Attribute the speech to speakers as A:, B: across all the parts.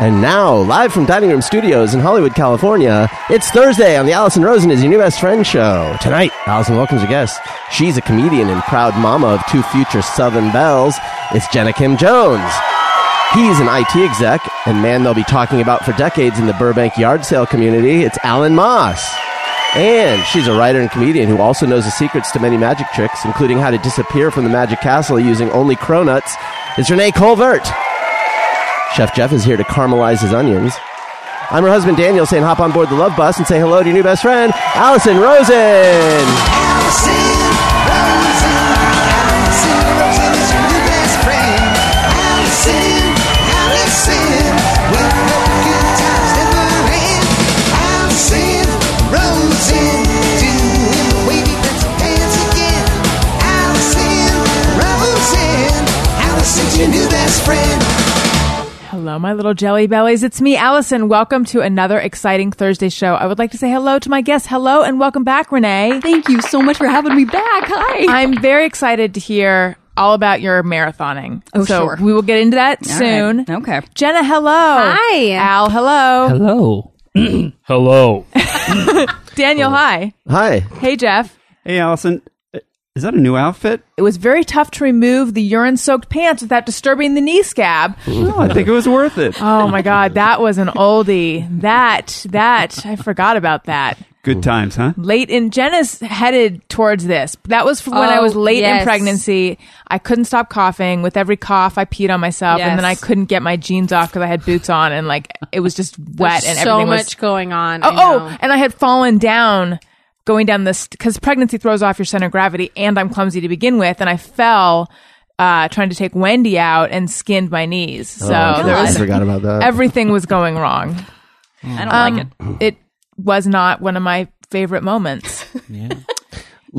A: And now, live from Dining Room Studios in Hollywood, California, it's Thursday on the Allison Rosen is Your New Best Friend show. Tonight, Allison welcomes a guest. She's a comedian and proud mama of two future Southern Bells. It's Jenna Kim Jones. He's an IT exec and man they'll be talking about for decades in the Burbank yard sale community. It's Alan Moss. And she's a writer and comedian who also knows the secrets to many magic tricks, including how to disappear from the magic castle using only cronuts. It's Renee Colvert. Chef Jeff is here to caramelize his onions. I'm her husband Daniel saying hop on board the love bus and say hello to your new best friend, Allison Rosen.
B: Your new best friend.
C: Hello, my little jelly bellies. It's me, Allison. Welcome to another exciting Thursday show. I would like to say hello to my guests. Hello and welcome back, Renee.
D: Thank you so much for having me back. Hi.
C: I'm very excited to hear all about your marathoning.
D: Oh,
C: so
D: sure.
C: we will get into that soon.
D: right. Okay.
C: Jenna, hello.
D: Hi.
C: Al, hello.
E: Hello. Hello.
C: Daniel, hi.
A: Hi.
C: Hey, Jeff.
F: Hey, Allison, is that a new outfit?
C: It was very tough to remove the urine soaked pants without disturbing the knee scab.
F: No, I think it was worth it.
C: Oh my God, that was an oldie. That, that, I forgot about that.
F: Good times, huh?
C: late in Jenna's headed towards this. That was from when I
D: Oh,
C: was late in
D: yes.
C: pregnancy. I couldn't stop coughing. With every cough, I peed on myself, and then I
G: Yes.
C: couldn't get my jeans off because I had boots on, and like it was just wet and
G: so
C: everything
G: much
C: was.
G: going on.
C: Oh,
G: I know.
C: oh, and I had fallen down going down this because pregnancy throws off your center of gravity, and I'm clumsy to begin with, and I fell. Uh, trying to take Wendy out and skinned my knees. So there
A: Oh, I
C: was
A: forgot about that.
C: everything was going wrong.
D: I don't
G: Um,
D: like it.
C: It was not one of my favorite moments.
A: you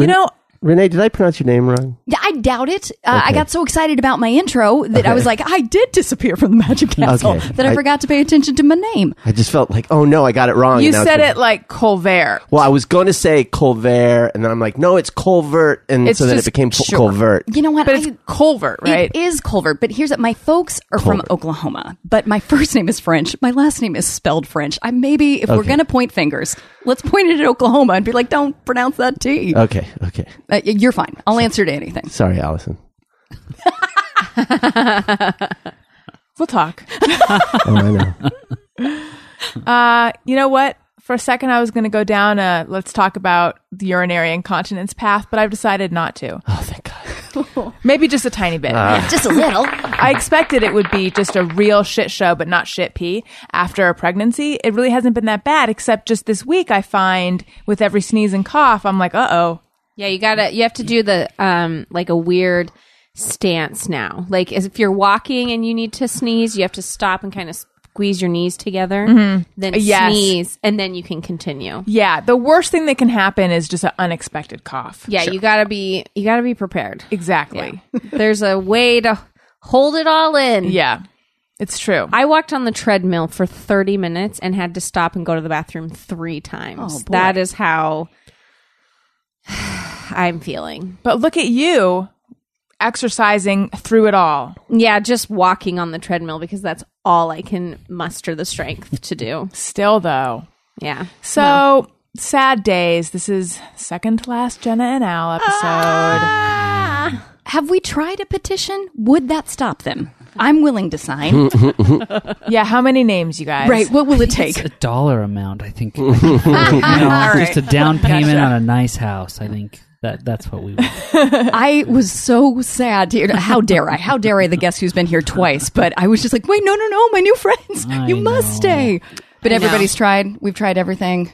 C: know-
A: Renee, did I pronounce your name wrong?
D: Yeah, I doubt it. Uh, I got so excited about my intro that I was like, I did disappear from the magic castle
A: Okay.
D: that I,
A: I-
D: forgot to pay attention to my name.
A: I just felt like, oh no, I got it wrong.
C: You
A: and now it's
C: said
A: gonna-
C: it like Colbert.
A: Well, I was going to say Colvert, and then I'm like, no, it's Colvert, and
C: It's
A: so then it
C: just-
A: became Fo-
C: sure.
A: Colvert.
D: You know what?
C: But it's
D: I-
C: Colvert, right?
D: It is Culvert, but here's it. My folks are from Oklahoma, but my first name is French. My last name is spelled French. I maybe, if we're
A: Okay.
D: going to point fingers, let's point it at Oklahoma and be like, don't pronounce that T. Uh,
A: Okay, okay.
D: y- you're fine. I'll answer to anything.
A: Sorry, Allison.
C: we'll talk.
A: Oh, I know.
C: Uh, you know what? For a second, I was going to go down a let's talk about the urinary incontinence path, but I've decided not to.
A: oh, thank God. Ah.
C: Maybe just a tiny bit.
D: Just a little.
C: I expected it would be just a real shit show, but not shit pee after a pregnancy. It really hasn't been that bad, except just this week, I find with every sneeze and cough, I'm like, uh oh.
G: yeah. You gotta. You have to do the um like a weird stance now. Like as if you're walking and you need to sneeze, you have to stop and kind of squeeze your knees together, then
C: Yes.
G: sneeze, and then you can continue.
C: Yeah, the worst thing that can happen is just an unexpected cough.
G: Yeah, you gotta be. You gotta be prepared.
C: Exactly.
G: There's a way to hold it all in.
C: yeah. It's true.
G: I walked on the treadmill for 30 minutes and had to stop and go to the bathroom three times.
D: Oh, boy.
G: that is how I'm feeling.
C: But look at you exercising through it all.
G: Yeah, just walking on the treadmill because that's all I can muster the strength to do.
C: Still though.
G: Yeah.
C: So sad days. This is second to last Jenna and Al episode.
D: Have we tried a petition? Would that stop them? I'm willing to sign.
C: Yeah, how many names you guys?
D: right. What will it take?
E: A dollar amount, I think. I think, you know, Just a down payment on a nice house. I think that that's what we want.
D: I was so sad. To hear, how dare I? How dare I? The guest who's been here twice, but I was just like, wait, no, no, no, my new friends.
E: I
D: you must
E: know.
D: stay. But
G: I
D: everybody's tried. We've tried everything.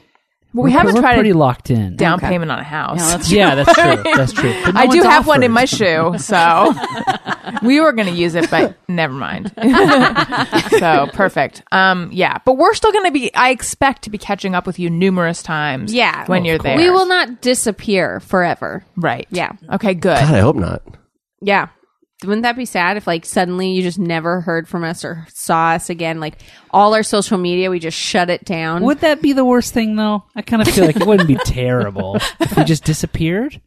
C: Well, we haven't
E: We're
C: tried
E: pretty
C: a
E: locked in.
C: down
D: Okay.
C: payment on a house.
D: Yeah, that's
E: Yeah, that's true. That's true. But no
C: I do
E: one's
C: have one in
E: offered.
C: my shoe, so we were going to use it, but never mind. so perfect. Um, yeah, but we're still going to be. I expect to be catching up with you numerous times.
G: Yeah.
C: when
G: Of
C: you're there,
G: We will not disappear forever.
C: Right.
G: Yeah.
C: Okay. Good.
A: God, I hope not.
G: Yeah. Wouldn't that be sad if like suddenly you just never heard from us or saw us again? Like all our social media, we just shut it down.
E: Would that be the worst thing, though? I kind of feel like it wouldn't be terrible if we just disappeared.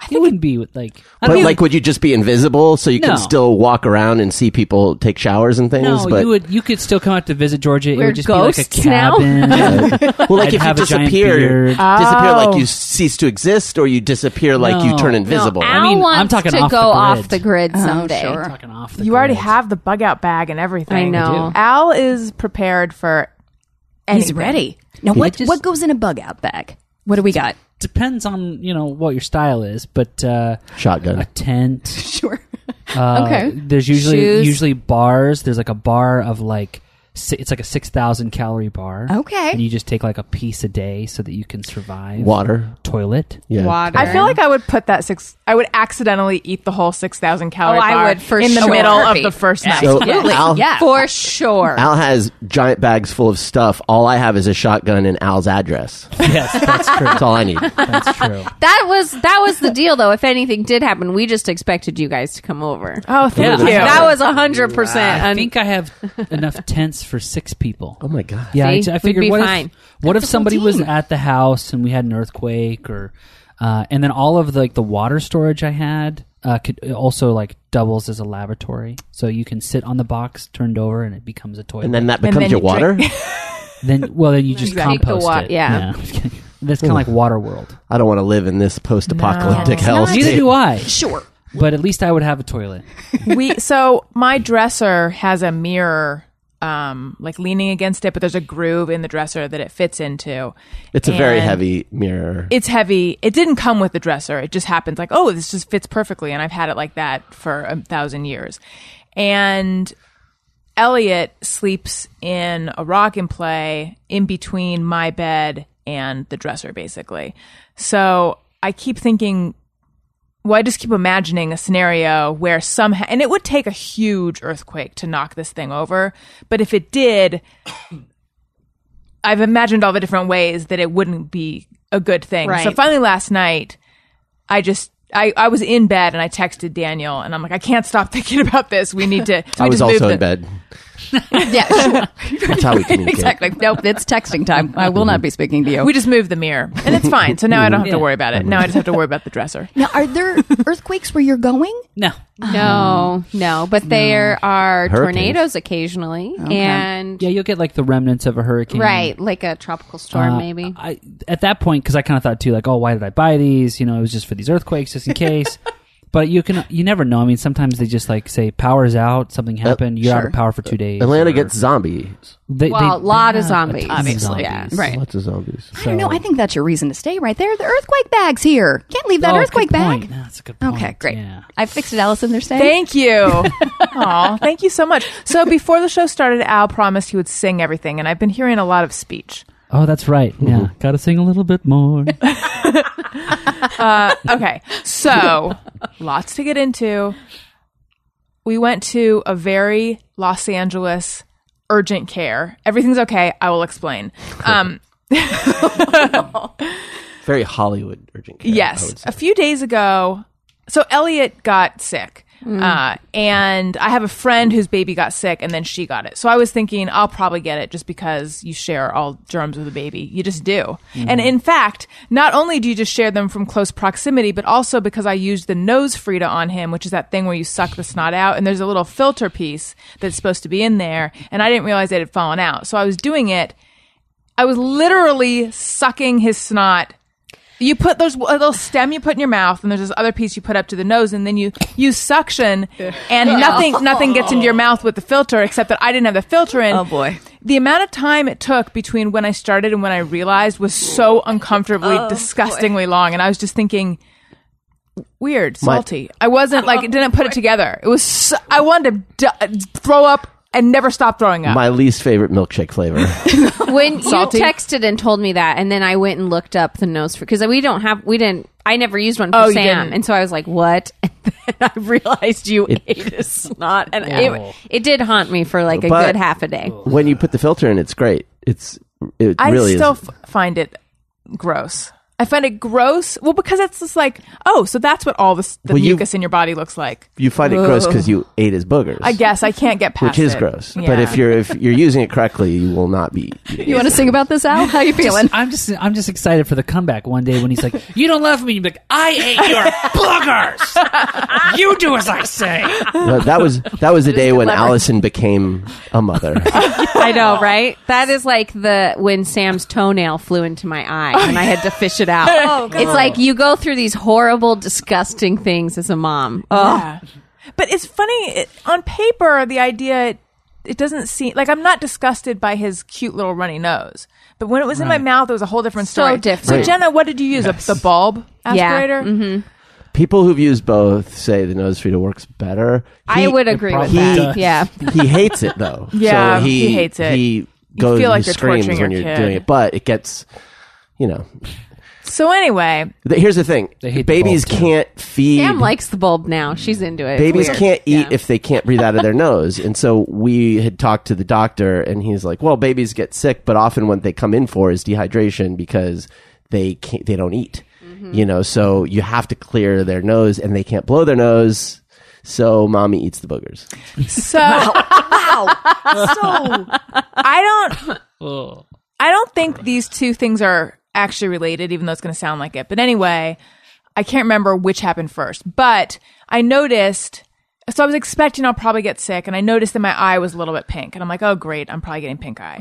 E: I think it would be with like. I
A: But
E: mean,
A: like, would you just be invisible so you
E: No.
A: can still walk around and see people take showers and things?
E: no,
A: but
E: you would. You could still come out to visit Georgia. it
G: We're
E: would just be like a
G: ghosts now?
E: cabin.
A: well, like
E: I'd
A: if you
E: have a giant
A: disappear,
E: beard.
A: disappear
C: Oh.
A: like you cease to exist, or you disappear like you
E: No.
A: turn
E: No,
A: invisible.
G: No, Al
E: I mean, I'm
G: wants
E: talking
G: to
E: off the
G: go
E: grid.
G: off the grid
D: Oh,
G: someday.
D: sure.
E: Talking off the
C: You already
E: grid.
C: have the bug out bag and everything.
G: I know.
C: Al is prepared for anything.
D: He's ready. Now, what,
E: just-
D: what goes in a bug out bag? What do we got?
E: Depends on you know what your style is, but uh, a
A: Shotgun.
E: tent.
D: Sure.
E: Uh,
D: Okay.
E: There's usually
G: Shoes.
E: usually bars. There's like a bar of like si- it's like a six thousand calorie bar.
D: Okay.
E: And you just take like a piece a day so that you can survive.
A: Water.
E: Toilet.
A: Yeah.
G: Water.
C: I feel like I would put that six. I would accidentally eat the whole six thousand calorie
G: Oh, I
C: bar
G: would for
C: in the
G: sure.
C: middle of the first night.
A: So Al,
D: Yeah.
G: for sure.
A: Al has giant bags full of stuff. All I have is a shotgun and Al's address.
E: yes, that's true.
A: That's all I need.
E: That's true.
G: That was that was the deal, though. If anything did happen, we just expected you guys to come over.
C: oh, thank
E: Yeah.
C: you.
G: That was hundred percent.
E: I think I have enough tents for six people.
A: Oh my god.
E: Yeah, I-
G: See?
E: I,
G: We'd
E: figured
G: be
E: what
G: fine.
E: if, what if
D: the whole
E: somebody was
D: team.
E: at the house and we had an earthquake or uh, and then all of the, like the water storage I had uh, could it also like doubles as a laboratory, so you can sit on the box turned over and it becomes a toilet.
A: And then that
C: And
A: becomes
C: then
A: your
C: you
A: water.
E: Then well, then you just
G: Exactly. Take the
E: compost
G: wa-
E: it.
G: yeah.
E: I'm just kidding. that's kind of like Water World.
A: I don't want to live in this post-apocalyptic
C: No.
A: hell.
E: Neither do I.
D: Sure.
E: But at least I would have a toilet.
C: we so my dresser has a mirror um like leaning against it but there's a groove in the dresser that it fits into
A: It's a very
C: And
A: heavy mirror.
C: it's heavy it didn't come with the dresser it just happens like oh this just fits perfectly and i've had it like that for a thousand years and elliot sleeps in a rock and play in between my bed and the dresser basically so i keep thinking well, I just keep imagining a scenario where somehow, and it would take a huge earthquake to knock this thing over, but if it did, I've imagined all the different ways that it wouldn't be a good thing. So
G: Right.
C: finally last night, I just. I, I was in bed and I texted Daniel and I'm like I can't stop thinking about this. We need to.
A: I
C: so we
A: was
C: just moved
A: also
C: the-
A: in bed.
D: Yeah. Sure.
A: That's how we communicate.
D: exactly. Nope. It's texting time. I will not be speaking to you.
C: We just moved the mirror and it's fine. So now I don't have to worry about it. Now I just have to worry about the dresser.
D: now, are there earthquakes where you're going?
E: No,
G: no, no. But there are
A: Hurricanes.
G: tornadoes occasionally, and
E: yeah, you'll get like the remnants of a hurricane,
G: right, like a tropical storm,
E: Uh,
G: maybe.
E: I at that point because I kind of thought too, like, oh, why did I buy these? You know, it was just for these earthquakes, just in case. but you can, you never know. I mean, sometimes they just like say powers out, something happened, you're out
D: sure.
E: of power for two days.
A: Atlanta
E: or-
A: gets zombies.
E: they,
G: Well, a lot of
E: yeah,
G: zombies,
E: a ton of
G: obviously, yeah.
E: zombies.
D: Right.
A: Lots of zombies.
D: I don't know. I think that's your reason to stay right there. The earthquake bag's here. Can't leave that
E: Oh,
D: earthquake
E: good
D: bag.
E: point. No, that's a good point.
C: Oh,
D: Okay, great.
E: Yeah.
D: I fixed it, Allison. They're staying.
C: Thank you. Aw, thank you so much. So before the show started, Al promised he would sing everything, and I've been hearing a lot of speech.
E: Oh, that's right. Yeah,
A: Mm-hmm.
E: gotta sing a little bit more.
C: Okay, so lots to get into. We went to a very Los Angeles urgent care. Everything's okay. I will explain. Um,
A: Very Hollywood urgent care. I would
C: Yes.
A: say.
C: A few days ago, so Elliot got sick. Uh, and I have a friend whose baby got sick and then she got it. So I was thinking, I'll probably get it just because you share all germs with a baby. You just do. And in fact, not only do you just share them from close proximity, but also because I used the nose Frida on him, which is that thing where you suck the snot out. And there's a little filter piece that's supposed to be in there. And I didn't realize it had fallen out. So I was doing it. I was literally sucking his snot you put there's a little stem you put in your mouth, and there's this other piece you put up to the nose, and then you use suction, and nothing nothing gets into your mouth with the filter, except that I didn't have the filter in.
D: Oh, boy.
C: The amount of time it took between when I started and when I realized was so uncomfortably,
D: Oh,
C: disgustingly long, and I was just thinking. Weird,
A: My-
C: salty. I wasn't like didn't put it together. It was so, I wanted to d- throw up and never stop throwing up.
A: My least favorite milkshake flavor.
G: when
C: Salty?
G: you texted and told me that, and then I went and looked up the nose for because we don't have we didn't I never used one for
C: Oh, you
G: Sam,
C: didn't.
G: and so I was like, what? And then I realized you ate a snot, and it, it did haunt me for like a
A: But-
G: good half a day.
A: when you put the filter in, it's great. It's it
C: I
A: really
C: still
A: is.
C: f- find it gross. I find it gross. Well, because it's just like, oh, so that's what all this, the
A: Well, you-
C: mucus in your body looks like.
A: You find it gross because you ate his boogers.
C: I guess I can't get past
A: Which is
C: it.
A: gross,
C: Yeah.
A: but if you're if you're using it correctly, you will not be. eating
D: You
A: it.
D: want to sing about this, Al? How you feeling?
E: I'm just I'm just excited for the comeback one day when he's like, "You don't love me." You'd be like, "I ate your boogers. You do as I say."
A: But that was that was the day when
G: clever.
A: Allison became a mother.
G: I know, right? That is like the when Sam's toenail flew into my eye and I had to fish it out.
D: Oh,
G: it's like you go through these horrible, disgusting things as a mom. Oh,
C: Yeah. But it's funny it, on paper the idea it, it doesn't seem like I'm not disgusted by his cute little runny nose. But when it was in my mouth, it was a whole different
G: So
C: story.
G: different.
C: So
A: Right.
C: Jenna, what did you use? A- the bulb
G: Yeah. Mm-hmm.
C: aspirator?
A: People who've used both say the nose feeder works better.
G: I
A: He-
G: would agree with
E: He-
G: that. Yeah.
A: he hates it though.
C: Yeah,
A: so he,
C: he hates it.
A: He goes
C: feel like
A: and
C: you're
A: screams
C: torturing
A: when
C: your
A: you're
C: kid.
A: doing it, but it gets, you know.
C: So anyway,
A: Th- Here's the thing:
E: They hate the
A: babies
E: bulb, too.
A: can't feed.
G: Sam likes the bulb now. She's into it. It's
A: babies
G: weird.
A: can't eat
G: Yeah.
A: if they can't breathe out of their nose, and so we had talked to the doctor, and he's like, "Well, babies get sick, but often what they come in for is dehydration because they can't, they don't eat,
C: Mm-hmm.
A: you know. So you have to clear their nose, and they can't blow their nose." So mommy eats the boogers.
C: so wow. So I don't I don't think these two things are actually related, even though it's going to sound like it. But anyway, I can't remember which happened first, but I noticed. So I was expecting I'll probably get sick, and I noticed that my eye was a little bit pink, and I'm like, "Oh, great! I'm probably getting pink eye,"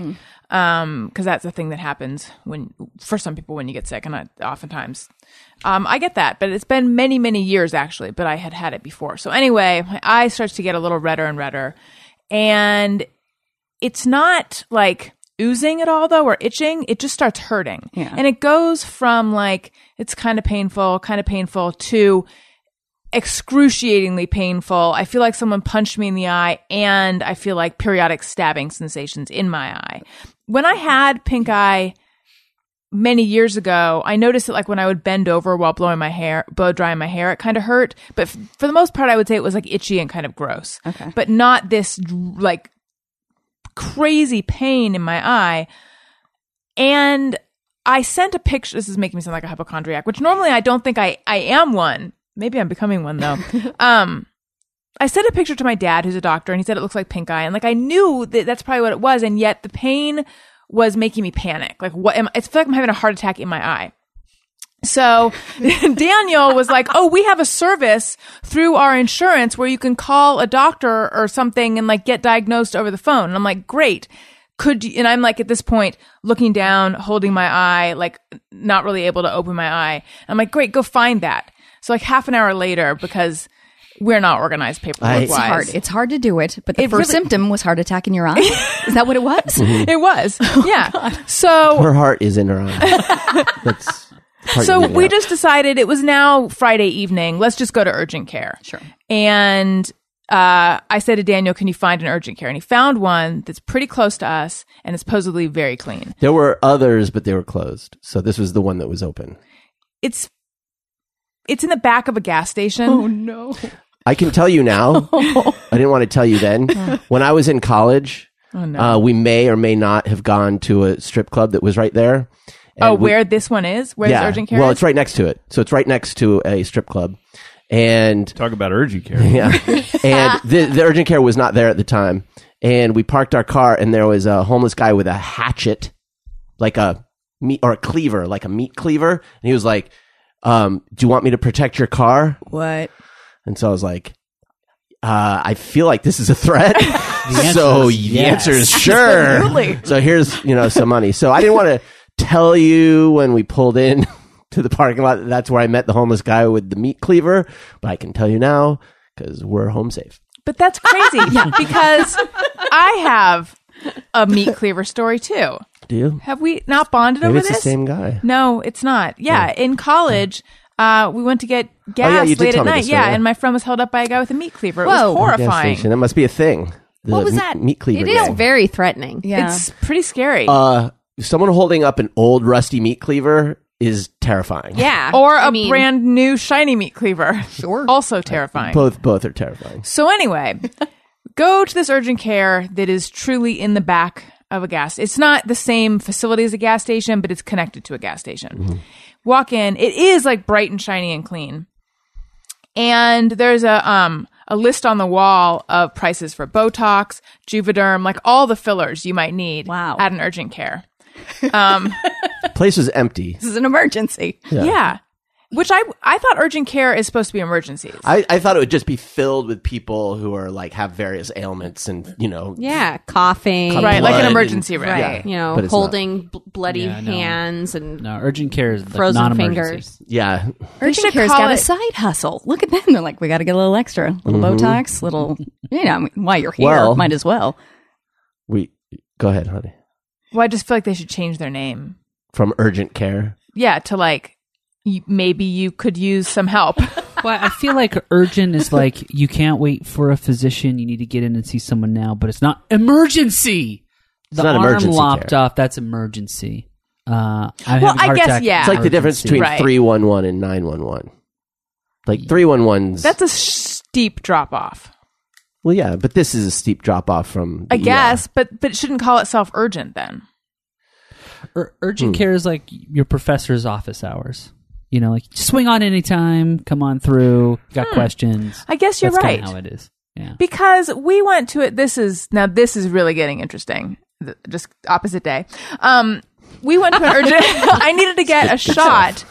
C: because that's a thing that happens when for some people when you get sick, and I, oftentimes um, I get that. But it's been many, many years actually, but I had had it before. So anyway, my eye starts to get a little redder and redder, and it's not like oozing at all though or itching it just starts hurting and it goes from like it's kind of painful kind of painful to excruciatingly painful i feel like someone punched me in the eye and i feel like periodic stabbing sensations in my eye when i had pink eye many years ago i noticed that like when i would bend over while blowing my hair blow drying my hair it kind of hurt but f- for the most part i would say it was like itchy and kind of gross okay but not this like crazy pain in my eye. And I sent a picture. This is making me sound like a hypochondriac, which normally I don't think I, I am one. Maybe I'm becoming one though. um, I sent a picture to my dad, who's a doctor, and he said it looks like pink eye. And like I knew that that's probably what it was. And yet the pain was making me panic. Like what am I? It's feel like I'm having a heart attack in my eye. So Daniel was like, "Oh, we have a service through our insurance where you can call a doctor or something and like get diagnosed over the phone." And I'm like, "Great." Could you, and I'm like at this point looking down, holding my eye, like not really able to open my eye. I'm like, "Great, go find that." So like half an hour later because we're not organized paperwork
D: It's hard.
C: wise.
D: It's hard to do it, but the
C: It
D: first
C: really-
D: symptom was heart attack in your eye. Is that what it was?
C: It was. yeah. So
A: Her heart is in her eye. That's the part
C: So
A: you leave
C: we
A: out.
C: just decided it was now Friday evening. Let's just go to urgent care. Sure. And uh, I said to Daniel, "Can you find an urgent care?" And he found one that's pretty close to us and is supposedly very clean.
A: there were others, but they were closed. So this was the one that was open.
C: It's it's in the back of a gas station.
D: Oh, no.
A: I can tell you now. I
C: Oh.
A: didn't want to tell you then. when I was in college, uh, we may or may not have gone to a strip club that was right there. And
C: oh,
A: we-
C: where this one is? Where this urgent care?
A: Well,
C: is?
A: it's right next to it, so it's right next to a strip club, and
F: Talk about urgent care.
A: yeah, and the, the urgent care was not there at the time, and we parked our car, and there was a homeless guy with a hatchet, like a meat or a cleaver, like a meat cleaver, and he was like, um, "Do you want me to protect your car?"
D: What?
A: And so I was like, uh, I feel like this is a threat.
E: answer
A: so
E: is
A: the
E: yes.
A: answer is sure.
C: Absolutely.
A: So here's you know some money. So I didn't want to tell you when we pulled in to the parking lot. that That's where I met the homeless guy with the meat cleaver. But I can tell you now because we're home safe.
C: But that's crazy because I have a meat cleaver story too.
A: Do you?
C: Have we not bonded
A: Maybe
C: over
A: it's
C: this?
A: the same guy.
C: No, it's not. Yeah, in college, uh, we went to get gas
A: Oh. yeah, you did
C: late
A: tell
C: at
A: me
C: night.
A: this story,
C: yeah,
A: yeah.
C: and my friend was held up by a guy with a meat cleaver. It
D: Whoa.
C: was
A: Gas station.
C: horrifying.
A: That must be a thing. The
G: What was
A: meat-
G: that?
A: Meat cleaver.
G: It is
A: gang.
G: very threatening.
D: Yeah.
C: It's pretty scary.
A: Uh, someone holding up an old rusty meat cleaver is terrifying.
G: Yeah.
C: or a
G: I mean,
C: brand new shiny meat cleaver. Sure. also terrifying.
A: Both both are terrifying.
C: So anyway, go to this urgent care that is truly in the back of a gas. It's not the same facility as a gas station, but it's connected to a gas station. Walk in. It is like bright and shiny and clean. And there's a um a list on the wall of prices for Botox, Juvederm, like all the fillers you might need
D: Wow.
C: at an urgent care.
A: Place was empty.
D: This is an emergency.
C: Yeah. Which I I thought urgent care is supposed to be emergencies.
A: I, I thought it would just be filled with people who are like have various ailments and you know
G: Yeah, coughing.
A: Cut
C: right, like
A: blood
C: an
A: and-
C: emergency room.
A: Yeah.
G: You know,
A: But it's
G: holding bl- bloody
E: Yeah, no.
G: hands and
E: No, urgent care is like
G: frozen
E: non emergency.
G: fingers.
A: yeah
C: should
D: Urgent care's
C: call
D: got
C: it-
D: a side hustle. Look at them. They're like, we got to get a little extra, a little
C: Mm-hmm.
D: Botox, little, you know, I mean, while you're here,
A: Well-
D: might as well.
A: we go ahead honey
C: Well, I just feel like they should change their name.
A: from urgent care
C: Yeah, to like y- maybe you could use some help.
E: Well, I feel like urgent is like you can't wait for a physician. You need to get in and see someone now, but it's not emergency. The
A: not
E: arm
A: emergency
E: lopped
A: care.
E: off. That's emergency. Uh, I
C: Well,
E: have a
C: I
E: heart
C: guess,
E: attack.
C: yeah.
A: it's like the difference
E: Emergency.
A: between
C: Right.
A: 311 and 911 like 311's
C: That's a steep drop off.
A: well yeah but this is a steep drop off from the
C: I
A: ER.
C: guess, but but it shouldn't call itself urgent then.
E: Ur-
A: Hmm.
E: urgent care is like your professor's office hours. You know, like swing on anytime, come on through. Got questions?
C: Hmm. I guess you're
E: That's
C: right.
E: kinda How it is? Yeah.
C: Because we went to it. This is now. This is really getting interesting. Th- Just opposite day. Um, we went to an urgent. I needed to get a shot,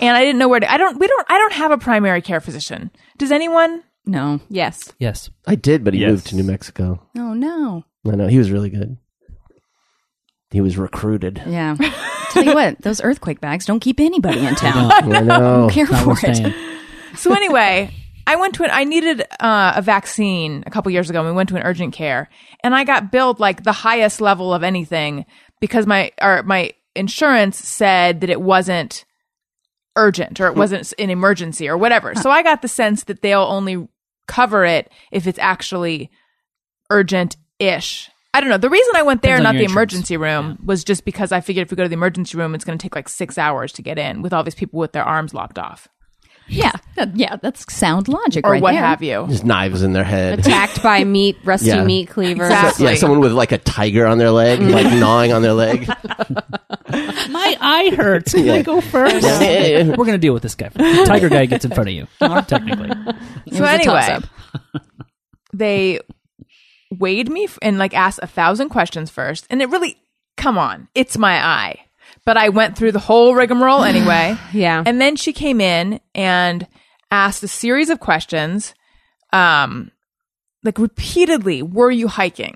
C: and I didn't know where to. I don't. We don't. I don't have a primary care physician. Does anyone?
D: No.
G: Yes.
E: Yes.
A: I did but he
F: Yes.
A: moved to New Mexico
D: Oh, no.
A: I know he was really good he was recruited
D: Yeah. Tell you what, those earthquake bags don't keep anybody in town.
A: I know
D: Care
E: Not
D: for
E: worth
D: it.
E: saying.
C: So anyway, I went to an. I needed uh, a vaccine a couple years ago. and We went to an urgent care, and I got billed like the highest level of anything because my or my insurance said that it wasn't urgent
E: Hmm.
C: or it wasn't an emergency or whatever. So I got the sense that they'll only cover it if it's actually urgent ish. I don't know. The reason I went there,
E: Depends
C: not
E: on your
C: the
E: insurance.
C: emergency room, was just because I figured if we go to the emergency room, it's going to take like six hours to get in with all these people with their arms lopped off
D: Yeah. That- yeah. That's sound logic
C: or
D: right
C: what
D: there.
C: have you.
A: just knives in their head
G: Attacked by meat, rusty
A: Yeah.
G: meat cleaver.
C: Exactly.
A: yeah someone with like a tiger on their leg like gnawing on their leg
E: My eye hurts. Can I go first? We're gonna deal with this guy. The tiger guy gets in front of you. Technically,
C: So
D: was a
C: anyway,
D: toss-up.
C: they weighed me f- and like asked a thousand questions first, and it really, come on, it's my eye. But I went through the whole rigmarole anyway.
G: Yeah.
C: and then she came in and asked a series of questions, um, like repeatedly. Were you hiking?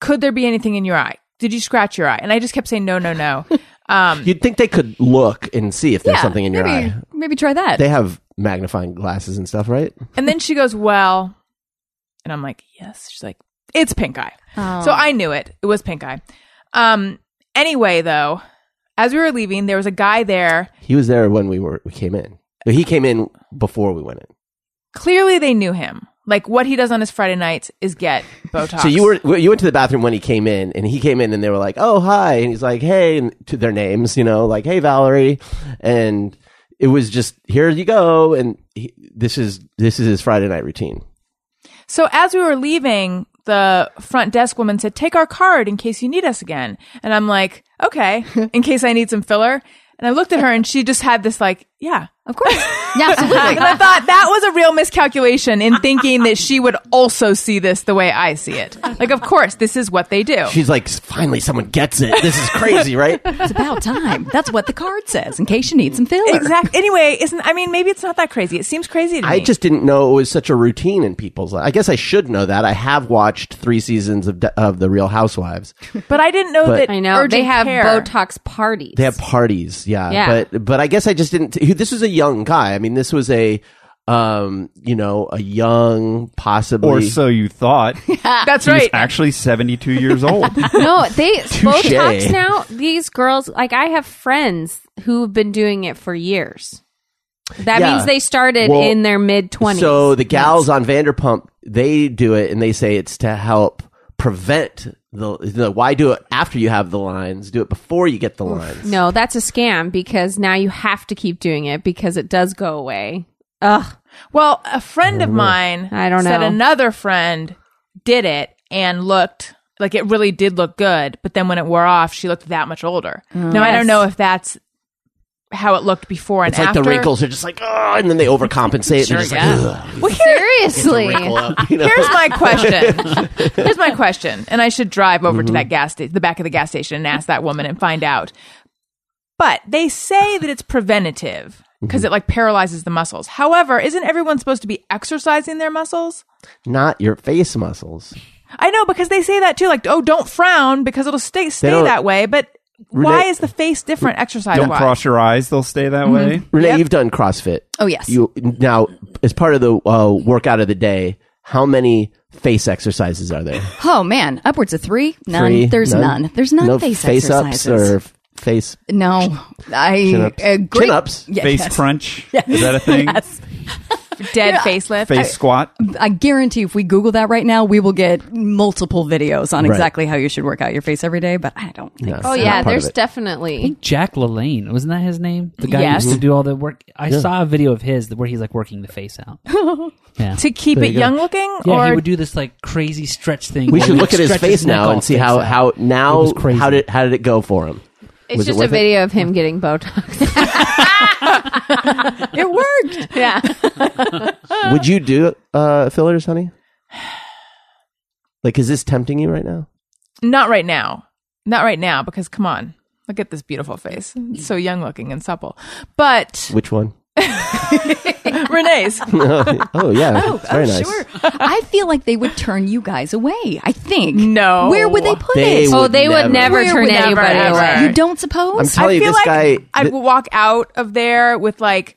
C: Could there be anything in your eye? Did you scratch your eye? And I just kept saying no, no, no. Um,
A: You'd think they could look and see if there's something in your
D: maybe,
A: eye.
D: Maybe try that.
A: They have magnifying glasses and stuff, right?
C: And then she goes, Well, and I'm like, Yes. She's like, It's pink eye.
A: Oh.
C: So I knew it. It was pink eye. Um, anyway, though, as we were leaving, there was a guy there.
A: He was there when we were we came in. He came in before we went in.
C: Clearly, they knew him. Like, what he does on his Friday nights is get Botox.
A: So you were you went to the bathroom when he came in, and he came in, and they were like, "Oh, hi," and he's like, "Hey," and to their names, you know, like, "Hey, Valerie," and it was just here you go, and he, this is this is his Friday night routine.
C: So as we were leaving, the front desk woman said, "Take our card in case you need us again." And I'm like, "Okay, in case I need some filler." And I looked at her, and she just had this like, "Yeah,
D: of course. Yeah, absolutely.
C: and I thought that was a real miscalculation in thinking that she would also see this the way I see it. Like, of course, this is what they do.
A: She's like, "Finally, someone gets it. This is crazy, right?"
D: it's about time. That's what the card says, in case you need some filler.
C: Exactly. Anyway, isn't I mean, maybe it's not that crazy. It seems crazy to me.
A: I just didn't know it was such a routine in people's. lives. I guess I should know that. I have watched three seasons of De- of the Real Housewives.
C: but I didn't know
A: But-
C: that.
G: I know.
C: urgent
G: They have
C: care-
G: Botox parties.
A: They have parties, yeah.
G: Yeah.
A: But but I guess I just didn't. This was a young guy. I mean, this was a, um, you know, a young possibly.
F: Or so you thought. He's
C: That's right.
F: actually 72 years old.
G: no, they Botox
A: Touche.
G: now. These girls, like I have friends who've been doing it for years. That
A: Yeah.
G: means they started
A: Well,
G: in their mid twenties.
A: So the gals on Vanderpump, they do it, and they say it's to help prevent the, the. Why do it after you have the lines? Do it before you get the lines.
G: no, that's a scam because now you have to keep doing it because it does go away. Ugh.
C: well, a friend of mine
G: I don't
C: said
G: know.
C: another friend did it and looked like it really did look good, but then when it wore off, she looked that much older. Now I don't know if that's how it looked before and
A: It's like
C: after.
A: the wrinkles are just like, oh, and then they overcompensate. and they're just
C: yeah.
A: like, "Ugh,"
C: Well, here-
G: Seriously.
A: wrinkle up, you know?
C: here's my question. Here's my question, and I should drive over
F: Mm-hmm.
C: to that gas sta- the back of the gas station, and ask that woman and find out. But they say that it's preventative
F: Mm-hmm.
C: because it like paralyzes the muscles. However, isn't everyone supposed to be exercising their muscles?
A: Not your face muscles.
C: I know because they say that too. Like, oh, don't frown because it'll stay stay
A: don't-
C: that way. But why
A: Renee-
C: is the face different exercise
F: Don't
C: wise?
F: cross your eyes; they'll stay that
C: Mm-hmm.
F: way.
A: Renee, you've done CrossFit.
D: Oh, yes.
A: You now as part of the uh, workout of the day. How many face exercises are there?
D: Oh man, upwards of three. None.
A: Three?
D: There's none. There's none
A: no
D: face,
A: ups
D: exercises.
A: or f- face
D: no, I
A: chin-ups.
D: uh, great,
A: Chin-ups?
D: Yeah,
F: Face
D: yes.
F: crunch is that a thing?
C: Dead facelift.
F: Face squat.
D: I guarantee if we Google that right now, we will get multiple videos on
A: Right.
D: exactly how you should work out your face every day. But I don't think.
A: No,
G: Oh
A: not
G: yeah,
A: part of
G: there's
A: it.
G: definitely
E: Jack LaLanne wasn't that his name? The guy
D: Yes.
E: who used to do all the work. I saw a video of his where he's like working the face out. yeah,
C: to keep it young looking,
E: yeah.
C: or
E: he would do this like crazy stretch thing.
A: We
E: where
A: should
E: he
A: look at his
E: stretches
A: face
E: neck
A: now
E: all
A: and see
E: face
A: how
E: out.
A: how
E: It
A: now
E: was crazy.
A: how did how did it go for him?
G: it's
A: Was it
G: just a
A: worth it?
G: video of him getting Botox.
D: it worked.
G: yeah.
A: Would you do uh, fillers, honey? Like, is this tempting you right now?
C: not right now, not right now, because come on, look at this beautiful face, it's so young looking and supple. But
A: Which one?
C: Renee's,
A: oh yeah, it's very nice.
D: Sure. I feel like they would turn you guys away. I think.
C: No.
D: Where would they put
A: They
D: it?
A: would
G: oh, they
A: never.
G: would never,
D: Where
G: turn
D: would-
G: anybody
C: never,
G: away.
C: ever.
D: You don't
A: I'm
D: suppose?
A: telling
C: I
A: you,
C: feel
A: this
C: like
A: guy.
C: I
A: th-
C: would walk out of there with like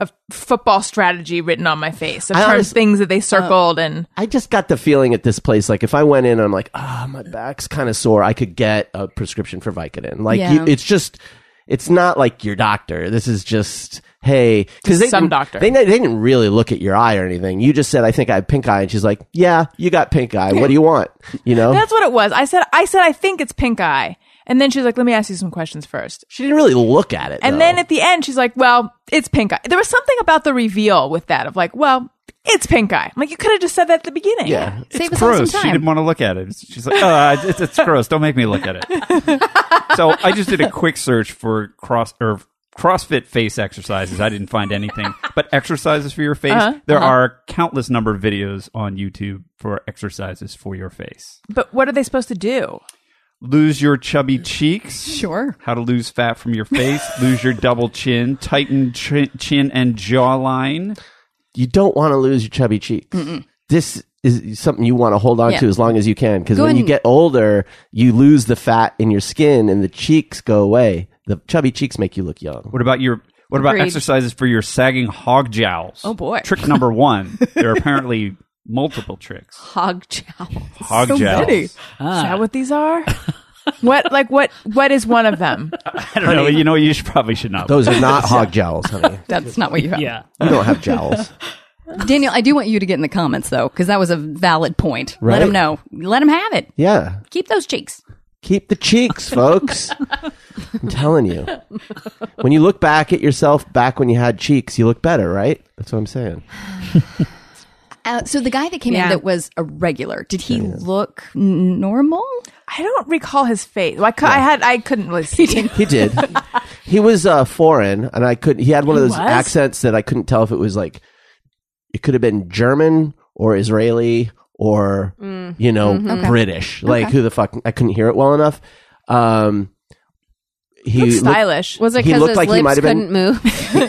C: a football strategy written on my face of
A: I
C: terms,
A: honest- Uh, um,
C: things that they circled and
A: I just got the feeling at this place, like if I went in, I'm like, ah, my back's kind of sore. I could get a prescription for Vicodin. Like,
D: Yeah.
A: you, it's just, it's not like your doctor. This is just, hey, because they
C: Some
A: didn't-
C: doctor.
A: They, they didn't really look at your eye or anything. You just said, I think I have pink eye, and she's like, yeah, you got pink eye. What do you want? You know,
C: that's what it was. I said, I said, I think it's pink eye, and then she's like, let me ask you some questions first.
A: she didn't really look at it.
C: And
A: though.
C: then at the end, she's like, "Well, it's pink eye." There was something about the reveal with that of like, "Well, it's pink eye." I'm like you could have just said that at the beginning.
A: yeah,
D: Save us all
F: Gross.
D: some
F: She
D: time.
F: didn't want to look at it. She's like, uh, it's, it's gross. Don't make me look at it. so I just did a quick search for cross or CrossFit face exercises. I didn't find anything, but exercises for your face.
D: Uh-huh,
F: there are countless number of videos on YouTube for exercises for your face.
C: But what are they supposed to do?
F: Lose your chubby cheeks.
D: Sure.
F: How to lose fat from your face. lose your double chin. Tighten chin, chin and jawline.
A: you don't want to lose your chubby cheeks. This is something you want to hold on
D: Yeah.
A: to as long as you can because
D: Go
A: when you
D: ahead
A: get older, you lose the fat in your skin and the cheeks go away. The chubby cheeks make you look young.
F: What about your what about
G: Agreed.
F: exercises for your sagging hog jowls?
C: Oh, boy.
F: Trick number one. there are apparently multiple tricks.
G: Hog jowl.
F: Hog
D: So
F: jowls.
D: many.
C: Is
A: Ah.
C: that what these are? what like what what is one of them?
F: I don't know. You know, you should, probably should not.
A: Those are not hog jowls, honey.
D: That's not what you have.
E: Yeah.
A: You don't have jowls.
D: Daniel, I do want you to get in the comments though, because that was a valid point. Let
A: Right.
D: them know. Let them have it.
A: Yeah.
D: Keep those cheeks.
A: Keep the cheeks, folks. I'm telling you. When you look back at yourself back when you had cheeks, you look better, right? That's what I'm saying.
D: Uh, so the guy that came
G: Yeah.
D: in that was a regular, did he look n- normal?
C: I don't recall his face. Like I had I couldn't really see. him.
A: He did. he was uh, foreign, and I couldn't. He had one of
C: He
A: those
C: was?
A: accents that I couldn't tell if it was like it could have been German or Israeli or
G: Mm.
A: you know
G: Mm-hmm.
A: British. Like who the fuck? I couldn't hear it well enough. Um, he
C: He looked
A: looked-
C: stylish.
G: Was it
A: He
G: because
A: looked
G: his
A: like he might
G: lips
A: have been-
G: couldn't move?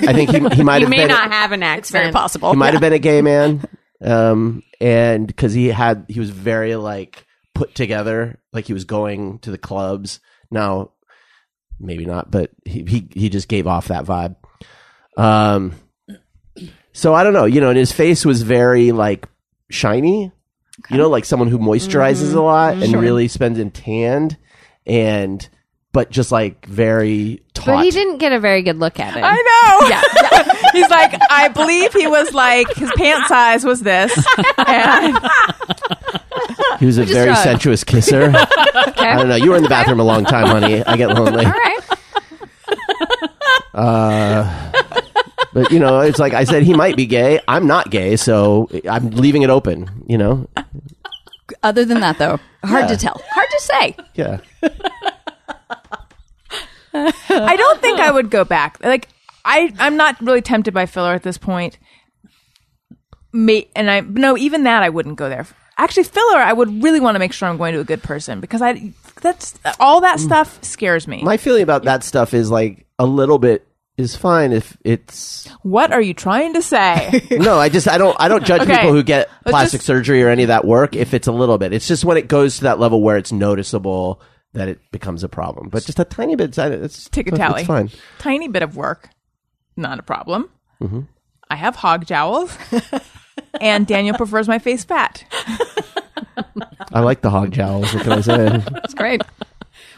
A: I think he, he might
G: you
A: have
G: may
A: been.
G: not have an accent. It's
D: Very possible.
A: he might have been a gay man. Um, and because he had, he was very like put together, like he was going to the clubs. Now, maybe not, but he he, he just gave off that vibe. Um, so I don't know, you know, and his face was very like shiny, you know, like someone who moisturizes
G: Mm-hmm.
A: a lot and really spends in tanned and. But just like very taut.
G: But he didn't get a very good look at it.
C: I know. He's like, I believe he was like his pant size was this. And
A: He was a very
G: shrugged.
A: sensuous kisser. I don't know. You were in the bathroom a long time, honey. I get lonely.
G: All right.
A: But you know, it's like I said, he might be gay. I'm not gay, so I'm leaving it open. You know,
D: Other than that, though, hard to tell. Hard to say.
A: yeah.
C: I don't think I would go back. Like I, I'm not really tempted by filler at this point. May, and I no, even that I wouldn't go there. Actually, filler, I would really want to make sure I'm going to a good person because I that's all that stuff scares me.
A: My feeling about that stuff is like a little bit is fine if it's
C: what are you trying to say?
A: no. I just I don't I don't judge
C: Okay.
A: people who get
C: Let's
A: plastic
C: just-
A: surgery or any of that work if it's a little bit. It's just when it goes to that level where it's noticeable that it becomes a problem. But just a tiny bit. It's
C: Take a tally.
A: It's fine.
C: Tiny bit of work, not a problem. I have hog jowls, and Daniel prefers my face fat.
A: I like the hog jowls. What can I say?
G: It's great.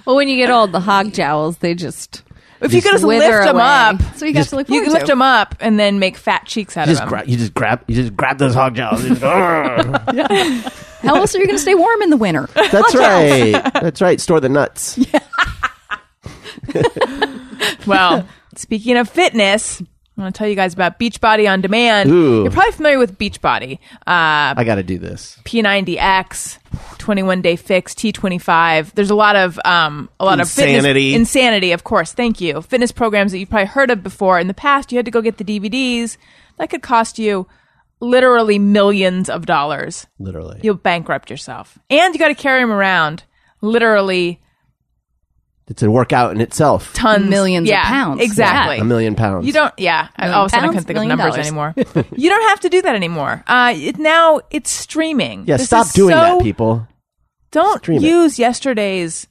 G: Well, when you get old, the hog jowls, they just.
C: If you could just lift
G: wither
C: them
G: away.
C: up,
D: So you got to look
C: you
D: forward
C: can lift
D: to.
C: them up and then make fat cheeks out
A: You
C: of
A: just
C: them.
A: grab. You just grab. You just grab those hog jowls. You just go, "Argh."
D: How else are you going to stay warm in the winter?
A: That's right. That's right. Store the nuts.
C: Well, speaking of fitness, I want to tell you guys about Beachbody on Demand.
A: Ooh.
C: You're probably familiar with Beachbody. Uh,
A: I got to do this.
C: P90X, 21 Day Fix, T25. There's a lot of um, a lot
A: Insanity.
C: of fitness, insanity, of course. Thank you. Fitness programs that you've probably heard of before. In the past, you had to go get the DVDs. That could cost you literally millions of dollars.
A: Literally.
C: You'll bankrupt yourself, and you got to carry them around. Literally
A: It's a workout in itself.
C: tons,
D: Millions of
C: Yeah,
D: pounds.
C: Exactly,
A: A million pounds.
C: You don't, yeah. I- all of a sudden, I
D: pounds,
C: couldn't think of
D: million
C: numbers
D: dollars.
C: anymore. you don't have to do that anymore. Uh, it, now it's streaming.
A: Yeah.
C: This
A: stop
C: is
A: doing
C: so-
A: that, people.
C: Don't
A: Stream it.
C: use yesterday's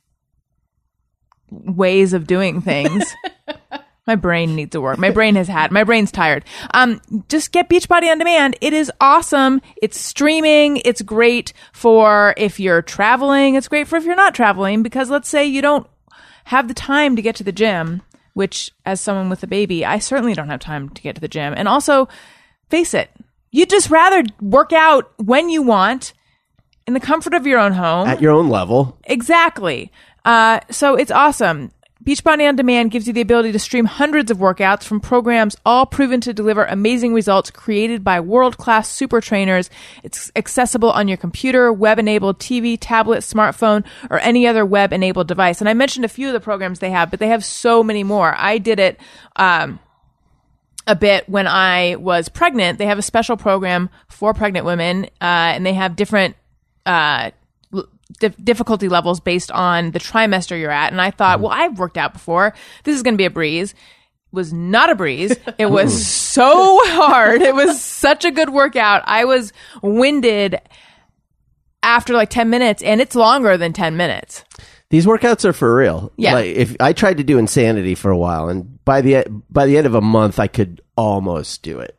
C: ways of doing things. my brain needs to work. My brain has had. My brain's tired. Um, just get Beachbody on demand. It is awesome. It's streaming. It's great for if you're traveling. It's great for if you're not traveling because let's say you don't have the time to get to the gym, which as someone with a baby, I certainly don't have time to get to the gym. And also, face it, you'd just rather work out when you want in the comfort of your own home.
A: At your own level.
C: Exactly. Uh, so it's awesome. Beachbody On Demand gives you the ability to stream hundreds of workouts from programs all proven to deliver amazing results created by world class super trainers. It's accessible on your computer, web enabled TV, tablet, smartphone, or any other web enabled device. And I mentioned a few of the programs they have, but they have so many more. I did it. Um, a bit when I was pregnant. They have a special program for pregnant women, uh, and they have different uh, l- dif- difficulty levels based on the trimester you're at. And I thought, well, I've worked out before. This is going to be a breeze. Was not a breeze. It was so hard. It was such a good workout. I was winded after like 10 minutes, and it's longer than 10 minutes.
A: These workouts are for real.
C: Yeah.
A: Like if I tried to do insanity for a while, and by the by the end of a month, I could almost do it.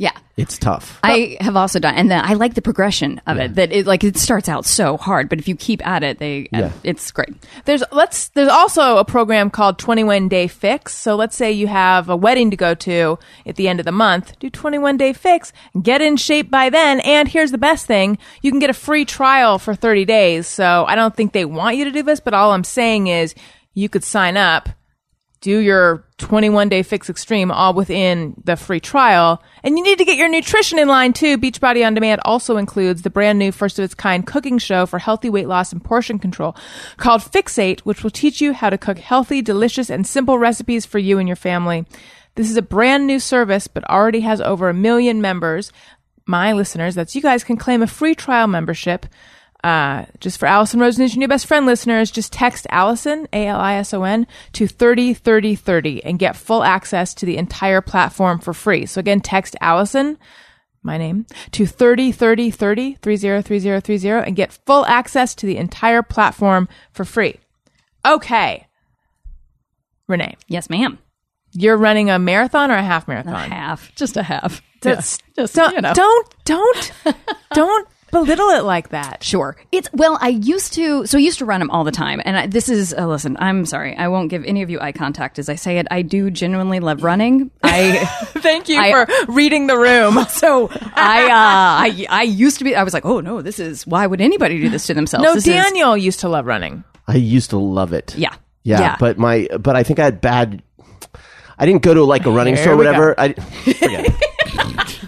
D: Yeah.
A: It's tough.
D: I have also done, and the, I like the progression of it. That it like it starts out so hard, but if you keep at it, they
A: Yeah.
D: it's great.
C: There's let's there's also a program called 21 Day Fix. So let's say you have a wedding to go to at the end of the month, do 21 Day Fix, get in shape by then, and here's the best thing, you can get a free trial for 30 days. So I don't think they want you to do this, but all I'm saying is you could sign up, do your 21 Day Fix Extreme all within the free trial, and you need to get your nutrition in line too. Beachbody on Demand also includes the brand new first of its kind cooking show for healthy weight loss and portion control called Fixate, which will teach you how to cook healthy, delicious, and simple recipes for you and your family. This is a brand new service, but already has over a million members. My listeners, that's you guys, can claim a free trial membership. Uh, just for Allison Rosen is your new best friend listeners, just text Allison, A L I S O N, to 303030 and get full access to the entire platform for free. So again, text Allison, my name, to 303030, 303030, and get full access to the entire platform for free. Okay. Renee,
D: Yes, ma'am.
C: you're running a marathon or a half marathon?
D: Half, just a half.
C: That's-
D: Just,
C: don't,
D: you know.
C: don't, don't, don't belittle it like that.
D: Sure. It's well, I used to so I used to run them all the time. And I, this is uh, listen, I'm sorry. I won't give any of you eye contact as I say it. I do genuinely love running. I
C: Thank you
D: I-
C: for reading the room.
D: so I uh I I used to be I was like, "Oh no, this is why would anybody do this to themselves?"
C: No,
D: This is-
C: Daniel used to love running.
A: I used to love it.
D: Yeah.
A: Yeah,
D: Yeah.
A: but my but I think I had bad. I didn't go to like a running
C: Here
A: store, or
C: we go.
A: whatever. I forget it.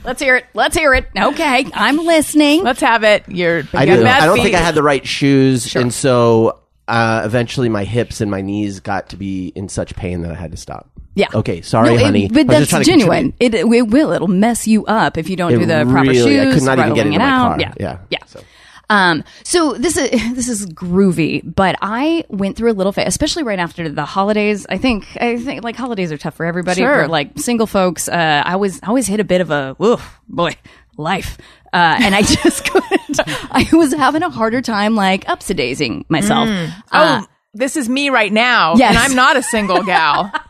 D: Let's hear it. Let's hear it. Okay, I'm listening.
C: Let's have it. You're.
A: I
C: you got
A: didn't.
C: mad
A: I don't
C: feet.
A: think I had the right shoes, and so uh, eventually my hips and my knees got to be in such pain that I had to stop.
D: Yeah.
A: Okay. Sorry,
D: No, it-
A: honey.
D: but
A: I was just trying
D: that's
A: to
D: genuine. It, it will. It'll mess you up if you don't
A: It
D: do the proper
A: really- I
D: shoes.
A: could not even get
D: rattling
A: into
D: it
A: my
D: out.
A: car.
D: Yeah.
A: Yeah.
D: Yeah.
A: So-
D: Um, so this is this is groovy, but I went through a little phase, especially right after the holidays. I think I think like holidays are tough for everybody.
C: Sure.
D: For, like single folks, uh, I always I always hit a bit of a oof boy life, uh, and I just couldn't. I was having a harder time like upsedaising myself. Uh,
C: oh, this is me right now,
D: Yes. Um,
C: and I'm not a single gal.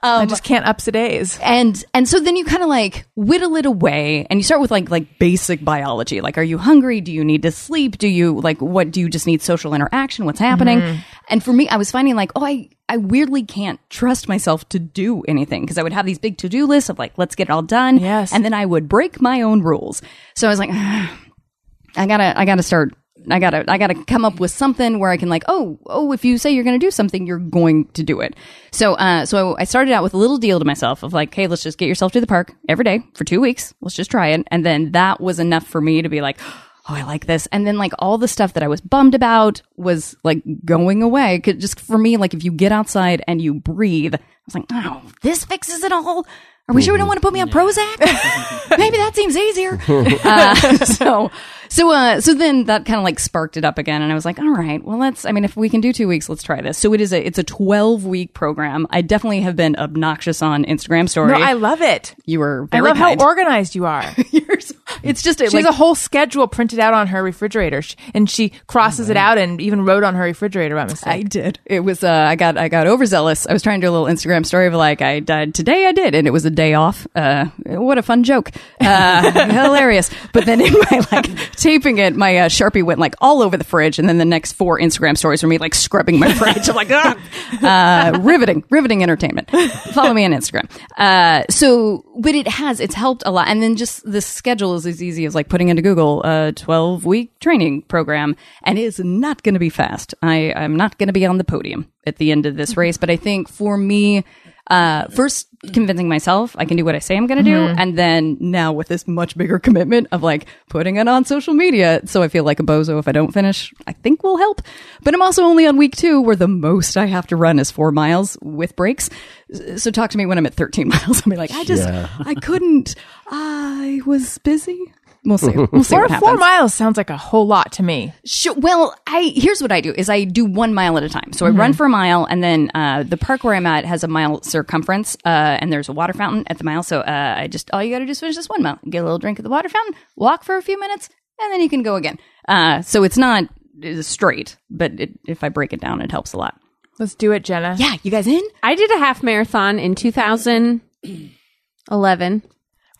C: I just can't up days.
D: and and so then you kind of like whittle it away and you start with like like basic biology like are you hungry do you need to sleep do you like what do you just need social interaction what's happening and for me i was finding like oh i i weirdly can't trust myself to do anything because i would have these big to-do lists of like let's get it all done
C: Yes.
D: and then i would break my own rules so i was like I gotta I gotta start I gotta I gotta come up with something where I can like oh oh if you say you're gonna do something you're going to do it so uh so I started out with a little deal to myself of like hey let's just get yourself to the park every day for two weeks let's just try it and then that was enough for me to be like oh I like this and then like all the stuff that I was bummed about was like going away 'Cause just for me like if you get outside and you breathe I was like oh this fixes it all are we sure we don't want to put me on Prozac maybe that seems easier uh, so so uh so then that kind of like sparked it up again and i was like all right well let's i mean if we can do two weeks let's try this so it is a it's a 12 week program i definitely have been obnoxious on instagram story
C: No, I love it.
D: you were
C: I
D: very
C: love
D: kind.
C: how organized you are.
D: You're so- it's just a,
C: She
D: like
C: has a whole schedule printed out on her refrigerator, Sh- and she crosses it out and even wrote on her refrigerator by mistake.
D: I did. It was uh, I got I got overzealous. I was trying to do a little Instagram story of like I died today. I did, and it was a day off. Uh, what a fun joke! Uh, hilarious. But then in my like taping it, my uh, sharpie went like all over the fridge, and then the next four Instagram stories were me like scrubbing my fridge. I'm like, ah! uh, riveting, riveting entertainment. Follow me on Instagram. Uh, so, but it has it's helped a lot. And then just the schedule is as easy as like putting into Google a 12 week training program, and it is not going to be fast. I I'm not going to be on the podium at the end of this race, but I think for me. Uh, first convincing myself I can do what I say I'm going to
C: Mm-hmm.
D: do. And then now with this much bigger commitment of like putting it on social media. So I feel like a bozo if I don't finish, I think will help. But I'm also only on week two where the most I have to run is four miles with breaks. S- So talk to me when I'm at 13 miles. I'll be like, I just, I couldn't. I was busy. We'll see. We'll see
C: four,
D: what happens.
C: four miles sounds like a whole lot to me.
D: Sure. Well, I here's what I do is I do one mile at a time. So I run for a mile, and then uh, the park where I'm at has a mile circumference, uh, and there's a water fountain at the mile. So uh, I just all you got to do is finish this one mile, get a little drink at the water fountain, walk for a few minutes, and then you can go again. Uh, so it's not uh, straight, but it, if I break it down, it helps a lot.
C: Let's do it, Jenna.
D: Yeah, you guys in?
G: I did a half marathon in 2011.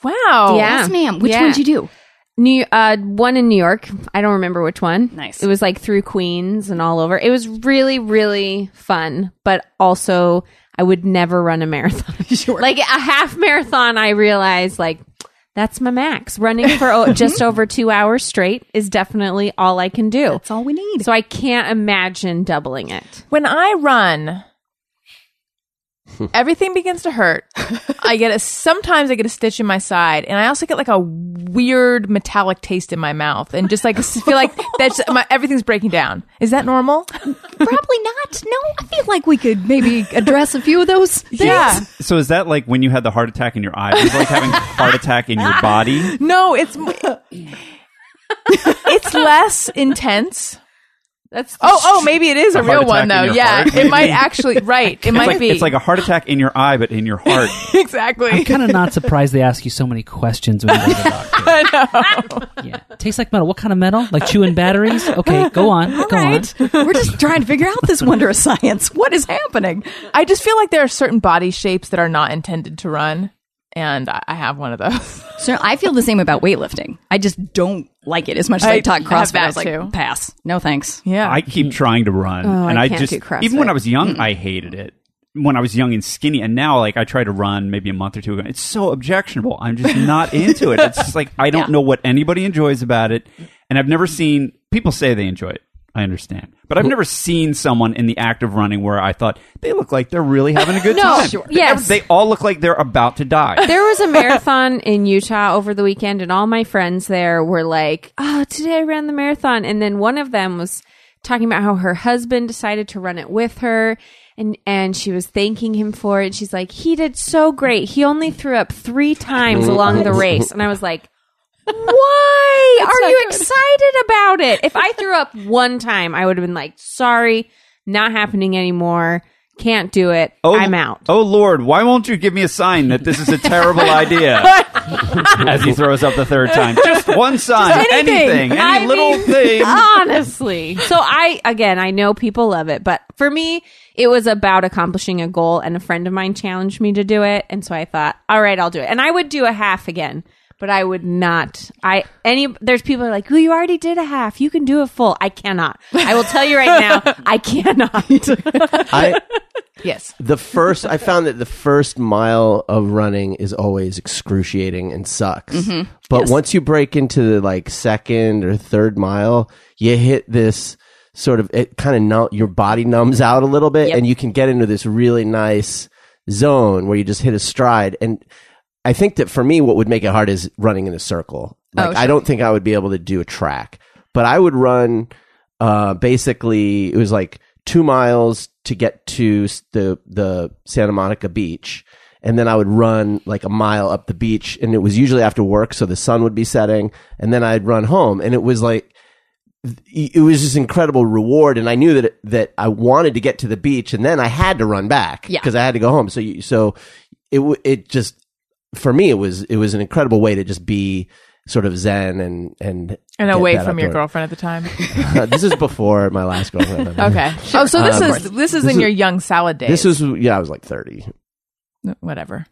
C: Wow.
G: Yeah.
D: Yes, ma'am. Which
G: Yeah.
D: ones you do?
G: New uh, one in New York. I don't remember which one.
D: Nice.
G: It was like through Queens and all over. It was really really fun, but also I would never run a marathon.
D: Sure.
G: like a half marathon, I realized like that's my max. Running for o- just over two hours straight is definitely all I can do.
D: That's all we need.
G: So I can't imagine doubling it.
C: When I run, everything begins to hurt. I get a sometimes I get a stitch in my side, and I also get like a weird metallic taste in my mouth, and just like s- feel like that's my everything's breaking down. Is that normal?
D: Probably not. No, I feel like we could maybe address a few of those. Things.
C: Yeah.
F: So is that like when you had the heart attack in your eyes? It's like having a heart attack in your body.
C: No, it's m- it's less intense.
G: That's
C: Oh, oh, maybe it is a,
F: A heart
C: real one
F: attack in
C: though.
F: your
C: Yeah,
F: heart,
C: it
F: maybe.
C: might actually. Right, it might
F: It's like,
C: be.
F: it's like a heart attack in your eye, but in your heart.
C: exactly.
E: kind of not surprised they ask you so many questions when you go to the doctor. Yeah. Tastes like metal. What kind of metal? Like chewing batteries? Okay, go on. go
D: right? We're just trying to figure out this wonder of science. What is happening?
C: I just feel like there are certain body shapes that are not intended to run, and I I have one of those.
D: So I feel the same about weightlifting. I just don't like it as much as I,
C: I
D: talk
C: have
D: CrossFit.
C: that
D: I was like,
C: too.
D: pass. No thanks.
C: Yeah,
F: I keep trying to run,
G: Oh,
F: and
G: I
F: I,
G: can't
F: just
G: do CrossFit.
F: even when I was young, I hated it. When I was young and skinny, and now like I try to run maybe a month or two ago, it's so objectionable. I'm just not into it. It's just like I don't know what anybody enjoys about it, and I've never seen people say they enjoy it. I understand, but I've never seen someone in the act of running where I thought they look like they're really having a good
G: No,
F: time.
G: sure.
F: They-
G: Yes.
F: they all look like they're about to die.
G: There was a marathon in Utah over the weekend, and all my friends there were like, "Oh, today I ran the marathon." And then one of them was talking about how her husband decided to run it with her and and she was thanking him for it. She's like, "He did so great. He only threw up 3 times along the race." And I was like, "Why are you excited about it? If I threw up one time, I would have been like, "Sorry, not happening anymore. Can't do it. I'm out."
F: Oh Lord, why won't you give me a sign that this is a terrible idea? As he throws up the third time, just one sign, anything, any
G: I
F: little
G: mean, Oh.
F: thing.
G: Honestly. So I again, I know people love it, but for me, it was about accomplishing a goal and a friend of mine challenged me to do it, and so I thought, "All right, I'll do it." And I would do a half again, but I would not. I any there's people who are like, "Well, you already did a half. You can do a full." I cannot. I will tell you right now, I cannot.
A: I,
C: Yes.
A: the first I found that the first mile of running is always excruciating and sucks. But once you break into the like second or third mile, you hit this sort of it kind of numb your body numbs out a little bit and you can get into this really nice zone where you just hit a stride and I think that for me what would make it hard is running in a circle. Like I don't think I would be able to do a track, but I would run uh, basically it was like two miles to get to s- the the Santa Monica beach, and then I would run like a mile up the beach, and it was usually after work, so the sun would be setting, and then I'd run home, and it was like y- it was just incredible reward, and I knew that it- that I wanted to get to the beach, and then I had to run back
D: Yeah.
A: because I had to go home. So you, so it w- it just for me it was it was an incredible way to just be sort of zen and and
C: And
A: get
C: away
A: that
C: from your
A: outdoor-
C: girlfriend at the time.
A: this is before my last girlfriend.
C: Okay. Oh, so this
A: Uh,
C: is this is
A: This is-
C: in your young salad days.
A: This is yeah, I was like thirty.
C: whatever.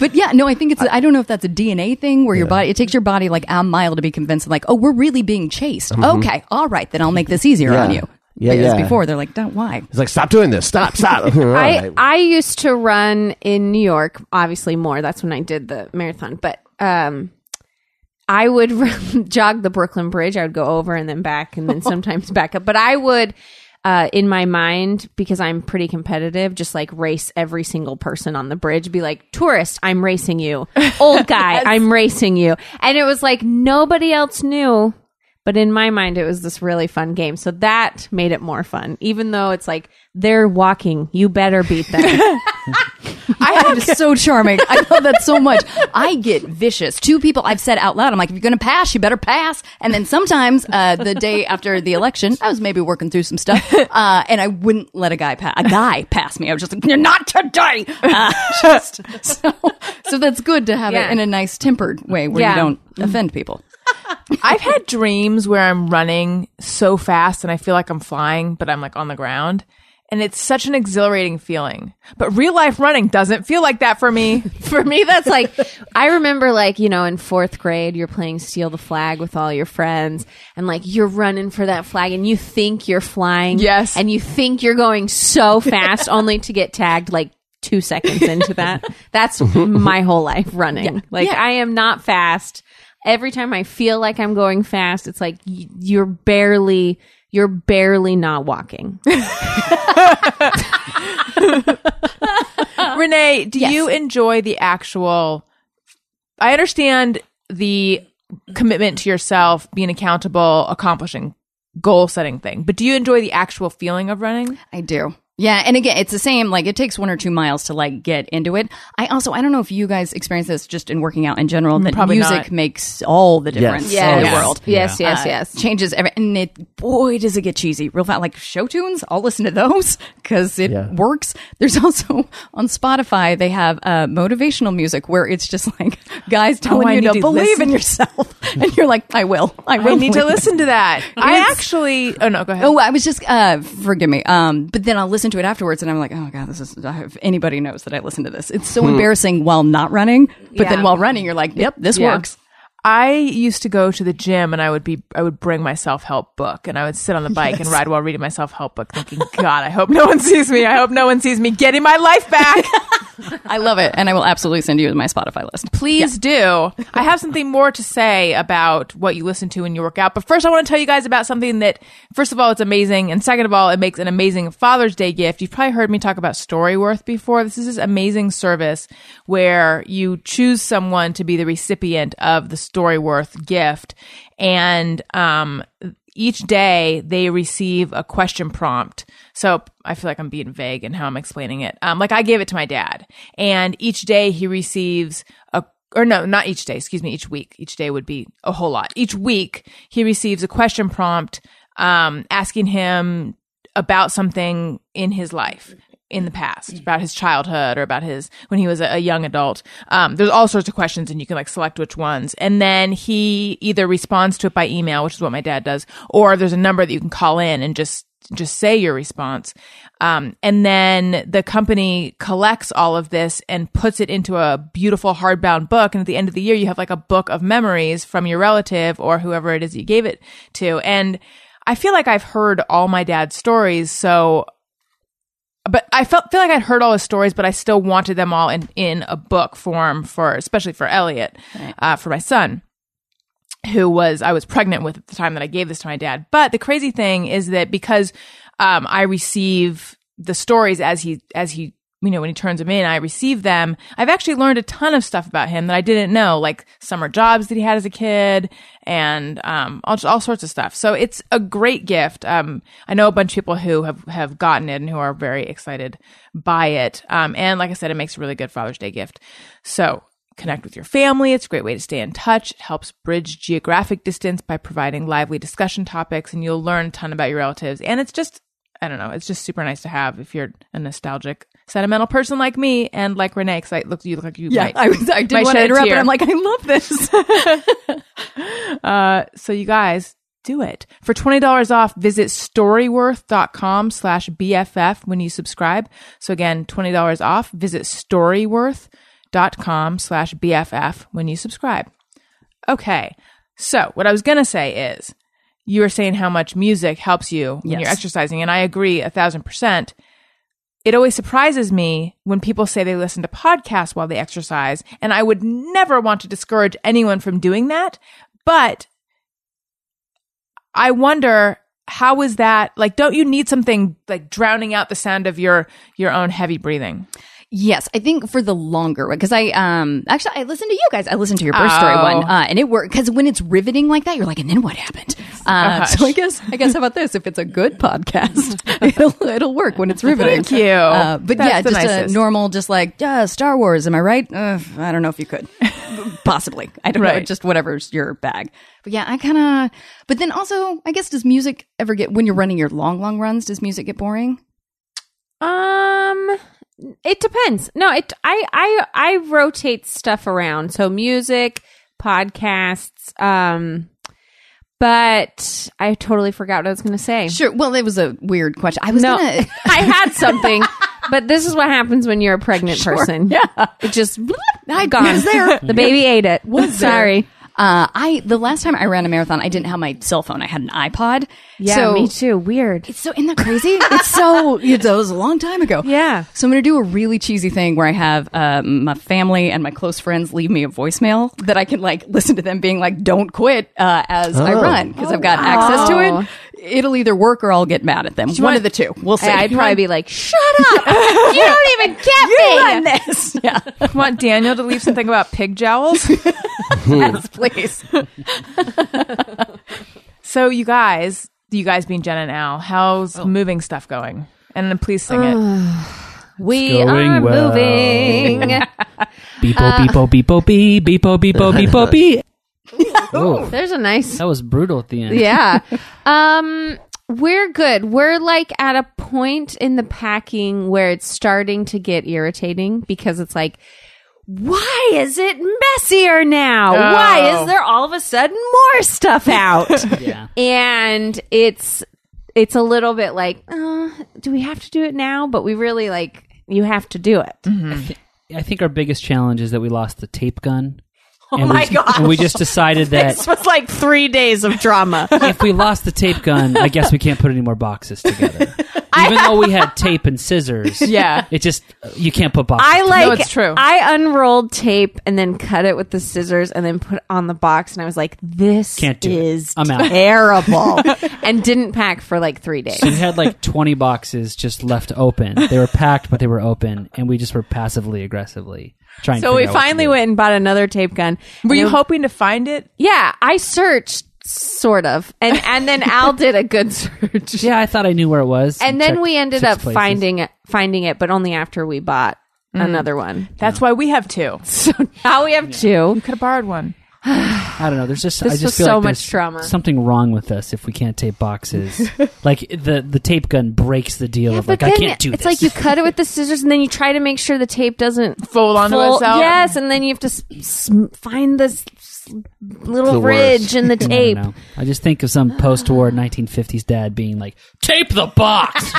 D: But yeah, no, I think it's, I don't know if that's a DNA thing where your body, it takes your body like a mile to be convinced, like, oh, we're really being chased. Okay, all right, then I'll make this easier
A: Mm-hmm. Yeah.
D: on you.
A: Yeah,
D: Because
A: yeah.
D: before, they're like, don't, why?
A: It's like stop doing this. Stop, stop. All
G: I,
A: right.
G: I used to run in New York, obviously more. That's when I did the marathon. But um, I would run, jog the Brooklyn Bridge. I would go over and then back, and then sometimes back up. But I would, uh, in my mind, because I'm pretty competitive, just like race every single person on the bridge. Be like, tourist, I'm racing you. Old guy, I'm racing you. And it was like nobody else knew. But in my mind, it was this really fun game. So that made it more fun, even though it's like they're walking. You better beat them.
D: That is so charming. I love that so much. I get vicious. Two people I've said out loud, I'm like, if you're going to pass, you better pass. And then sometimes uh, the day after the election, I was maybe working through some stuff, uh, and I wouldn't let a guy pass. A guy pass me. I was just like, not today. Uh, just, so, so that's good to have
G: Yeah.
D: it in a nice tempered way where
G: Yeah.
D: you don't offend people.
C: I've had dreams where I'm running so fast and I feel like I'm flying, but I'm like on the ground. And it's such an exhilarating feeling. But real life running doesn't feel like that for me.
G: For me, that's like, I remember, like, you know, in fourth grade, you're playing Steal the Flag with all your friends, and like, you're running for that flag, and you think you're flying.
C: Yes.
G: And you think you're going so fast, only to get tagged like two seconds into that. That's my whole life running. Like, I am not fast. Every time I feel like I'm going fast, it's like y- you're barely. You're barely not walking.
C: Renee, do you enjoy the actual? I understand the commitment to yourself, being accountable, accomplishing goal setting thing, but do you enjoy the actual feeling of running?
D: I do. Yeah, and again, it's the same. Like it takes one or two miles to like get into it. I also I don't know if you guys experience this just in working out in general. That
C: Probably
D: music
C: not.
D: makes all the difference in the world.
G: Yes, yes, yes.
D: Uh, changes every, and it boy does it get cheesy real fast. Like show tunes, I'll listen to those because it
A: Yeah.
D: works. There's also on Spotify they have uh, motivational music where it's just like guys telling
C: Oh, I
D: you
C: need
D: to
C: to
D: believe
C: listen.
D: in yourself, and you're like, I will, I will.
C: I need to
D: believe it."
C: listen to that. I
D: It's-
C: actually. Oh no, go ahead.
D: Oh, I was just uh, forgive me. Um, but then I'll listen to it afterwards, and I'm like, oh god, this is. If anybody knows that I listen to this, it's so embarrassing while not running. But then
G: Yeah.
D: while running, you're like, yep, this
G: Yeah.
D: works.
C: I used to go to the gym and I would be I would bring my self help book and I would sit on the bike and ride while reading my self help book, thinking, God, I hope no one sees me. I hope no one sees me getting my life back.
D: I love it, and I will absolutely send you my Spotify list.
C: Please do. I have something more to say about what you listen to when you work out. But first, I want to tell you guys about something that, first of all, it's amazing. And second of all, it makes an amazing Father's Day gift. You've probably heard me talk about Storyworth before. This is this amazing service where you choose someone to be the recipient of the Storyworth gift. And, um, each day they receive a question prompt. So I feel like I'm being vague in how I'm explaining it. Um, like I gave it to my dad, and each day he receives a or no, not each day, excuse me, each week. Each day would be a whole lot. Each week he receives a question prompt um, asking him about something in his life in the past about his childhood or about his when he was a, a young adult um, there's all sorts of questions and you can like select which ones and then he either responds to it by email which is what my dad does or there's a number that you can call in and just just say your response um, and then the company collects all of this and puts it into a beautiful hardbound book and at the end of the year you have like a book of memories from your relative or whoever it is you gave it to and i feel like i've heard all my dad's stories so but I felt feel like I'd heard all his stories, but I still wanted them all in in a book form for especially for Elliot, uh, for my son, who was I was pregnant with at the time that I gave this to my dad. But the crazy thing is that because um, I receive the stories as he as he you know when he turns them in, I receive them. I've actually learned a ton of stuff about him that I didn't know, like summer jobs that he had as a kid and um, all, all sorts of stuff. So it's a great gift. Um, I know a bunch of people who have, have gotten it and who are very excited by it. Um, and like I said, it makes a really good Father's Day gift. So connect with your family. It's a great way to stay in touch. It helps bridge geographic distance by providing lively discussion topics, and you'll learn a ton about your relatives. And it's just, I don't know, it's just super nice to have if you're a nostalgic. Sentimental person like me and like Renee, because I look, you look like you.
D: Yeah,
C: might-
D: I, was, I did
C: might
D: want
C: shed
D: to
C: a
D: interrupt,
C: tear.
D: but I'm like, I love this.
C: Uh, so you guys do it for $20 off visit storyworth.com slash bff when you subscribe so again $20 off visit storyworth.com slash bff when you subscribe okay so what i was gonna say is you were saying how much music helps you when you're
D: Yes.
C: exercising and i agree a thousand percent it always surprises me when people say they listen to podcasts while they exercise, and I would never want to discourage anyone from doing that. But I wonder how is that like don't you need something like drowning out the sound of your your own heavy breathing?
D: Yes, I think for the longer one because I um actually I listened to you guys. I listened to your birth story
C: Oh.
D: one, uh, and it worked because when it's riveting like that, you're like, and then what happened? Uh,
C: hush.
D: so I guess I guess how about this? If it's a good podcast, it'll it'll work when it's riveting.
C: Thank you.
D: Uh, but
C: That's
D: yeah,
C: the
D: just
C: nicest.
D: a normal, just like uh, Star Wars. Am I right? Uh, I don't know if you could, possibly. I don't know.
C: Right.
D: Just whatever's your bag. But yeah, I kind of. But then also, I guess does music ever get when you're running your long long runs? Does music get boring?
G: Um, it depends. No, it I I I rotate stuff around. So music, podcasts, um but I totally forgot what I was going to say.
D: Sure. Well, it was a weird question. I was
G: No,
D: gonna.
G: I had something, but this is what happens when you're a pregnant person. Yeah, it just I gone there. The baby ate it. sorry.
D: Uh, I the last time I ran a marathon, I didn't have my cell phone. I had an iPod.
G: Yeah,
D: so,
G: me too. Weird.
D: It's so isn't that crazy? it's so it was a long time ago.
G: Yeah.
D: So I'm gonna do a really cheesy thing where I have um, my family and my close friends leave me a voicemail that I can like listen to them being like, "Don't quit" uh, as I
A: Oh.
D: run because I've got access to
G: wow.
D: it. It'll either work or I'll get mad at them. One
C: want-
D: of the two. We'll see.
G: Yeah, I'd probably be like, "Shut up! you don't even get me."
D: run this. Yeah.
C: Want Daniel to leave something about pig jowls?
D: yes, please.
C: so you guys, you guys being Jen and Al, how's
G: Oh.
C: moving stuff going? And then please sing it.
G: We
E: It's going
G: are
E: well.
G: moving.
E: Beepo,
A: Uh,
E: beepo, beepo, bee, beepo, beepo, beepo, bee. Oh,
G: There's a nice
E: that was brutal at the end.
G: yeah. Um, we're good. We're like at a point in the packing where it's starting to get irritating because it's like, why is it messier now? Why is there all of a sudden more stuff out?
E: Oh. Yeah.
G: and it's it's a little bit like, uh, do we have to do it now? But we really like you have to do it.
E: I think our biggest challenge is that we lost the tape gun. Oh and my we, gosh. And we just decided that
G: This was like three days of drama.
E: if we lost the tape gun, I guess we can't put any more boxes together. Even though we had tape and scissors,
C: Yeah.
E: it just you can't put boxes.
G: I like
C: it's true.
G: I unrolled tape and then cut it with the scissors and then put it on the box and I was like, this
E: Can't do it.
G: is
E: I'm out.
G: terrible. and didn't pack for like three days.
E: So we had like 20 boxes just left open. They were packed, but they were open, and we just were passively aggressively trying. to
G: So we
E: figure out what to
G: finally
E: do.
G: went and bought another tape gun.
C: Were
G: And
C: you
G: it-
C: hoping to find it?
G: Yeah, I searched sort of. And and then Al did a good search.
E: Yeah, I thought I knew where it was.
G: And then
E: checked
G: we ended
E: six
G: up
E: places.
G: finding it, finding it, but only after we bought another one.
C: That's why we have two.
G: So Mm. now we have two.
C: Could have borrowed one.
E: I don't know. There's just
G: This
E: I just
G: was
E: feel
G: so
E: like
G: much
E: there's
G: trauma.
E: Something wrong with us if we can't tape boxes. like the the tape gun breaks the deal of like I can't do
G: it's like
E: this.
G: you cut it with the scissors, and then you try to make sure the tape doesn't
C: Fold onto
G: fold-
C: itself.
G: Yes, and then you have to s- sm- find this s- little
A: The
G: ridge
A: worst.
G: in the
E: I don't
G: tape.
E: know. I just think of some post-war 1950s dad being like, "Tape the box,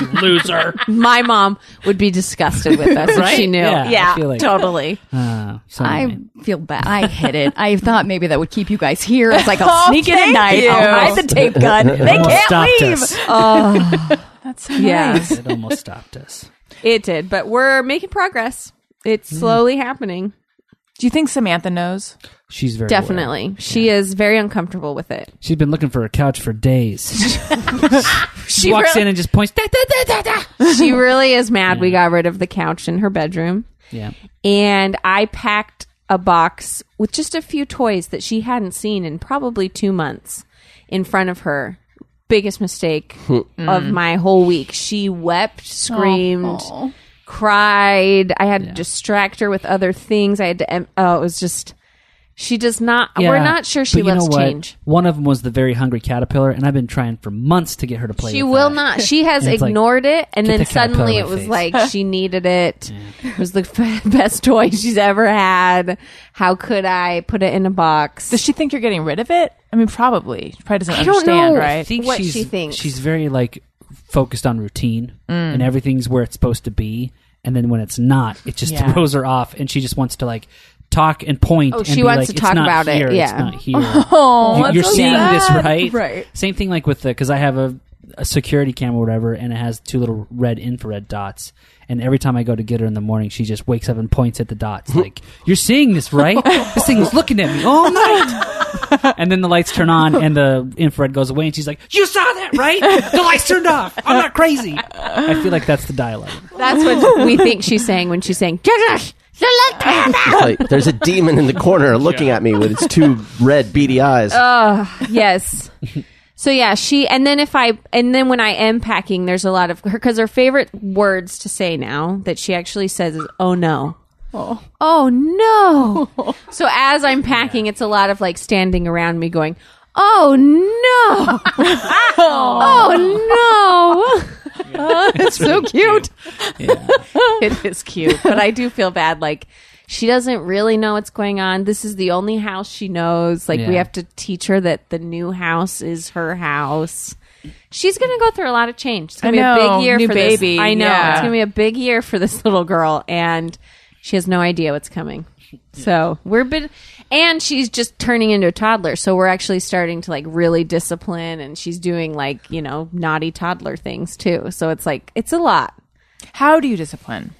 E: you loser."
G: My mom would be disgusted with us if she knew.
E: Yeah, I feel like-
G: totally.
E: Uh, so
D: I
E: anyway.
D: feel bad. I hid it. I thought maybe that would keep you guys here. It's like
G: Oh,
D: I'll sneak in at
C: thank
D: night.
C: you.
D: I'll hide the tape gun.
E: It
D: They
E: almost
D: can't
E: stopped
D: leave.
E: us.
G: Oh. Yeah,
E: It almost stopped us.
G: it did, but we're making progress. It's
E: Mm.
G: slowly happening.
C: Do you think Samantha knows?
E: She's very aware.
G: Definitely, she is very uncomfortable with it.
E: She's been looking for a couch for days. she walks
G: really-
E: in and just points. Da, da, da, da, da.
G: She really is mad. We got rid of the couch in her bedroom.
E: Yeah.
G: and I packed a box with just a few toys that she hadn't seen in probably two months in front of her. Biggest mistake
E: Hmm. Mm.
G: of my whole week. She wept, screamed, cried. I had to distract her with other things. I had to. em- Oh, it was just. She does not. We're
E: Yeah,
G: not sure
E: but
G: she
E: you
G: loves
E: know what?
G: change.
E: One of them was the very hungry caterpillar, and I've been trying for months to get her to play.
G: She
E: with
G: will
E: that.
G: not. She has
E: And it's like,
G: ignored it, and
E: get
G: then
E: the caterpillar
G: suddenly
E: in
G: it
E: my
G: was
E: face.
G: like she needed it. It was the f- best toy she's ever had. How could I put it in a box?
C: Does she think you're getting rid of it? I mean, probably. She probably doesn't
G: I don't
C: understand,
G: know.
E: I
C: right?
E: think
G: what
E: she's,
G: she thinks. Mm.
E: She's very like focused on routine, and everything's where it's supposed to be. And then when it's not, it just
C: Yeah.
E: throws her off, and she just wants to like talk and point.
G: Oh,
E: and
G: she
E: be
G: wants
E: like,
G: to
E: "It's
G: talk
E: not
G: about it,
E: here, It's
G: yeah.
E: not here. Oh, you, are seeing this, right?
D: Right.
E: Same thing like with the because I have a, a security camera, or whatever, and it has two little red infrared dots. And every time I go to get her in the morning, she just wakes up and points at the dots, like, "You're seeing this, right? this thing is looking at me all night." and then the lights turn on, and the infrared goes away, and she's like, "You saw that, right? The lights turned off. I'm not crazy." I feel like that's the dialogue.
G: That's what we think she's saying when she's saying, "Josh, you look at that."
A: Like, there's a demon in the corner looking at me with its two red beady eyes.
G: yes. So yeah, she and then if I and then when I am packing, there's a lot of her because her favorite words to say now that she actually says is "oh no." Oh. no. so as I'm packing, it's a lot of like standing around me going, "Oh no." oh no. It's so cute. it is cute, but I do feel bad like she doesn't really know what's going on. This is the only house she knows. Like we
E: Yeah.
G: have to teach her that the new house is her house. She's gonna go through a lot of change. It's gonna
C: I
G: be a
C: know.
G: big year
C: New
G: for
C: baby.
G: this. I know
C: Yeah.
G: it's gonna be a big year for this little girl, and she has no idea what's coming. So we're been, and she's just turning into a toddler. So we're actually starting to like really discipline, and she's doing like you know naughty toddler things too. So it's like it's a lot.
C: How do you discipline?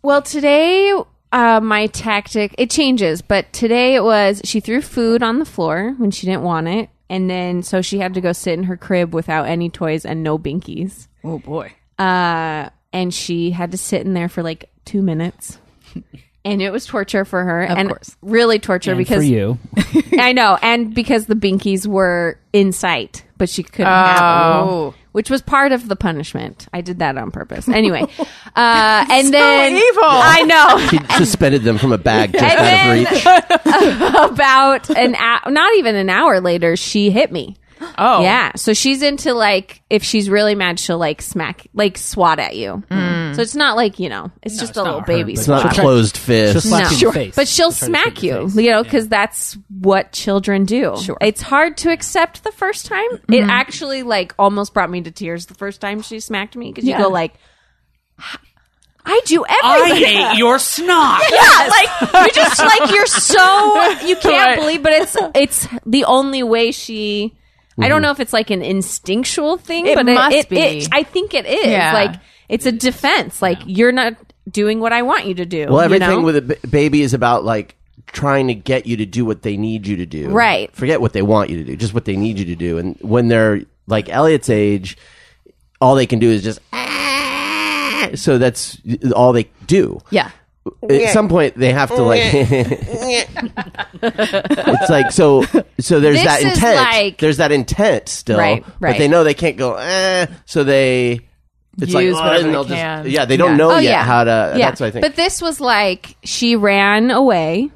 G: Well, today uh, my tactic it changes, but today it was she threw food on the floor when she didn't want it, and then so she had to go sit in her crib without any toys and no binkies,
D: Oh boy.
G: uh, and she had to sit in there for like two minutes. And it was torture for her, and
D: course.
G: really torture
E: And
G: because
E: for you,
G: I know, and because the binkies were in sight, but she couldn't
C: Oh.
G: have them, which was part of the punishment. I did that on purpose. Anyway, uh, and then
C: evil.
G: I know.
A: He suspended them from a bag just
G: And
A: out
G: then-
A: of reach.
G: about an hour, not even an hour later, she hit me.
C: Oh,
G: Yeah. So she's into like, if she's really mad, she'll like smack, like swat at you.
C: Mm.
G: So it's not like, you know, it's just a little
E: not her,
G: baby
E: but-
A: It's not
G: swat.
A: a closed
E: She'll
A: fist.
E: slap you in
G: Sure.
E: the face.
G: But she'll
E: She'll try to
G: smack
E: hit your
G: you,
E: face.
G: you know, because that's what children do.
D: Sure.
G: It's hard to accept the first time. It
C: Mm-hmm.
G: actually like almost brought me to tears the first time she smacked me because
D: Yeah.
G: you go like, I do everything.
E: hate your snot.
G: Yeah, like you just like you're so you can't
C: Right.
G: believe, but it's it's the only way she. I
E: Mm-hmm.
G: don't know if it's like an instinctual thing,
C: It
G: but
C: must
G: it, it,
C: be.
G: it- I think it is.
C: Yeah.
G: Like it's a defense. Like you're not doing what I want you to do.
A: Well, everything
G: you know?
A: with a b- baby is about like trying to get you to do what they need you to do.
G: Right.
A: Forget what they want you to do, just what they need you to do. And when they're like Elliot's age, all they can do is just "Ah." so that's all they do.
D: Yeah.
A: at some point they have to like it's like so so there's
G: This
A: that
G: is
A: intent
G: like-
A: there's that intent still
G: Right,
A: but
G: right.
A: they know they can't go eh, so they it's like
C: Use
A: oh,
C: whatever
A: and they'll
C: they can.
A: just yeah they don't know
G: Oh,
A: yet
G: yeah.
A: how to that's what I think
G: But this was like she ran away.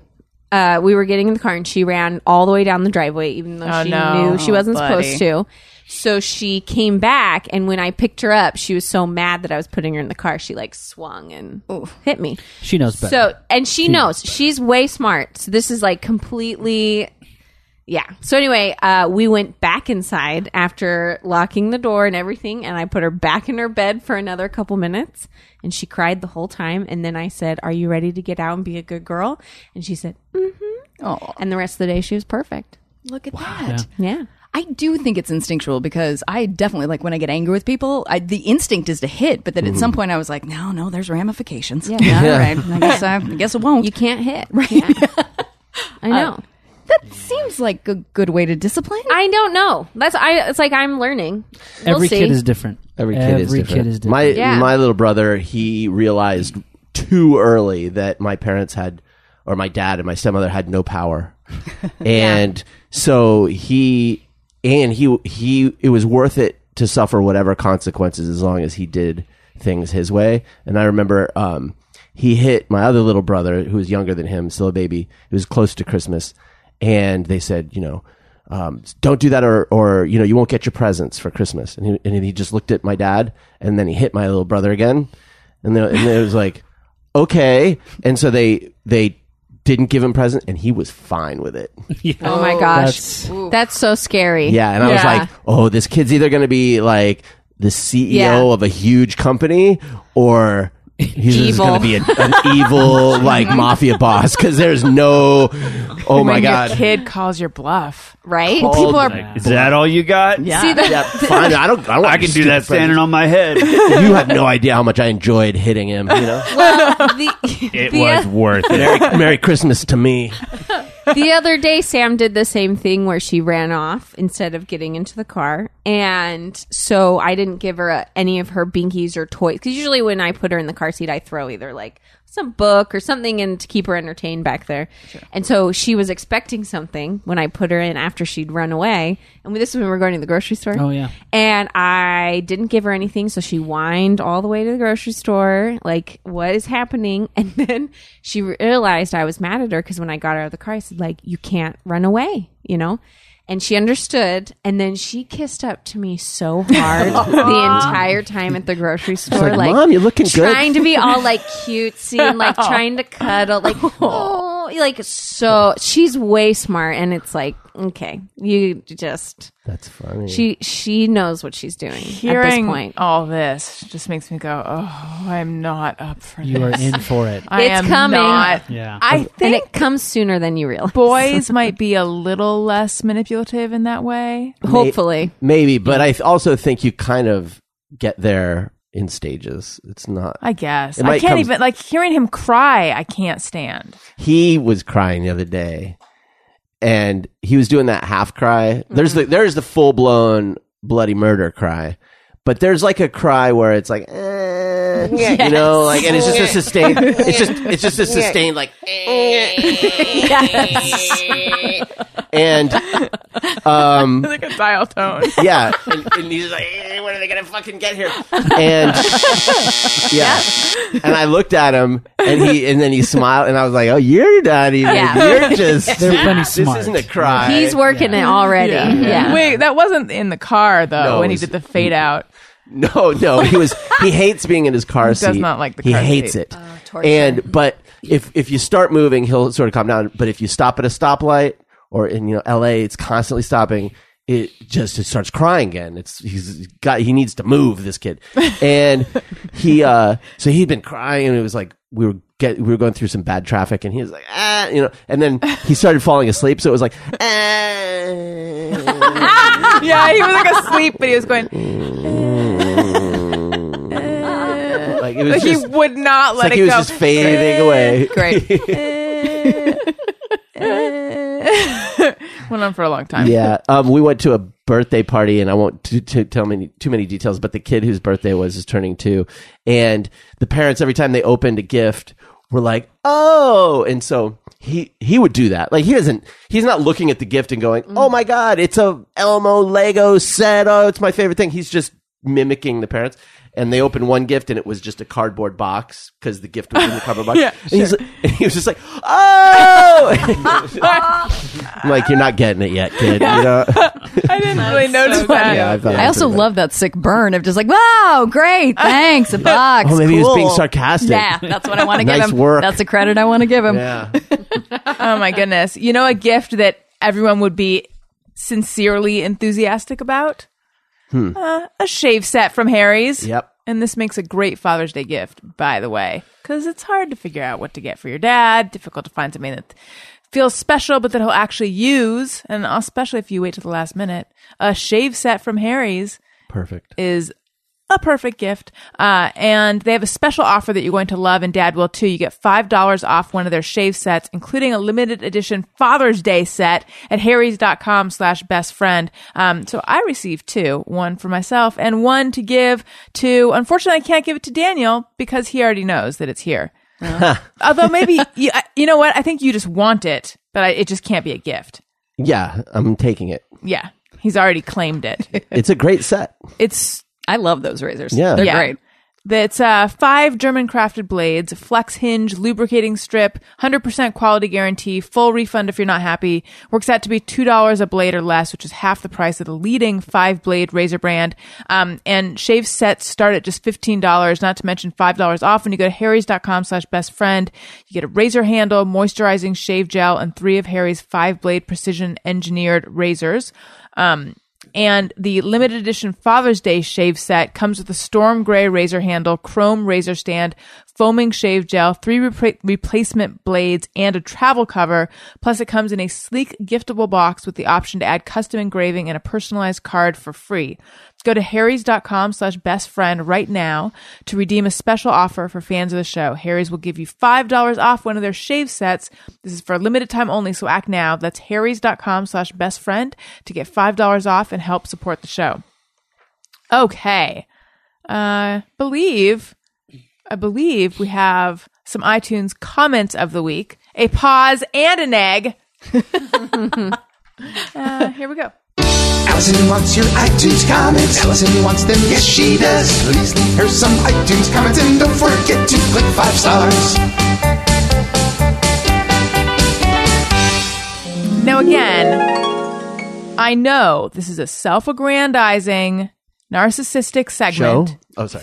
G: Uh, we were getting in the car and she ran all the way down the driveway, even though
C: Oh,
G: she
C: no.
G: knew she wasn't
C: Oh, buddy.
G: supposed to. So she came back, and when I picked her up, she was so mad that I was putting her in the car. She like swung and hit me.
E: She knows better.
G: So and she knows she's way smart. So this is like completely, yeah. So anyway, uh, we went back inside after locking the door and everything, and I put her back in her bed for another couple minutes, and she cried the whole time. And then I said, "Are you ready to get out and be a good girl?" And she said, "Mm."
D: Oh,
G: And the rest of the day, she was perfect.
D: look at that.
G: Yeah.
D: I do think it's instinctual because I definitely like when I get angry with people, I, the instinct is to hit, but then at
A: Mm-hmm.
D: some point I was like, no, no, there's ramifications. Yeah, all right. I guess I, I guess it won't.
G: You can't hit, right? Yeah. I know.
D: that seems like a good way to discipline.
G: I don't know. That's I. It's like I'm learning. We'll
E: every
G: see.
E: kid is different.
A: every kid is different.
E: kid is different.
A: my
G: Yeah.
A: my little brother he realized too early that my parents had or my dad and my stepmother had no power and so he and he he it was worth it to suffer whatever consequences as long as he did things his way and i remember um he hit my other little brother who was younger than him still a baby it was close to christmas and they said you know um, don't do that or, or you know you won't get your presents for christmas and he, and he just looked at my dad and then he hit my little brother again and, then and it was like okay and so they they didn't give him presents and he was fine with it
G: Oh my gosh,
E: That's-
G: that's, so scary.
A: yeah, and I was
G: Yeah.
A: like, oh, this kid's either going to be like the CEO
G: Yeah.
A: of a huge company or he's just
G: Evil.
A: going to be a, an evil like mafia boss because there's no, oh my
C: when
A: god.
C: your kid calls your bluff.
G: right?
A: Called
G: People are
F: Like, is that all you got?
D: yeah.
G: see that.
A: Yeah, fine. I don't. I, don't
F: I
A: want
F: can
A: your
F: do that
A: stupid
F: standing on my head.
A: friends. You have no idea how much I enjoyed hitting him. You know,
G: the,
F: It
G: the,
F: was worth it.
A: Merry, Merry Christmas to me.
G: the other day, Sam did the same thing where she ran off instead of getting into the car, and so I didn't give her uh any of her binkies or toys because usually when I put her in the car seat, I throw either like some book or something and to keep her entertained back there. And so she was expecting something when I put her in after she'd run away, and this is when we were going to the grocery store.
E: Oh, yeah.
G: And I didn't give her anything, so she whined all the way to the grocery store, like, what is happening? And then she realized I was mad at her because when I got her out of the car, I said, like, you can't run away, you know? And she understood, and then she kissed up to me so hard the entire time at the grocery store,
A: like,
G: like,
A: "Mom, you're looking good."
G: trying to be all like cutesy and like trying to cuddle, like, oh, like so. She's way smart, and it's like, okay, you just
A: That's funny.
G: she she knows what she's doing at this
C: Hearing
G: point.
C: all this just makes me go, oh, I'm not up for
E: You
C: this.
E: are in for it.
C: I
G: It's
C: am
G: coming.
C: not.
E: Yeah.
C: I
G: and
C: think
G: it comes sooner than you realize.
C: boys might be a little less manipulative in that way.
G: Hopefully.
A: Maybe, but I th- also think you kind of get there in stages. It's not.
C: I guess.
A: It
C: I
A: might
C: can't
A: come-
C: even like hearing him cry. I can't stand.
A: he was crying the other day and he was doing that half cry there's the there's the full blown bloody murder cry but there's like a cry where it's like eh, you know like and it's just a sustained it's just it's just a sustained like eh. and um
C: Like a dial tone.
A: yeah and, and he's like eh, when are they gonna fucking get here and yeah and i looked at him and he and then he smiled and i was like oh you're not even
G: Yeah.
A: you're just
E: They're plenty
A: this
E: smart.
A: isn't a cry
G: He's working it already. Yeah.
C: Wait, that wasn't in the car though.
A: No, it
C: when he
A: was-
C: did the fade out.
A: no no he was he hates being in his car he
C: does not like the
A: he
C: car
A: hates
C: seat.
A: it and but if if you start moving he'll sort of calm down but if you stop at a stoplight or in you know la it's constantly stopping it just it starts crying again it's he's got he needs to move this kid and he uh so he'd been crying and it was like we were get we were going through some bad traffic and he was like ah you know and then he started falling asleep so it was like ah
C: yeah, he was like asleep, but he was going.
A: like it was
C: Like he
A: just
C: would not
A: it's
C: let
A: like
C: it
A: he was
C: go.
A: just fading away
C: Great. Went on for a long time.
A: yeah. Um, we went to a birthday party, and I won't t- t- tell many too many details. But the kid whose birthday it was is turning two, and the parents every time they opened a gift were like, oh. And so he he would do that. Like he doesn't he's not looking at the gift and going, Oh my God, it's a Elmo Lego set. Oh, it's my favorite thing. He's just mimicking the parents. And they opened one gift and it was just a cardboard box because the gift was in the cardboard box. yeah, and, he's like- and he was just like, Oh I'm like, You're not getting it yet, kid. You know?
C: I didn't really notice that.
A: Yeah, uh, I, thought
D: I also
A: that.
D: love that sick burn of just like, wow, great, thanks, a box.
A: Oh, maybe he was being
D: cool."
A: sarcastic.
D: Yeah, that's what I want to give
A: Nice
D: him.
A: work.
D: That's a credit I want to give him.
A: Yeah.
C: Oh my goodness. You know a gift that everyone would be sincerely enthusiastic about? Uh, a shave set from Harry's.
A: Yep.
C: And this makes a great Father's Day gift, by the way, because it's hard to figure out what to get for your dad. Difficult to find something that feels special, but that he'll actually use. And especially if you wait to the last minute, a shave set from Harry's
A: Perfect.
C: is a perfect gift. Uh, and they have a special offer that you're going to love, and Dad will too. You get $5 off one of their shave sets, including a limited edition Father's Day set at harrys.com slash best friend. Um, so I received two, one for myself and one to give to, unfortunately, I can't give it to Daniel because he already knows that it's here. Although maybe, you, I- you know what? I think you just want it, but I, it just can't be a gift.
A: Yeah, I'm taking it.
C: Yeah. He's already claimed it.
A: It's a great set.
C: It's
D: I love those razors.
A: Yeah.
D: They're
A: Yeah.
D: great.
C: That's uh, five German crafted blades, flex hinge, lubricating strip, 100% quality guarantee, full refund if you're not happy. Works out to be $2 a blade or less, which is half the price of the leading five blade razor brand. Um, and shave sets start at just $15, not to mention $5 off when you go to harrys.com slash best friend. You get a razor handle, moisturizing shave gel, and three of Harry's five blade precision engineered razors. Um, and the limited edition Father's Day shave set comes with a storm gray razor handle, chrome razor stand, foaming shave gel, three repra- replacement blades, and a travel cover. Plus, it comes in a sleek giftable box with the option to add custom engraving and a personalized card for free. Go to harrys.com slash best friend right now to redeem a special offer for fans of the show. Harry's will give you $5 off one of their shave sets. This is for a limited time only, so act now. That's harrys.com slash best friend to get $5 off and help support the show. Okay. Uh, believe, I believe we have some iTunes comments of the week, a pause and an egg. uh, here we go.
B: Allison wants your iTunes comments. Allison wants them, yes she does. Please leave her some iTunes comments and don't forget to click five stars.
C: Now, again, I know this is a self aggrandizing, narcissistic
A: Joe?
C: segment,
A: Oh, sorry.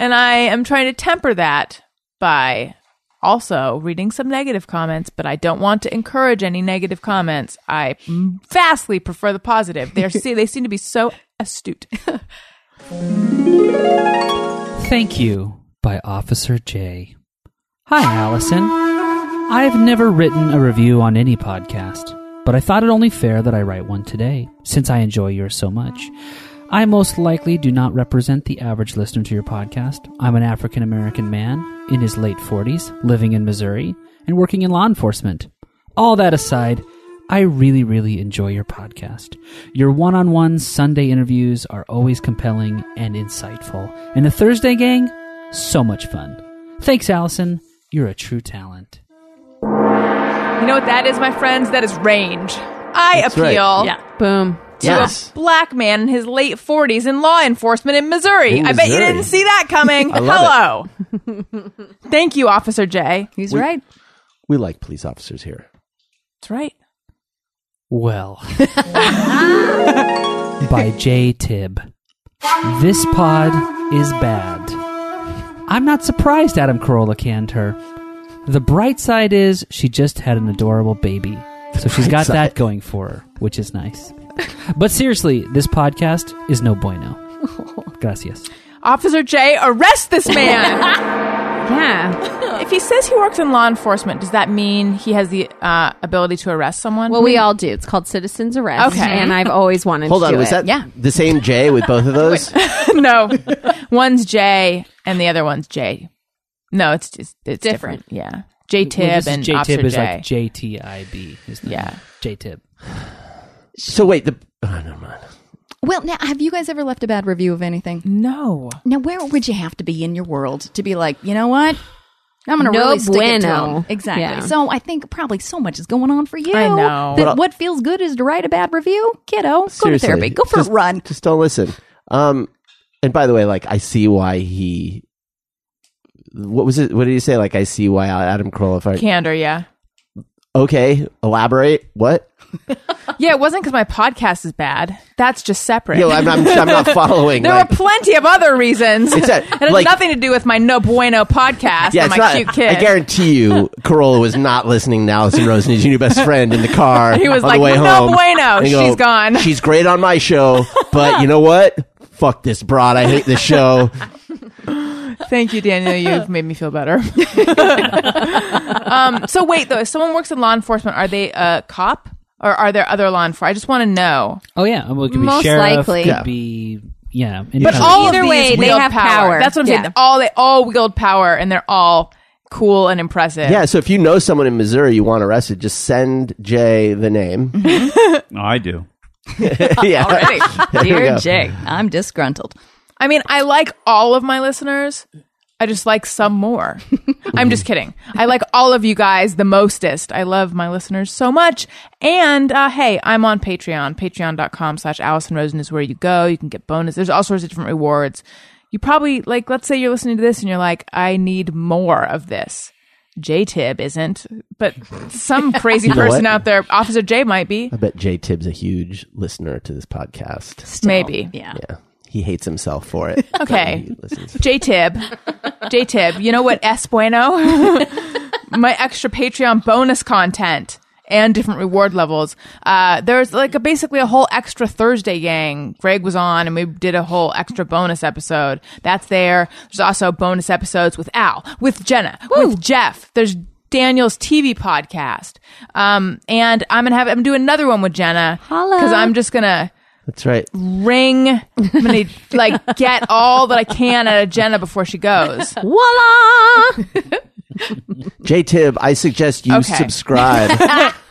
C: and I am trying to temper that by also reading some negative comments, but I don't want to encourage any negative comments. I vastly prefer the positive. They're, see, they seem to be so astute.
E: Thank you by Officer J. Hi, Allison. I've never written a review on any podcast, but I thought it only fair that I write one today, since I enjoy yours so much. I most likely do not represent the average listener to your podcast. I'm an African American man in his late 40s, living in Missouri, and working in law enforcement. All that aside, I really, really enjoy your podcast. Your one on one Sunday interviews are always compelling and insightful. And the Thursday gang, so much fun. Thanks, Allison. You're a true talent.
C: You know what that is, my friends? That is range. I
A: That's right.
C: appeal
D: Yeah.
G: Oh, Boom.
A: yes.
C: black man in his late 40s in law enforcement in Missouri.
A: In
C: I bet you
A: Missouri.
C: didn't see that coming.
A: I love
C: Hello. Thank you, Officer J.
D: He's right.
A: We like police officers here.
C: That's right.
E: Well, by J. Tibb. This pod is bad. I'm not surprised Adam Carolla canned her. The bright side is she just had an adorable baby. So she's
A: bright
E: got
A: side.
E: that going for her, which is nice. But seriously, this podcast is no bueno. Gracias.
C: Officer J, arrest this man.
G: Yeah.
C: if he says he works in law enforcement, does that mean he has the uh, ability to arrest someone?
G: Well, we all do. It's called citizens arrest.
C: Okay.
G: And I've always wanted
A: Hold
G: to
A: on.
G: do
A: Was that
G: it.
D: Yeah.
A: the same J with both of those?
C: no. One's J and the other one's J. No, it's just it's different.
G: Different.
C: Yeah. J Tib and
E: J
C: Officer
E: Tib is
C: J.
E: like J T I B.
C: Yeah.
E: J Tib.
A: so wait, the. Oh, never mind.
D: Well, now, have you guys ever left a bad review of anything?
C: no.
D: Now, where would you have to be in your world to be like, you know what? I'm going to
G: No
D: really stick it to
G: bueno.
D: 'em. Exactly.
G: Yeah.
D: So I think probably so much is going on for you.
C: I know.
D: That
C: But
A: I'll-
D: what feels good is to write a bad review, kiddo. Go to
A: Seriously.
D: therapy. Go for
A: just,
D: a run.
A: Just don't listen. Um, and by the way, like I see why he. What was it? What did he say? Like I see why Adam Carolla. If I,
C: Candor, yeah.
A: okay, elaborate. What?
C: Yeah, it wasn't because my podcast is bad. That's just separate.
A: Yeah, well, I'm, I'm, I'm not following.
C: there
A: like,
C: were plenty of other reasons.
A: It's a-
C: it has
A: like-
C: nothing to do with my No Bueno podcast
A: yeah,
C: and
A: it's
C: my
A: not,
C: cute kid.
A: I guarantee you, Corolla was not listening to Allison Rose and his new best friend in the car.
C: He was
A: on
C: like,
A: the way
C: "No
A: home.
C: bueno,
A: And you
C: she's gone."
A: She's great on my show, but you know what? Fuck this broad. I hate this show.
C: Thank you, Daniel. You've made me feel better. um, so wait, though, if someone works in law enforcement, are they a cop or are there other law enforcement? I just want to know.
E: Oh yeah, well, it could be
G: Most
E: sheriff.
G: likely.
E: Could
A: Yeah.
E: be yeah.
A: But
E: intelligence.
C: All of
G: Either
C: these
G: way, they
C: wield
G: have power.
C: That's what I'm
G: Yeah.
C: saying. All they all wield power, and they're all cool and impressive.
A: Yeah, so if you know someone in Missouri you want arrested, just send Jay the name.
F: No, I do.
A: yeah.
C: Already.
A: There you go.
D: Dear Jay, I'm disgruntled.
C: I mean, I like all of my listeners. I just like some more. I'm just kidding. I like all of you guys the mostest. I love my listeners so much. And uh, hey, I'm on Patreon. Patreon.com slash Allison Rosen is where you go. You can get bonus. There's all sorts of different rewards. You probably, like, let's say you're listening to this and you're like, I need more of this. J Tib isn't, but some crazy
A: know
C: person
A: what?
C: out there, Officer J might be.
A: I bet Jay Tibbs a huge listener to this podcast.
D: Still.
C: Maybe.
D: Yeah.
A: Yeah. He hates himself for it.
C: Okay.
A: He listens.
C: J Tib. J Tib. You know what? S Bueno? My extra Patreon bonus content and different reward levels. Uh, there's like a, basically a whole extra Thursday gang. Greg was on and we did a whole extra bonus episode. That's there. There's also bonus episodes with Al, with Jenna, with Jeff. There's Daniel's TV podcast. Um, and I'm going to have, I'm doing another one with Jenna.
G: Holla.
C: Cause I'm just going to,
A: That's right.
C: ring. I'm gonna like get all that I can out of Jenna before she goes.
G: Voila!
A: J Tib, I suggest you
C: Okay.
A: subscribe.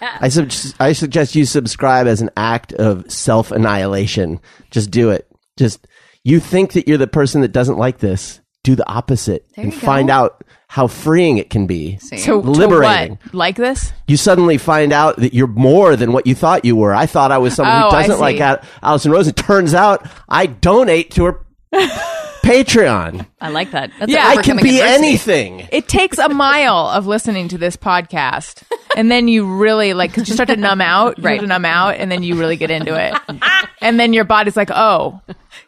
A: I, sub- I suggest you subscribe as an act of self annihilation. Just do it. Just you think that you're the person that doesn't like this. Do the opposite and
D: you go.
A: find out how freeing it can be.
C: To, to
A: Liberating.
C: what? Like this?
A: you suddenly find out that you're more than what you thought you were. I thought I was someone
C: Oh,
A: who
C: I
A: doesn't
C: see.
A: like Al- Allison Rosen. Turns out I donate to her Patreon.
D: I like that. That's
C: Yeah,
D: an
A: I can
D: overcoming
A: be
D: adversity.
A: anything.
C: It takes a mile of listening to this podcast, and then you really like because you start to numb out, you start
D: Right.
C: to numb out, and then you really get into it, and then your body's like, oh,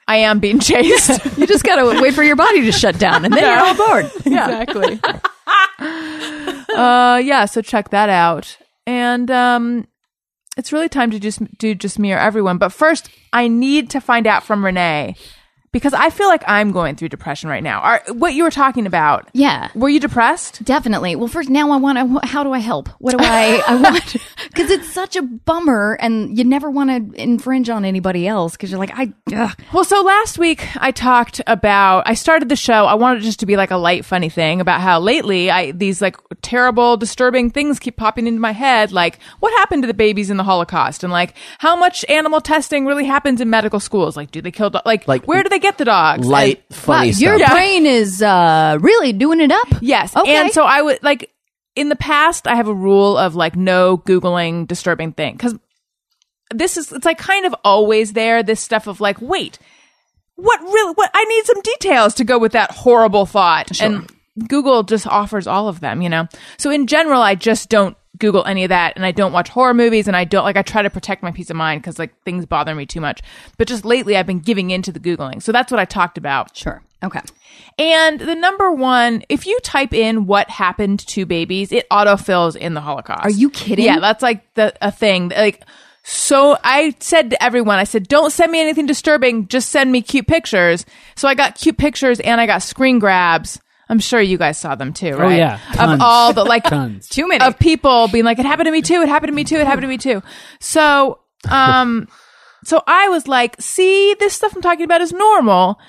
C: I am being chased.
D: You just got to wait for your body to shut down and then you're all bored.
C: Exactly. uh, yeah. So check that out, and um, it's really time to just do just me or everyone. But first, I need to find out from Renee because I feel like I'm going through depression right now. Are what you were talking about?
D: Yeah.
C: Were you depressed?
D: Definitely. Well, first, now I want to, how do I help? What do I, I want, because it's such a bummer and you never want to infringe on anybody else because you're like, I, ugh.
C: Well, so last week I talked about I started the show. I wanted it just to be like a light, funny thing about how lately I these like terrible, disturbing things keep popping into my head, like what happened to the babies in the Holocaust, and like how much animal testing really happens in medical schools. Like, do they kill do- like
A: Like,
C: where do they get the dogs?
A: Light,
D: Wow,
A: funny
D: your
A: stuff.
D: brain is uh, really doing it up.
C: Yes.
D: Okay.
C: And so I would like in the past I have a rule of like no googling disturbing thing cuz this is it's like kind of always there this stuff of like wait what really what I need some details to go with that horrible thought and Google just offers all of them, you know. So in general I just don't Google any of that and I don't watch horror movies and I don't like I try to protect my peace of mind cuz like things bother me too much. But just lately I've been giving into the googling. So that's what I talked about.
D: sure. Okay.
C: And the number one, if you type in what happened to babies, it autofills in the Holocaust. Are
D: you kidding?
C: Yeah, that's like the a thing. Like so I said to everyone, I said, Don't send me anything disturbing, just send me cute pictures. So I got cute pictures and I got screen grabs. I'm sure you guys saw them too, right?
E: yeah.
C: Of
E: Tons.
C: all the like
E: Tons.
D: Too many.
C: of people being like, It happened to me too, it happened to me too, it happened to me too. So um so I was like, see, this stuff I'm talking about is normal.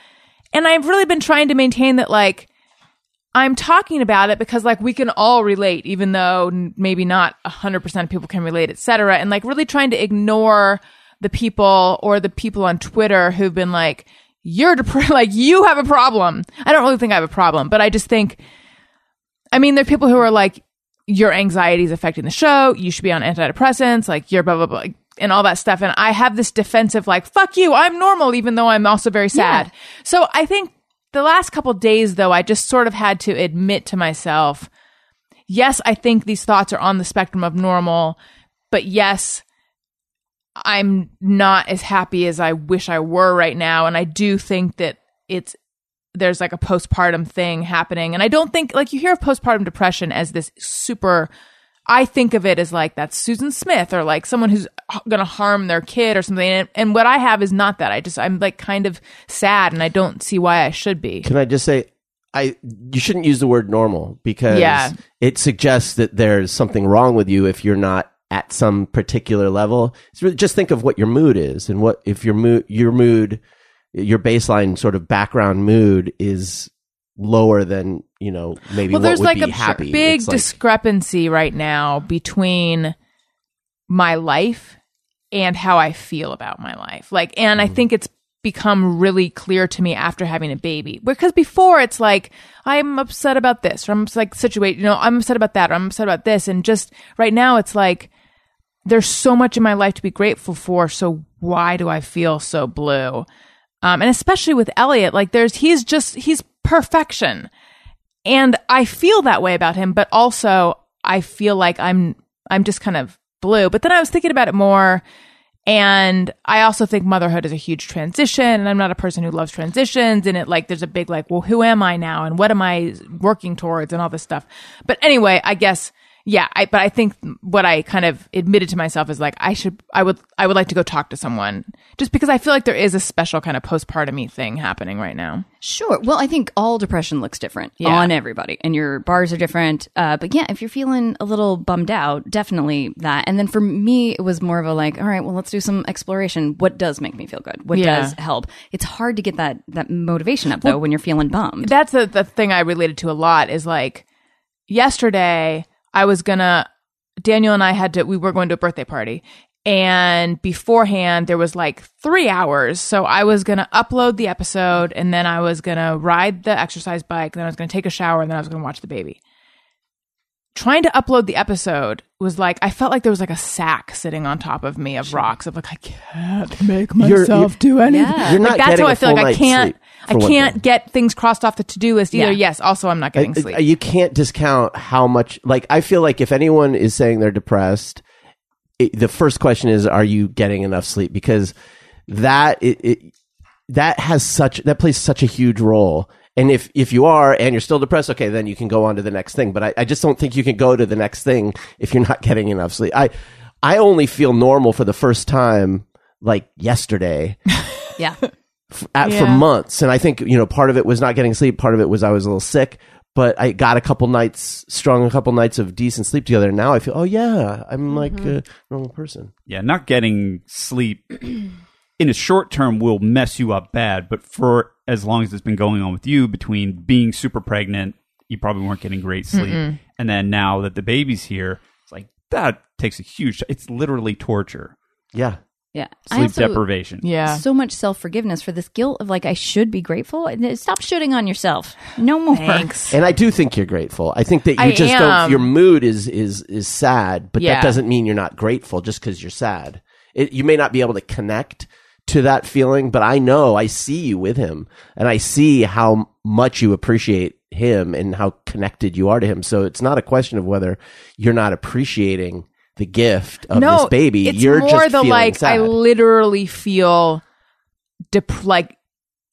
C: And I've really been trying to maintain that, like, I'm talking about it because, like, we can all relate, even though n- maybe not 100% of people can relate, et cetera. And, like, really trying to ignore the people or the people on Twitter who've been like, you're depre- like, you have a problem. I don't really think I have a problem, but I just think I mean, there are people who are like, your anxiety is affecting the show. You should be on antidepressants. Like, you're blah, blah, blah, and all that stuff. And I have this defensive, like, fuck you, I'm normal, even though I'm also very sad. So I think the last couple days, though, I just sort of had to admit to myself, yes, I think these thoughts are on the spectrum of normal, but yes, I'm not as happy as I wish I were right now. And I do think that it's there's like a postpartum thing happening. And I don't think like you hear of postpartum depression as this super I think of it as like that's Susan Smith or like someone who's going to harm their kid or something. And, and what I have is not that. I just I'm like kind of sad and I don't see why I should be.
A: Can I just say, I you shouldn't use the word normal because
C: Yeah.
A: it suggests that there's something wrong with you if you're not at some particular level. It's really, just think of what your mood is and what if your mood your mood your baseline sort of background mood is lower than you know maybe
C: well
A: what
C: there's
A: would
C: like
A: be
C: a
A: happy.
C: big
A: It's like-
C: discrepancy right now between my life and how i feel about my life like and
A: Mm.
C: i think it's become really clear to me after having a baby because before it's like i'm upset about this or i'm like situated you know i'm upset about that or i'm upset about this and just right now it's like there's so much in my life to be grateful for so why do i feel so blue um, and especially with elliot like there's he's just he's perfection and I feel that way about him, but also I feel like I'm I'm just kind of blue. But then I was thinking about it more and I also think motherhood is a huge transition and I'm not a person who loves transitions and it like there's a big like, well, who am I now and what am I working towards and all this stuff. But anyway, I guess yeah, I but I think what I kind of admitted to myself is like I should I would I would like to go talk to someone just because I feel like there is a special kind of postpartum thing happening right now.
D: Sure. Well, I think all depression looks different on everybody, and your bars are different. Uh, but yeah, if you're feeling a little bummed out, definitely that. And then for me, it was more of a like, all right, well, let's do some exploration. What does make me feel good? What
C: Yeah.
D: does help? It's hard to get that that motivation up though when you're feeling bummed.
C: that's the, the thing I related to a lot is like yesterday I was gonna Daniel and I had to we were going to a birthday party and beforehand there was like three hours so I was gonna upload the episode and then I was gonna ride the exercise bike and then I was gonna take a shower and then I was gonna watch the baby trying to upload the episode was like I felt like there was like a sack sitting on top of me of rocks of like I can't make
A: You're-
C: myself do anything.
A: You're not
C: Like that's
A: getting
C: how
A: a
C: I feel
A: full
C: like I
A: night's
C: can't
A: sleep,
C: I
A: for one
C: can't
A: thing.
C: get things crossed off the to-do list either.
D: Yeah.
C: Yes, also I'm not getting sleep.
A: Uh, You can't discount how much. Like, I feel like if anyone is saying they're depressed, it, the first question is, "Are you getting enough sleep?" Because that it, it that has such that plays such a huge role. And if if you are and you're still depressed, okay, then you can go on to the next thing. But I, I just don't think you can go to the next thing if you're not getting enough sleep. I I only feel normal for the first time like yesterday
D: yeah.
A: at, for
C: Yeah.
A: months. And I think, you know, part of it was not getting sleep. Part of it was I was a little sick, but I got a couple nights, strung a couple nights of decent sleep together. And now I feel, oh, yeah, I'm like a normal person.
F: Yeah, not getting sleep in a short term will mess you up bad, but for as long as it's been going on with you between being super pregnant, you probably weren't getting great sleep. And then now that the baby's here, it's like that takes a huge it's literally torture.
A: Yeah.
D: Yeah. I
F: Sleep
D: also-
F: deprivation.
C: yeah.
D: So much self forgiveness for this guilt of like I should be grateful. And Stop shooting on yourself. No more.
C: Thanks.
A: And I do think you're grateful. I think that you
C: I
A: just
C: am.
A: don't, your mood is, is, is sad, but
C: Yeah.
A: that doesn't mean you're not grateful just because you're sad. It, you may not be able to connect to that feeling, but I know I see you with him and I see how much you appreciate him and how connected you are to him. So it's not a question of whether you're not appreciating the gift of this baby.
C: It's
A: you're
C: more
A: just
C: the
A: feeling
C: like I
A: sad.
C: literally feel dep- like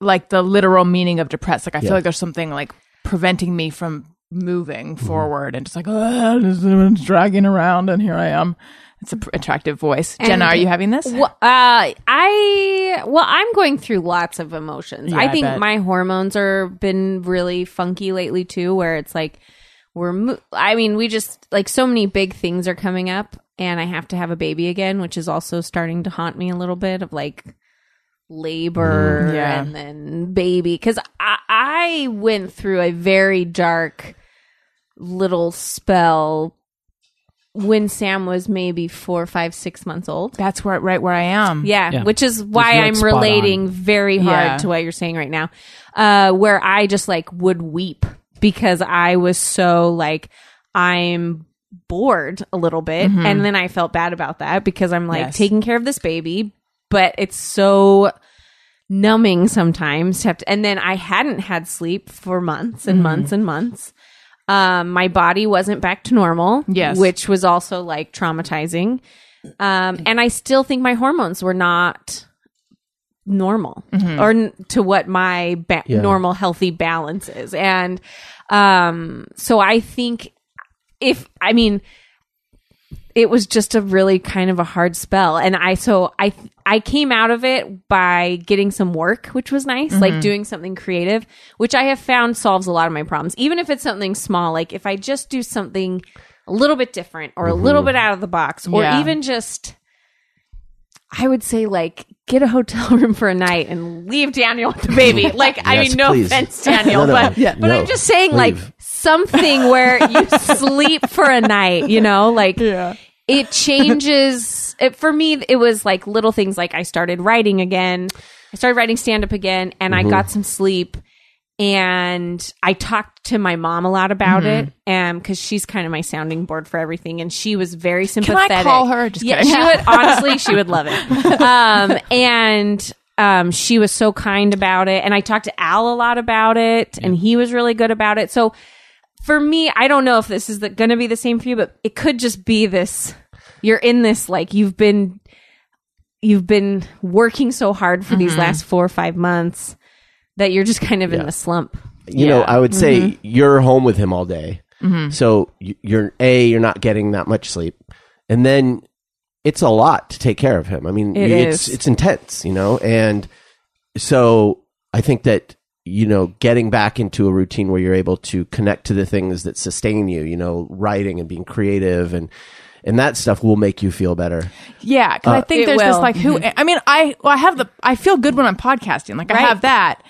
C: like the literal meaning of depressed. Like I feel
A: Yeah.
C: like there's something like preventing me from moving
A: Mm-hmm.
C: forward and just like "Ugh, this is dragging around and here I am. It's an attractive voice. Jenna,
G: And-
C: are you having this?
G: Well, uh, I well, I'm going through lots of emotions.
C: I
G: I think
C: bet.
G: my hormones are been really funky lately too, where it's like we're. Mo- I mean, we just like so many big things are coming up, and I have to have a baby again, which is also starting to haunt me a little bit of like labor
C: Mm. Yeah.
G: and then baby because I, I went through a very dark little spell when sam was maybe four five six months old
C: That's where right where I am.
G: yeah,
E: Yeah.
G: which is why
E: You're, like,
G: I'm
E: spot on.
G: relating very hard
C: Yeah.
G: to what you're saying right now, uh, where I just like would weep because I was so like I'm bored a little bit and then I felt bad about that because I'm like
C: Mm-hmm. Yes.
G: taking care of this baby but it's so numbing sometimes to have to, and then I hadn't had sleep for months and months and months um my body wasn't back to normal
C: Yes.
G: which was also like traumatizing um and I still think my hormones were not normal or n- to what my ba- normal healthy balance is and um so i think if i mean it was just a really kind of a hard spell and i so i i came out of it by getting some work which was nice like doing something creative which i have found solves a lot of my problems even if it's something small like if i just do something a little bit different or a little bit out of the box or
C: Yeah.
G: even just I would say like get a hotel room for a night and leave Daniel with the baby. Like I
A: Yes,
G: mean, no
A: please.
G: offense,
A: No,
G: Daniel,
A: no,
G: but
A: yeah.
G: but
A: No,
G: I'm just saying like
A: leave.
G: something where you sleep for a night. You know, like it changes. It, for me, it was like little things. Like I started writing again. I started writing stand up again, and
A: Mm-hmm.
G: I got some sleep. And I talked to my mom a lot about it,
C: Mm-hmm.
G: and because she's kind of my sounding board for everything, and she was very
C: I
G: sympathetic.
C: call her? Just
G: yeah,
C: kidding.
G: she would honestly, she would love it. Um, and um, she was so kind about it, and I talked to Al a lot about it, and he was really good about it. So for me, I don't know if this is going to be the same for you, but it could just be this. You're in this like you've been you've been working so hard for
C: Mm-hmm.
G: these last four or five months that you're just kind of in the slump.
A: you know, I would say you're home with him all day. So y- you're a you're not getting that much sleep, and then it's a lot to take care of him. I mean,
G: It
A: it's
G: is.
A: it's intense, you know, and so I think that you know getting back into a routine where you're able to connect to the things that sustain you, you know, writing and being creative and and that stuff will make you feel better.
C: Yeah, because I think
G: Uh, It
C: there's this
G: will. Mm-hmm.
C: like who I mean I well, I have the I feel good when I'm podcasting like I have that,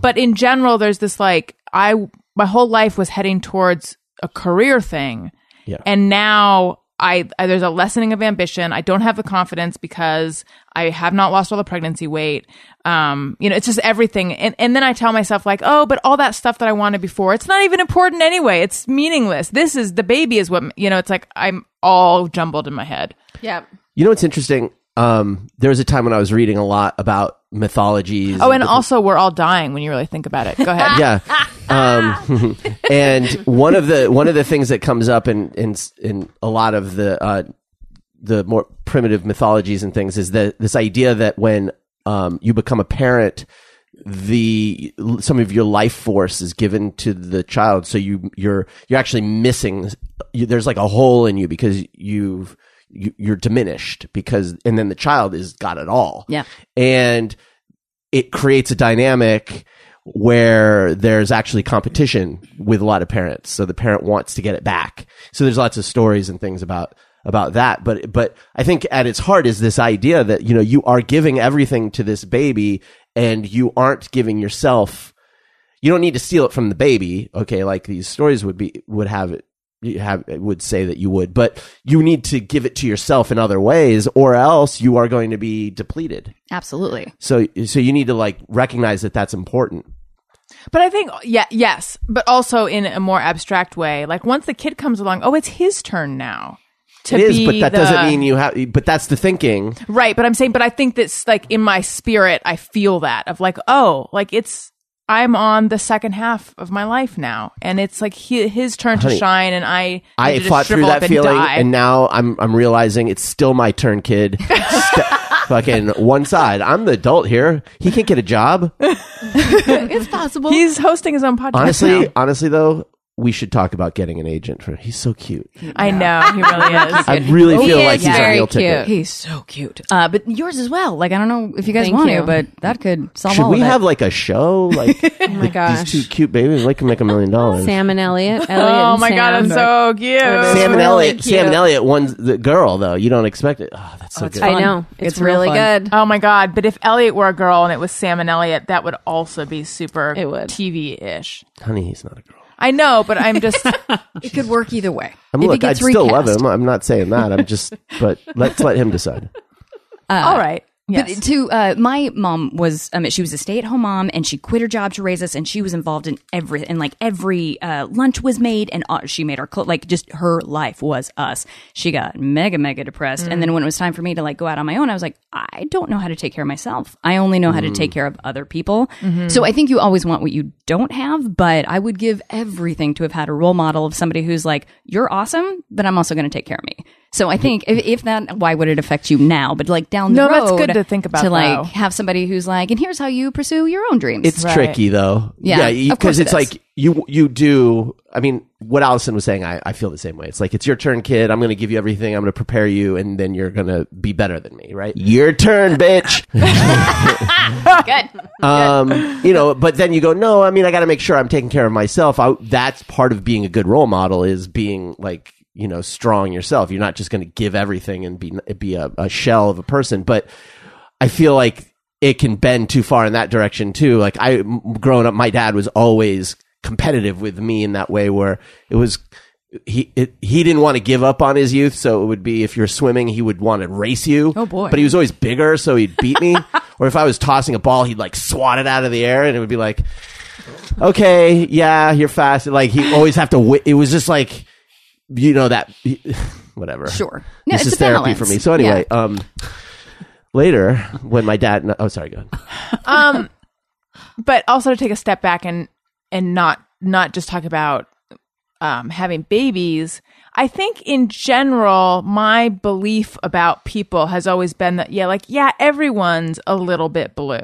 C: but in general there's this like I my whole life was heading towards a career thing,
A: Yeah.
C: and now I, I there's a lessening of ambition. I don't have the confidence because I have not lost all the pregnancy weight. Um, you know, it's just everything, and and then I tell myself like, oh, but all that stuff that I wanted before, it's not even important anyway. It's meaningless. This is the baby is what you know. It's like I'm all jumbled in my head.
G: Yeah.
A: You know, what's interesting. Um, there was a time when I was reading a lot about mythologies.
C: Oh,
A: different-
C: and also we're all dying when you really think about it. Go ahead.
A: yeah. Um, and one of the one of the things that comes up in in in a lot of the uh, the more primitive mythologies and things is that this idea that when um, you become a parent, the some of your life force is given to the child, so you you're you're actually missing. You, there's like a hole in you because you've you, you're diminished because, and then the child is got it all.
D: Yeah.
A: and it creates a dynamic where there's actually competition with a lot of parents. So the parent wants to get it back. So there's lots of stories and things about about that. But but I think at its heart is this idea that you know you are giving everything to this baby and you aren't giving yourself. You don't need to steal it from the baby, okay? Like these stories would be would have it you have it would say that you would, but you need to give it to yourself in other ways, or else you are going to be depleted.
D: Absolutely.
A: So so you need to like recognize that that's important.
C: But I think yeah, yes, but also in a more abstract way. Like once the kid comes along, oh, it's his turn now. To
A: It is,
C: be
A: but that
C: the-
A: doesn't mean you have. But that's the thinking.
C: right. But I'm saying, but I think that's like in my spirit, I feel that of like, oh, like it's I'm on the second half of my life now, and it's like he, his turn
A: Honey,
C: to shine, and I
A: I
C: need to
A: fought through
C: shrivel up
A: that feeling,
C: die.
A: and now I'm I'm realizing it's still my turn, kid. St- fucking one side. I'm the adult here. He can't get a job.
D: It's possible.
C: he's hosting his own podcast.
A: Honestly,
C: now.
A: honestly though, we should talk about getting an agent for. He's so cute.
C: I know he really is.
A: I really
G: He
A: feel
G: is
A: like he's a
G: very
A: real ticket.
G: cute.
D: He's so cute. Uh, but yours as well. Like, I don't know if you guys
G: Thank
D: want
G: you.
D: to, but that could solve
A: Should
D: all
A: we
D: of
A: have
D: it.
A: like a show? Like
G: Oh my gosh.
A: these two cute babies, they can make a million dollars.
G: Sam and Elliot. Elliot
C: Oh
G: and
C: my god,
G: Sam.
C: I'm so cute.
A: Sam and
G: really
A: Elliot.
G: cute.
A: Sam and Elliot. One's the girl though. You don't expect it. Oh, that's so good.
G: I
D: fun.
G: know. It's,
D: It's real
G: really
D: fun.
G: good.
C: Oh my god! But if Elliot were a girl and it was Sam and Elliot, that would also be super
G: It would.
C: TV-ish.
A: Honey, he's not a girl.
C: I know, but I'm just
D: It could work either way.
A: I'm
D: if
A: look,
D: it gets
A: I'd still love
D: recast.
A: him. I'm not saying that. I'm just, but let's let him decide.
C: all right. Yes.
D: But to uh, my mom was, um, she was a stay-at-home mom, and she quit her job to raise us, and she was involved in every, and like every uh, lunch was made, and uh, she made our clothes. Like just her life was us. She got mega, mega depressed, and then when it was time for me to like go out on my own, I was like, I don't know how to take care of myself. I only know how to take care of other people. So I think you always want what you don't have, but I would give everything to have had a role model of somebody who's like, you're awesome, but I'm also going to take care of me. So I think if, if that, why would it affect you now? But like down the
C: No,
D: road,
C: that's good to think about,
D: To like
C: though.
D: have somebody who's like, and here's how you pursue your own dreams.
A: It's tricky though.
D: Yeah, of
A: because
D: course it
A: it's
D: is.
A: like you you do. I mean, what Allison was saying, I, I feel the same way. It's like it's your turn, kid. I'm going to give you everything. I'm going to prepare you, and then you're going to be better than me, right? Your turn, bitch.
D: good.
A: um, you know, but then you go, no. I mean, I got to make sure I'm taking care of myself. I, that's part of being a good role model is being like you know strong yourself. You're not just going to give everything and be be a, a shell of a person, but I feel like it can bend too far in that direction too. Like I, m- growing up, my dad was always competitive with me in that way where it was, he, it, he didn't want to give up on his youth. So it would be if you're swimming, he would want to race you. Oh
D: boy.
A: But he was always bigger. So he'd beat me. or if I was tossing a ball, he'd like swat it out of the air and it would be like, okay, yeah, you're fast. Like he always have to, wi- it was just like, you know, that, whatever.
D: Sure. No,
A: this
D: it's
A: is
D: a
A: therapy
D: balance.
A: for me. So
D: Yeah.
A: anyway, um, later when my dad. No, oh, sorry. Go ahead.
C: um but also to take a step back and and not not just talk about um having babies i think in general my belief about people has always been that yeah like yeah everyone's a little bit blue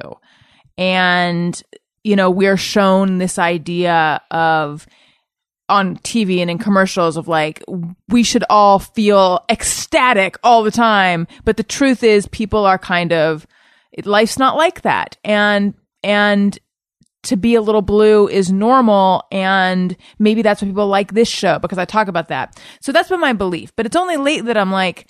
C: and you know we're shown this idea of on TV and in commercials of like we should all feel ecstatic all the time, but the truth is people are kind of life's not like that, and and to be a little blue is normal and maybe that's why people like this show because I talk about that. So that's been my belief, but it's only late that I'm like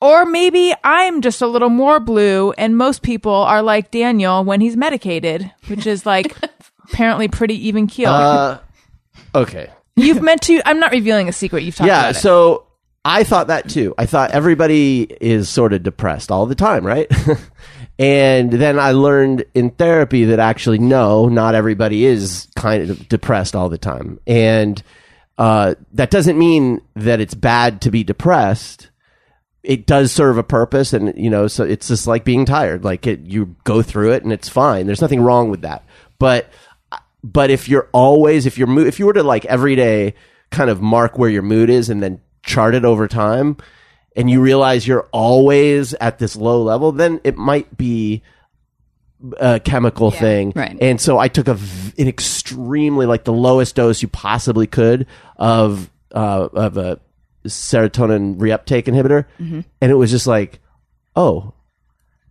C: or maybe I'm just a little more blue and most people are like Daniel when he's medicated, which is like apparently pretty even keel.
A: Uh, Okay.
C: You've meant to. I'm not revealing a secret. You've talked
A: Yeah.
C: about it.
A: So I thought that too. I thought everybody is sort of depressed all the time, right? and then I learned in therapy that actually no, not everybody is kind of depressed all the time, and uh, that doesn't mean that it's bad to be depressed. it does serve a purpose and you know so it's just like being tired like it, you go through it and it's fine there's nothing wrong with that but but if you're always if you're mo- if you were to like every day kind of mark where your mood is and then chart it over time and you realize you're always at this low level then it might be a chemical thing
D: right.
A: and so i took a v- an extremely like the lowest dose you possibly could of uh, of a serotonin reuptake inhibitor, and it was just like, oh,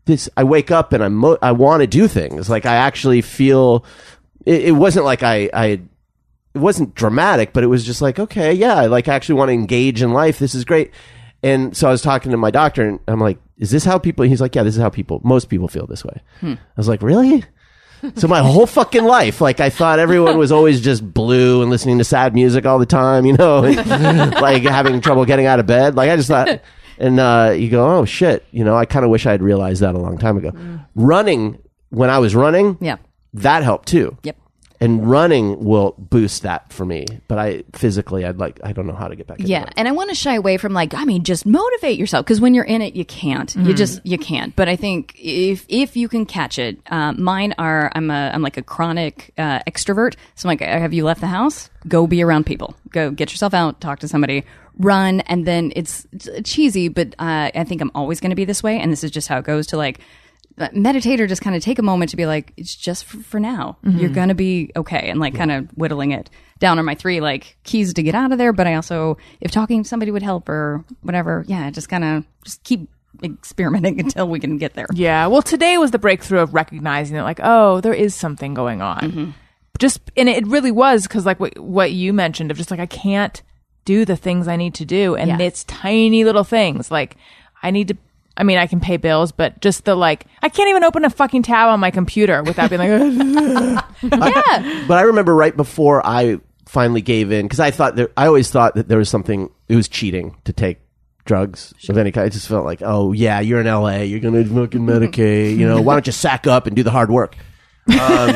A: this. I wake up and I'm mo- I want to do things. Like I actually feel. It, it wasn't like I I. It wasn't dramatic, but it was just like, okay, yeah, I like actually want to engage in life. This is great. And so I was talking to my doctor, and I'm like, "Is this how people?" He's like, "Yeah, this is how people. Most people feel this way." I was like, "Really?" So my whole fucking life, like I thought everyone was always just blue and listening to sad music all the time, you know, and, like having trouble getting out of bed. Like I just thought, and uh, you go, oh shit, you know, I kind of wish I had realized that a long time ago. Running when I was running,
D: Yeah.
A: that helped too.
D: Yep.
A: And running will boost that for me, but I physically, I'd like, I don't know how to get back. into
D: Yeah,
A: it.
D: and I want to shy away from like I mean, just motivate yourself because when you're in it, you can't.
C: Mm-hmm.
D: You just you can't. But I think if if you can catch it, uh, mine are I'm a I'm like a chronic uh, extrovert. So I'm like, "Uh, have you left the house? Go be around people. Go get yourself out. Talk to somebody. Run, and then it's, it's cheesy, but uh, I think I'm always going to be this way, and this is just how it goes. To like meditator just kind of take a moment to be like it's just for, for now
C: Mm-hmm.
D: you're gonna be okay and like kind of whittling it down are my three like keys to get out of there but i also if talking to somebody would help or whatever yeah just kind of just keep experimenting until we can get there
C: Yeah. Well, today was the breakthrough of recognizing that, like, oh, there is something going on.
A: Mm-hmm.
C: Just and it really was because, like, what what you mentioned of just like I can't do the things I need to do, and
D: Yeah.
C: it's tiny little things like I need to. I mean, I can pay bills, but just the like, I can't even open a fucking tab on my computer without being like,
A: But I remember right before I finally gave in because I thought there, I always thought that there was something. It was cheating to take drugs of any kind. I just felt like, oh yeah, you're in LA, you're gonna fucking medicate. You know, why don't you sack up and do the hard work? Um,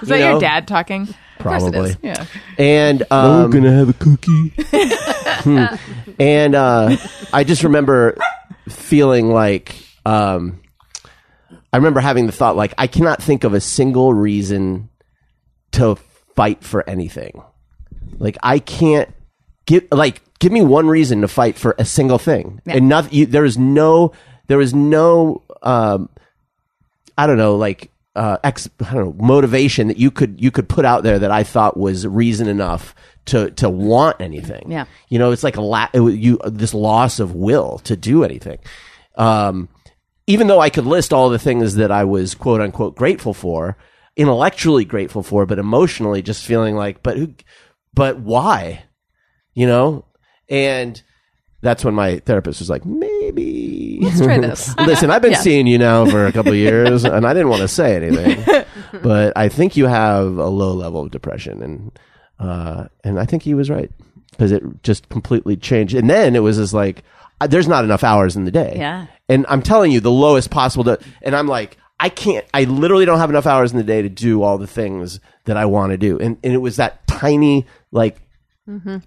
C: Is that your dad talking?
A: Probably.
C: Yeah.
A: And um, we're gonna have a cookie. And uh, I just remember feeling like um, I remember having the thought like I cannot think of a single reason to fight for anything. Like I can't give like give me one reason to fight for a single thing. And not, you, there is no there is no um, I don't know like uh, ex I don't know motivation that you could you could put out there that I thought was reason enough to to want anything.
D: Yeah.
A: you know it's like a la- it, was- you this loss of will to do anything. Um, even though I could list all the things that I was quote unquote grateful for, intellectually grateful for, but emotionally just feeling like, but who, but why, you know? And that's when my therapist was like, maybe let's
D: try this.
A: Listen, I've been seeing you now for a couple of years, and I didn't want to say anything, but I think you have a low level of depression, and uh, and I think he was right because it just completely changed. And then it was just like, uh, there's not enough hours in the day,
D: Yeah.
A: And I'm telling you, the lowest possible. To, and I'm like, I can't. I literally don't have enough hours in the day to do all the things that I want to do. And and it was that tiny like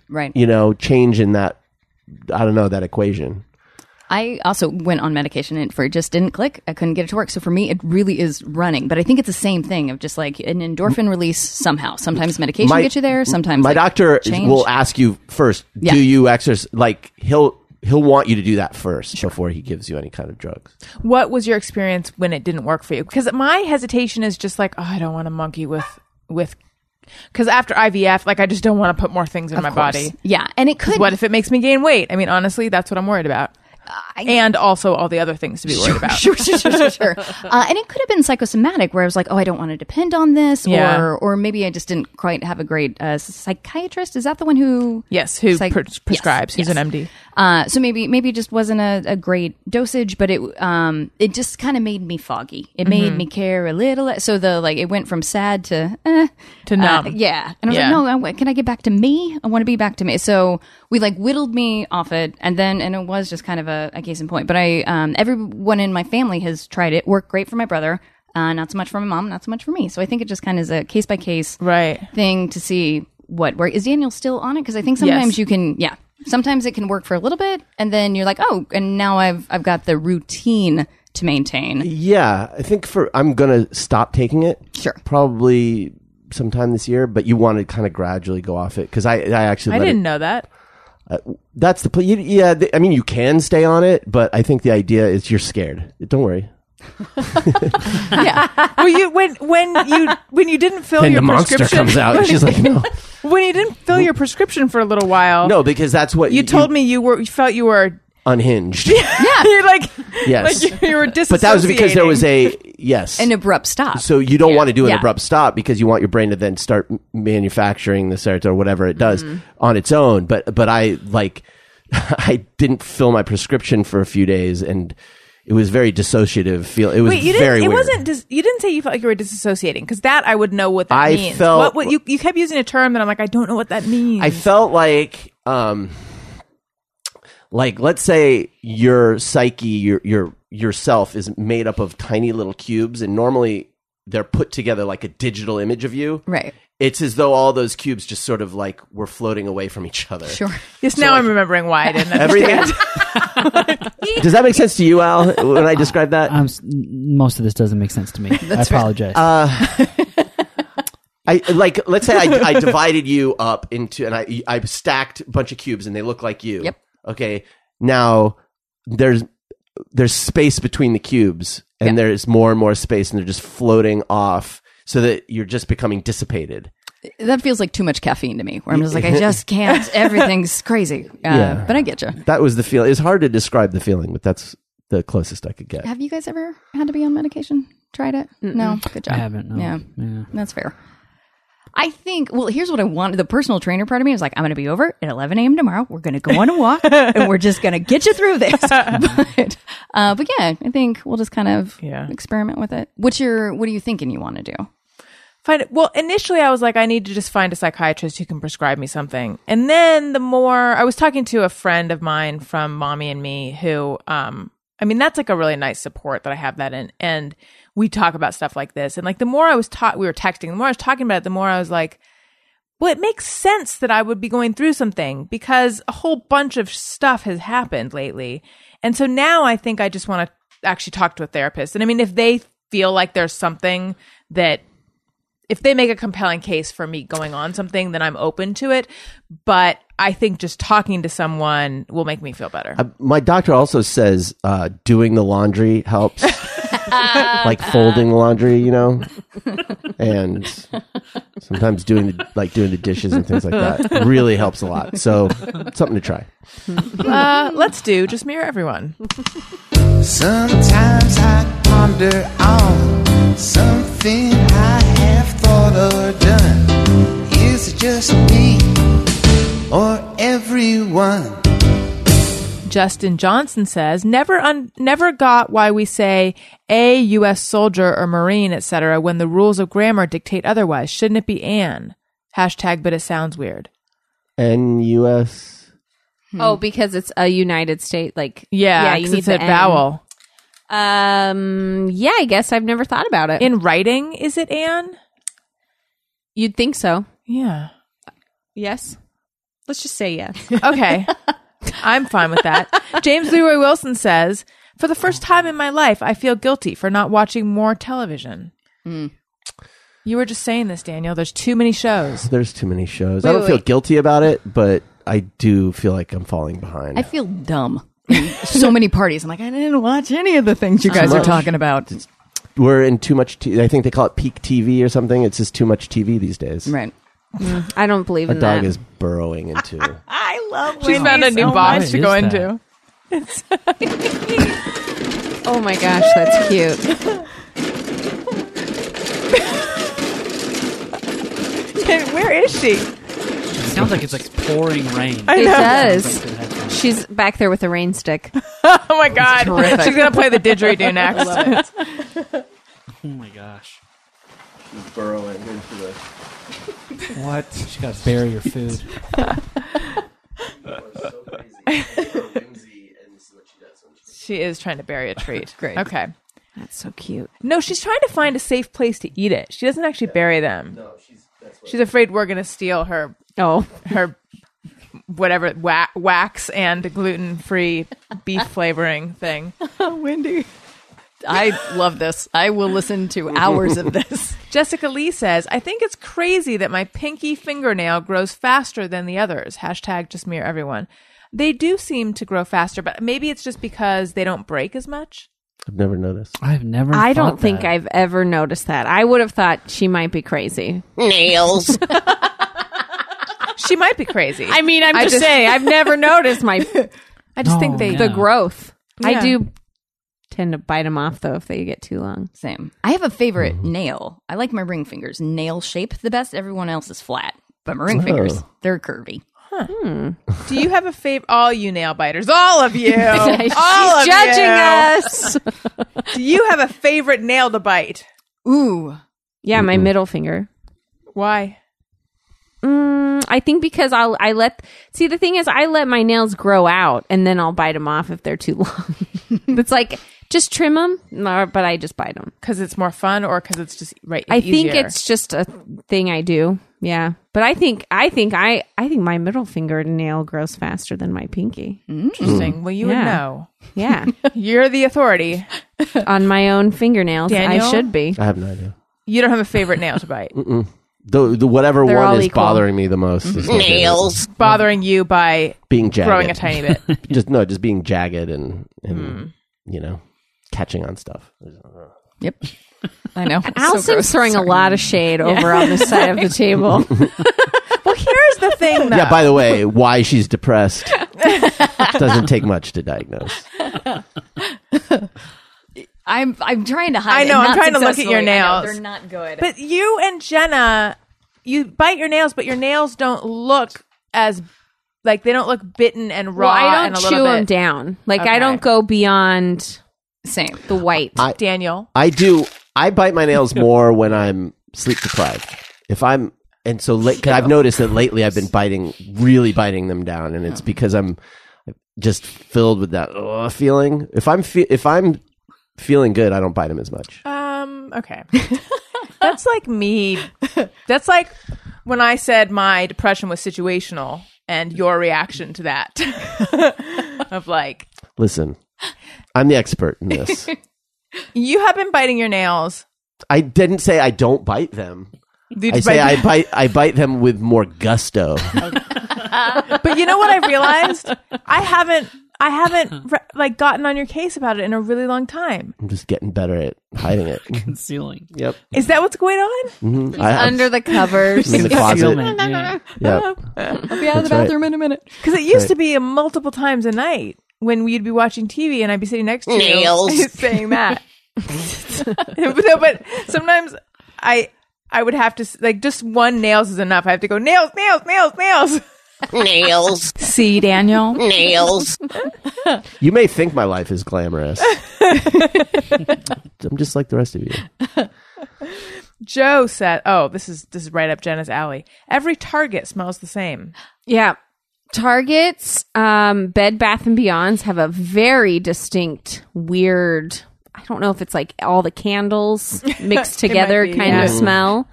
D: Right.
A: you know change in that I don't know that equation.
D: I also went on medication and for it just didn't click. I couldn't get it to work. So for me, it really is running. But I think it's the same thing of just like an endorphin release somehow. Sometimes medication gets you there. Sometimes
A: my
D: like,
A: doctor is-
D: change.
A: will ask you first
D: Yeah.
A: do you exercise like he'll he'll want you to do that first before he gives you any kind of drugs
C: What was your experience when it didn't work for you? Because my hesitation is just like, oh, I don't want to monkey with with. Because after IVF, like I just don't want to put more things in my body.
D: Yeah, and it could.
C: What if it makes me gain weight? I mean, honestly, that's what I'm worried about. and also all the other things to be worried about.
D: sure, sure, sure, sure, sure. Uh, and it could have been psychosomatic, where I was like, "Oh, I don't want to depend on this,"
C: Yeah.
D: or or maybe I just didn't quite have a great uh, psychiatrist. Is that the one who?
C: Yes, who
D: Psych-
C: pre-
D: Yes,
C: prescribes? Who's
D: yes.
C: an MD?
D: Uh, so maybe maybe it just wasn't a, a great dosage, but it um it just kind of made me foggy.
C: Mm-hmm.
D: It made me care a little. So the like it went from sad to eh,
C: To numb.
D: yeah, and I was
C: Yeah.
D: like, no, I, can I get back to me? I want to be back to me. So we like whittled me off it, and then and it was just kind of a, a case in point. But I um everyone in my family has tried it. Worked great for my brother. Uh, not so much for my mom, not so much for me. So I think it just kind of is a case by case
C: Right.
D: thing to see what work is Daniel still on it because I think sometimes
C: Yes.
D: you can yeah sometimes it can work for a little bit and then you're like oh and now I've I've got the routine to maintain
A: yeah i think for i'm gonna stop taking it
D: Sure.
A: probably sometime this year but you want to kind of gradually go off it because i i actually
C: I
A: let it-
C: didn't know that.
A: that's the pl- you, yeah th- i mean you can stay on it but i think the idea is you're scared don't worry
C: Well, you when when you when you didn't fill
A: and
C: Oh, your
A: the monster
C: prescription,
A: comes out and she's like no
C: when you didn't fill your prescription for a little while,
A: no because that's what
C: you told me you were you felt you were
A: unhinged
C: yeah, you're like
A: Yes.
C: like you, you were
A: but that was because there was a yes
D: an abrupt stop
A: So you don't want to do an
D: Yeah.
A: abrupt stop because you want your brain to then start m- manufacturing the serotonin or whatever it does
C: Mm-hmm.
A: on its own. But but I like I didn't fill my prescription for a few days and it was very dissociative feel. It was
C: Wait, you
A: very
C: didn't. It
A: weird.
C: wasn't. Dis- you didn't say you felt like you were disassociating because that I would know what that
A: I
C: means.
A: felt-
C: what, what you you kept using a term that I'm like I don't know what that means.
A: I felt like um like let's say your psyche your your yourself is made up of tiny little cubes and normally they're put together like a digital image of you.
D: right
A: It's as though all those cubes just sort of like were floating away from each other.
D: sure
C: yes, now I'm remembering why I didn't.
A: Everything. Does that make sense to you, Al? When I describe that,
E: I'm, s- most of this doesn't make sense to me. I apologize.
A: I like. Let's say I, I divided you up into, and I I stacked a bunch of cubes, and they look like you.
D: Yep.
A: Okay. Now there's there's space between the cubes, and there's more and more space, and they're just floating off, so that you're just becoming dissipated.
D: that feels like too much caffeine to me where I'm just like I just can't everything's crazy uh,
A: Yeah.
D: but I get you
A: That was the feel. It's hard to describe the feeling, but that's the closest I could get.
D: have you guys ever had to be on medication tried it no good job
E: I haven't. No.
D: yeah That's fair. I think, well, here's what I wanted. The personal trainer part of me was like, I'm going to be over at 11 a.m. tomorrow. We're going to go on a walk and we're just going to get you through this. but, uh, but yeah, I think we'll just kind of
C: Yeah.
D: experiment with it. What's your, what are you thinking you want to do?
C: Find it. Well, initially I was like, I need to just find a psychiatrist who can prescribe me something. And then the more I was talking to a friend of mine from Mommy and Me who, um, I mean, that's like a really nice support that I have that in. And we talk about stuff like this. And like the more I was taught, we were texting, the more I was talking about it, the more I was like, well, it makes sense that I would be going through something because a whole bunch of stuff has happened lately. And so now I think I just want to actually talk to a therapist. And I mean, if they feel like there's something that, if they make a compelling case for me going on something, then I'm open to it. But I think just talking to someone will make me feel better.
A: Uh, My doctor also says uh, doing the laundry helps, like folding the laundry, you know, and sometimes doing the, like doing the dishes and things like that really helps a lot. So something to try.
C: Uh, let's do just mirror everyone.
B: Sometimes I ponder on something I have thought or done. Is it just me or everyone?
C: Justin Johnson says, "Never un- never got why we say a US soldier or marine, etc. when the rules of grammar dictate otherwise. Shouldn't it be an?" Hashtag but it sounds weird.
A: N U S.
G: Oh, because it's a United State like
C: Yeah,
G: yeah you need
C: it's a
G: the N.
C: vowel.
G: Um, yeah, I guess I've never thought about it.
C: In writing, is it an?
G: You'd think so.
C: Yeah.
G: Yes. Let's just say yes.
C: Okay. I'm fine with that. James Leroy Wilson says, "For the first time in my life, I feel guilty for not watching more television."
G: Hmm.
C: You were just saying this, Daniel. There's too many shows.
A: There's too many shows. I
D: Wait,
A: don't
D: wait,
A: feel
D: wait.
A: guilty about it, but I do feel like I'm falling behind.
D: I feel dumb. so many parties. I'm like, I didn't watch any of the things you guys are
A: much.
D: talking about.
A: We're in too much. T- I think they call it peak TV or something. It's just too much TV these days.
D: Right.
G: I don't believe
A: A
G: in
A: dog
G: that.
A: is burrowing into.
D: I love
C: She's found a new box
E: much.
C: to go
E: What is
C: into.
G: oh my gosh, that's cute.
C: Where is she?
E: It sounds like it's like pouring rain.
G: It
E: Sounds
G: does.
E: like the headphones.
G: She's back there with a rain stick.
C: Oh my god,
G: terrific.
C: she's gonna play the didgeridoo next.
E: Oh my gosh.
A: burrowing into the.
E: What? She got to bury your food.
C: she is trying to bury a treat.
D: Great.
C: Okay.
G: That's so cute.
C: No, she's trying to find a safe place to eat it. She doesn't actually bury them. No, she's. she's afraid we're gonna steal her
G: Oh,
C: her whatever wa- wax and gluten free beef flavoring thing.
D: Wendy. I love this. I will listen to hours of this.
C: Jessica Lee says, "I think it's crazy that my pinky fingernail grows faster than the others." Hashtag just mirror everyone. They do seem to grow faster, but maybe it's just because they don't break as much.
A: I've never noticed.
E: I've never.
G: I
E: thought
G: don't think
E: that.
G: I've ever noticed that. I would have thought she might be crazy.
C: She might be crazy.
G: I mean, I'm
C: I
G: just,
C: just-
G: saying, I've never noticed my
C: I just think
E: No,
C: they
E: Oh, yeah.
G: the growth. I
C: Yeah.
G: do tend to bite them off though if they get too long.
D: Same. I have a favorite nail. I like my ring fingers. Nail shape the best. Everyone else is flat, but my ring fingers, they're curvy.
C: Do you have a favorite? All you nail biters, all of you, all
G: She's
C: of
G: judging
C: you.
G: us.
C: Do you have a favorite nail to bite?
D: Ooh.
G: Yeah, my middle finger.
C: Why?
G: Mm, I think because I'll I let see the thing is I let my nails grow out and then I'll bite them off if they're too long. it's like just trim them, but I just bite them.
C: Because it's more fun, or because it's just right?
G: I think
C: easier?
G: it's just a thing I do. Yeah, but I think I think I I think my middle finger nail grows faster than my pinky.
C: interesting. Hmm. Well, you
G: Yeah.
C: would know.
G: Yeah,
C: You're the authority.
G: on my own fingernails,
C: Daniel?
G: I should be.
A: I have no idea.
C: You don't have a favorite nail to bite.
A: The, the whatever
G: They're all
A: one is
G: equal.
A: bothering me the most is what it is.
C: It's bothering you by
A: being jagged.
C: growing a tiny bit.
A: just no, just being jagged and, and
G: Hmm.
A: you know catching on stuff.
D: Yep. I know. It's so
G: Allison's
D: gross.
G: throwing a
D: Sorry.
G: lot of shade over on this side of the table.
C: well, here's the thing, though.
A: Yeah. By the way, why she's depressed doesn't take much to diagnose.
D: I'm I'm trying to hide.
C: I
D: it,
C: know, I'm
D: not
C: trying to look at
D: successfully.
C: your
D: I know,
C: nails.
D: they're not good.
C: But you and Jenna, you bite your nails, but your nails don't look as like they don't look bitten and raw.
G: well, I
C: and a
G: don't
C: little
G: chew them
C: bit-
G: down. Like I
C: Okay.
G: don't go beyond
D: Same.
G: the white.
A: I-
C: Daniel,
A: I do. I bite my nails more when I'm sleep deprived. If I'm and so late, i I've noticed that lately I've been biting, really biting them down, and it's because I'm just filled with that uh, feeling. If I'm fe- if I'm feeling good, I don't bite them as much.
D: Uh.
C: Um, okay. that's like me. That's like when I said my depression was situational and your reaction to that of like,
A: Listen, I'm the expert in this.
C: you have been biting your nails.
A: I didn't say I don't bite them.
C: Dude,
A: I say
C: but-
A: I bite I bite them with more gusto.
C: but you know what I realized? I haven't, I haven't re- like gotten on your case about it in a really long time.
A: I'm just getting better at hiding it.
E: concealing.
A: Yep.
C: Is that what's going on?
A: Mhm. I- I'm
G: under the covers.
A: in the closet.
E: Concealment, yeah.
A: Yeah.
D: I'll be out of the
A: That's right.
D: bathroom in a minute.
C: Because it used to be a multiple times a night when we'd be watching TV and I'd be sitting next to you
A: Nails.
C: saying that. but, no, but sometimes I I would have to s- like just one nails is enough. I have to go nails, nails, nails, nails.
A: Nails.
D: See, Daniel.
A: Nails. you may think my life is glamorous. I'm just like the rest of you.
C: Joe said, "Oh, this is this is right up Jenna's alley. Every Target smells the same.
G: Yeah. Targets, um, Bed Bath and Beyonds have a very distinct, weird. I don't know if it's like all the candles mixed together
C: be,
G: kind
C: yeah.
G: of smell.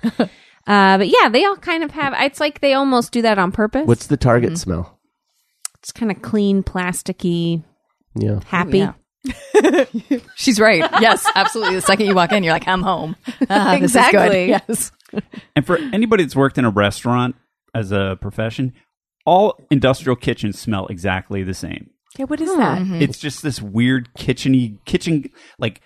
G: Uh, but yeah, they all kind of have. It's like they almost do that on purpose.
A: What's the target smell?
G: it's kind of clean, plasticky,
A: Yeah.
G: happy.
D: Yeah. She's right. Yes, absolutely. The second you walk in, you're like, I'm home. Ah, this is good.
G: Exactly.
D: Yes.
F: And for anybody that's worked in a restaurant as a profession, all industrial kitchens smell exactly the same.
C: Yeah, what is that?
F: It's just this weird kitcheny kitchen like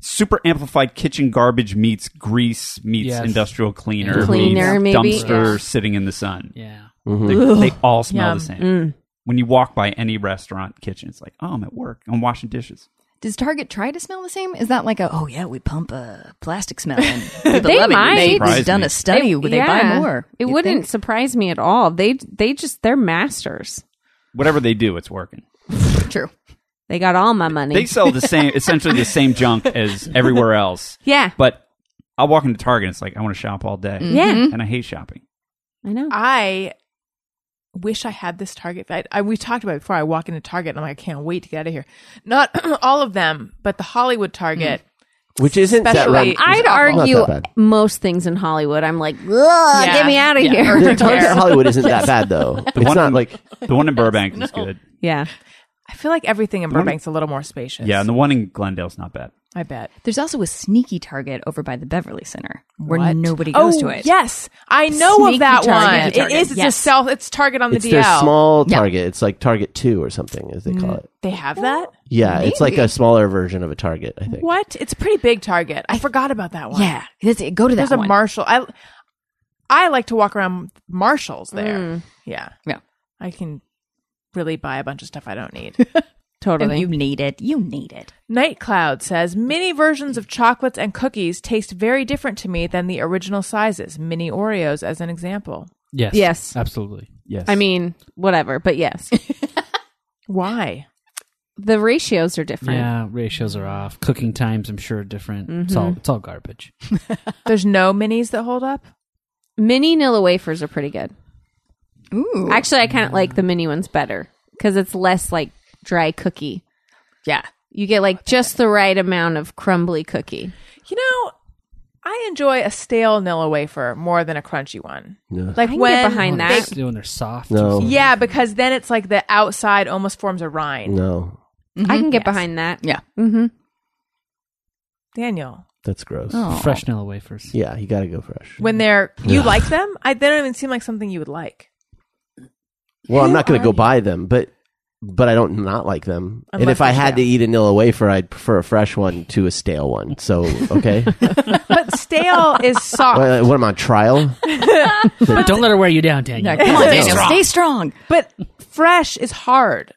F: super amplified kitchen garbage meets grease meets
E: Yes.
F: industrial cleaner,
G: Cleaner,
F: meets
G: maybe,
F: dumpster
G: yeah.
F: sitting in the sun.
E: Yeah.
A: Mm-hmm.
F: They, they all smell
C: Yum.
F: the same. When you walk by any restaurant kitchen, it's like, oh, I'm at work. I'm washing dishes.
D: Does Target try to smell the same? Is that like a, oh, yeah, we pump a plastic smell and people
G: They
D: love
G: might.
D: it. They've
F: Surprised
D: done
F: me.
D: a study. Would they buy
G: Yeah.
D: more?
G: It
D: You think?
G: wouldn't surprise me at all. They they just they're masters.
F: Whatever they do, it's working.
D: True.
G: They got all my money.
F: They sell the same, essentially the same junk as everywhere else.
G: yeah,
F: But I'll walk into Target. and It's like I want to shop all day.
D: Mm-hmm.
G: yeah,
F: and I hate shopping.
G: I know.
C: I wish I had this Target. I, I we talked about it before. I walk into Target and I'm like, I can't wait to get out of here. Not all of them, but the Hollywood Target.
A: Which isn't that
C: Especially-
A: right.
G: I'd
A: awful.
G: argue
A: Not that bad.
G: most things in Hollywood. I'm like, "Ugh,
C: Yeah.
G: get me out of
C: Yeah.
G: here.
A: The target at Hollywood isn't that bad though. It's
F: one
A: not
F: in-
A: like
F: The one in Burbank is good.
G: Yeah.
C: I feel like everything in
F: one-
C: Burbank's a little more spacious.
F: Yeah, and the one in Glendale's not bad.
C: I bet.
D: There's also a sneaky Target over by the Beverly Center where nobody
C: oh,
D: goes to it.
C: Yes, I know
D: Sneaky
C: of that
D: Target.
C: one.
D: Target,
C: It is. It's
D: yes.
C: a self. It's Target on the
A: it's
C: DL.
A: their small
D: Yeah.
A: target. It's like Target Two or something, as they call it.
C: they have that.
A: Yeah, it's like a smaller version of a Target. I think.
C: What? It's a pretty big Target. I forgot about that one.
D: Yeah. That's it. Go to that
C: there's a
D: one.
C: Marshall. I I like to walk around Marshalls there. Yeah,
D: Mm. Yeah.
C: I can really buy a bunch of stuff I don't need.
D: If
G: Totally.
D: you need it. You need it.
C: Night Cloud says mini versions of chocolates and cookies taste very different to me than the original sizes. Mini Oreos, as an example.
E: Yes.
G: Yes.
E: Absolutely.
F: Yes,
G: I mean, whatever, but yes.
C: Why?
G: the ratios are different.
E: Yeah. Ratios are off. Cooking times, I'm sure, are different. It's
G: Mm-hmm.
E: all it's all garbage.
C: There's no minis that hold up.
G: Mini Nilla wafers are pretty good.
D: Ooh.
G: Actually, I kind of like the mini ones better because it's less like dry cookie.
C: Yeah.
G: You get like just the right amount of crumbly cookie.
C: You know, I enjoy a stale Nilla wafer more than a crunchy one. Like
G: I can get
C: when
G: behind
E: Oh,
G: that.
E: it's When they're soft.
A: No.
C: Yeah, because then it's like the outside almost forms a rind.
A: No,
G: I can get behind that.
D: Mm-hmm. Yeah.
C: Daniel,
A: that's gross.
D: Oh.
E: Fresh Nilla wafers.
A: Yeah, you got to go fresh.
C: when they're you like them, I they don't even seem like something you would like.
A: Well, I'm not going to go buy them, but but I don't not like them. and
C: Unless
A: if I
C: they're
A: had to
C: stale.
A: eat a Nilla wafer, I'd prefer a fresh one to a stale one. So okay, uh,
C: But stale is soft.
A: What- what am I on trial?
E: But don't let her wear you down, Daniel.
D: Yeah, Come on, Daniel. Stay strong.
C: But fresh is hard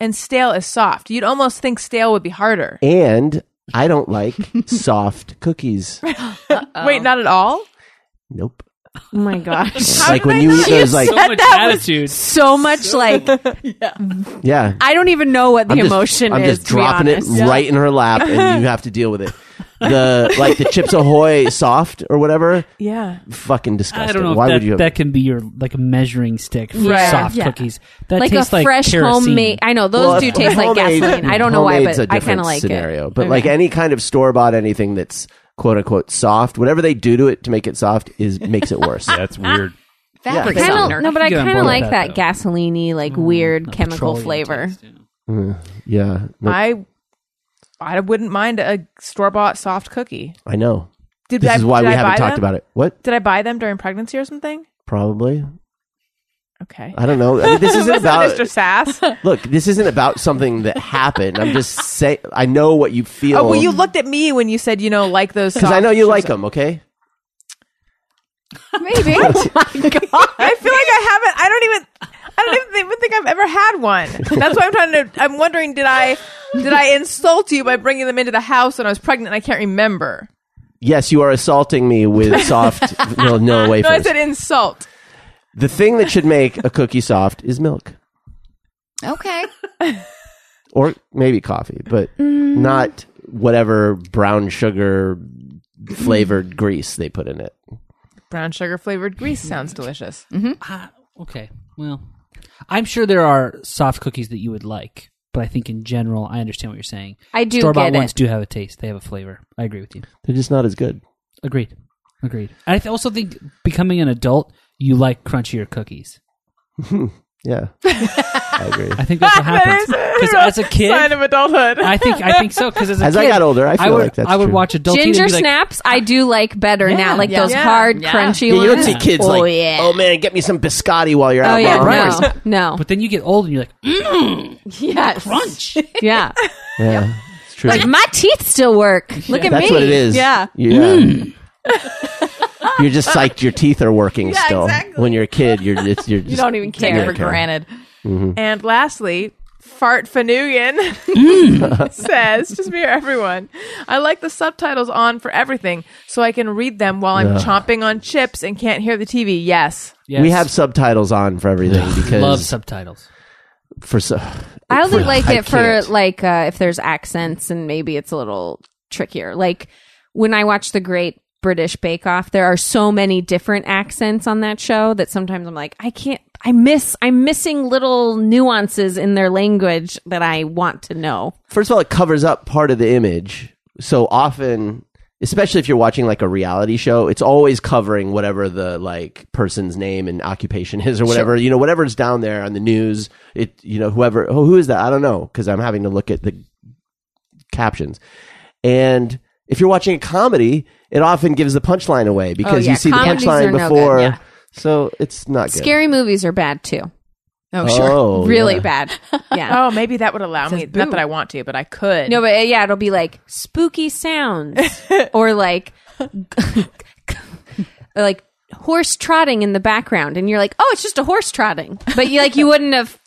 C: and stale is soft. You'd almost think stale would be harder.
A: And I don't like soft cookies.
C: Wait, not at all?
A: Nope.
G: Oh my gosh.
A: like when you eat those, like
E: So much attitude.
G: so much like
A: yeah,
G: I don't even know what the
A: I'm just-
G: emotion
A: I'm
G: is.
A: just dropping it right in her lap, and you have to deal with it. the like the Chips Ahoy soft or whatever.
C: Yeah.
A: Fucking
E: I
A: disgusting.
E: don't know if
A: Why
E: that,
A: would you? Have,
E: that can be your like a measuring stick for
G: Right.
E: soft
G: Yeah.
E: cookies. That
G: like a
E: tastes like
G: fresh
E: kerosene.
G: homemade. I know those
A: Well,
G: do
A: if-
G: taste like
A: homemade-
G: gasoline. I don't know why,
A: homemade's a
G: but I kind
A: different
G: of like
A: scenario.
G: it.
A: But like any kind of store bought anything that's quote unquote soft, whatever they do to it to make it soft is makes it worse.
F: That's weird.
D: Fabric
A: Yeah.
G: Kinda-
D: softener.
G: no, but
E: I
G: I
E: can get on
G: kind of
E: board
G: like
E: with
G: that, Mm,
E: that,
G: gasoline-y, like weird
E: A
G: chemical
E: petroleum
G: flavor.
E: taste, you know.
A: yeah, No,
C: I I wouldn't mind a store bought soft cookie.
A: I know.
C: Did
A: This
C: I,
A: is why
C: did
A: we
C: I
A: haven't
C: buy
A: talked
C: them?
A: about it. What?
C: Did I buy them during pregnancy or something?
A: Probably.
C: Okay.
A: I don't know. I mean, this isn't about
C: Mr. Sass. oh,
A: look. This isn't about something that happened. I'm just saying. I know what you feel.
G: Oh,
C: Oh, well, you looked at me when you said you know like those
A: because I know
C: soft
A: you
C: chips.
A: like them. Okay.
G: Maybe.
C: I feel like I haven't. I don't even. I don't even think, think I've ever had one. That's why I'm trying to. I'm wondering. Did I? Did I insult you by bringing them into the house when I was pregnant? and I can't remember.
A: Yes, you are assaulting me with soft vanilla
C: No, I
A: wafers.
C: said insult.
A: the thing that should make a cookie soft is milk.
D: Okay.
A: or maybe coffee, but
G: Mm.
A: not whatever brown sugar flavored grease they put in it.
C: Brown sugar flavored grease sounds delicious.
E: Ah, Okay. Well, I'm sure there are soft cookies that you would like, but I think in general, I understand what you're saying.
G: I do
E: Store-bought
G: get it.
E: ones do have a taste. They have a flavor. I agree with you.
A: They're just not as good.
E: Agreed. Agreed. I th- also think becoming an adult, you like crunchier cookies.
A: Yeah, I agree.
E: I think that's what happens. Because as a kid,
C: Sign of adulthood.
E: I think I think so. Because as a
A: As
E: kid,
A: I got older, I feel
E: would,
A: like that's
E: I would
A: true.
E: watch adult TV and
G: Ginger
E: be like,
G: snaps, I do like better now, like
D: yeah.
G: those
C: Yeah.
G: hard,
D: Yeah.
G: crunchy
A: Yeah,
G: ones.
A: you don't see kids
G: oh,
A: like,
G: yeah.
A: oh man, get me some biscotti while you're out.
G: oh yeah,
A: Mom."
G: no, no,
E: But then you get old and you're like, mm,
G: yes,
E: crunch.
G: yeah.
A: yeah, it's true.
G: Like my teeth still work. Look at me.
A: that's what it is.
G: Yeah. Mm.
A: yeah. you're just psyched. Your teeth are working still.
C: exactly.
A: When you're a kid, you're it's, you're just, you
G: don't even
D: Take
G: Yeah,
D: it for
A: okay.
D: granted.
C: And lastly, Fart Fanugan
A: Mm.
C: says, just be everyone, I like the subtitles on for everything so I can read them while I'm chomping on chips and can't hear the TV. Yes.
E: Yes.
A: We have subtitles on for everything because
E: love subtitles.
A: for so,
G: I only
A: for-
G: like
A: I
G: it for
A: can't.
G: like uh, if there's accents and maybe it's a little trickier. Like when I watch the Great British Bake Off, there are so many different accents on that show that sometimes I'm like, I can't. I miss. I'm missing little nuances in their language that I want to know.
A: first of all, it covers up part of the image. So often, especially if you're watching like a reality show, it's always covering whatever the like person's name and occupation is or whatever. You know, whatever's down there on the news, it, you know, whoever, oh, who is that? I don't know. Cause I'm having to look at the captions. And if you're watching a comedy, it often gives the punchline away because
G: Oh, yeah.
A: you see
G: Comedies
A: the
G: are
A: punchline
G: no good,
A: before.
G: yeah.
A: So it's not good.
G: Scary movies are bad too.
D: Oh, sure.
A: Oh,
G: really
A: yeah.
G: bad. Yeah.
C: Oh, maybe that would allow me.
D: boo.
C: Not that I want to, but I could.
G: No, but uh, yeah, it'll be like spooky sounds or like or, like horse trotting in the background, and you're like, oh, it's just a horse trotting, but you like you wouldn't have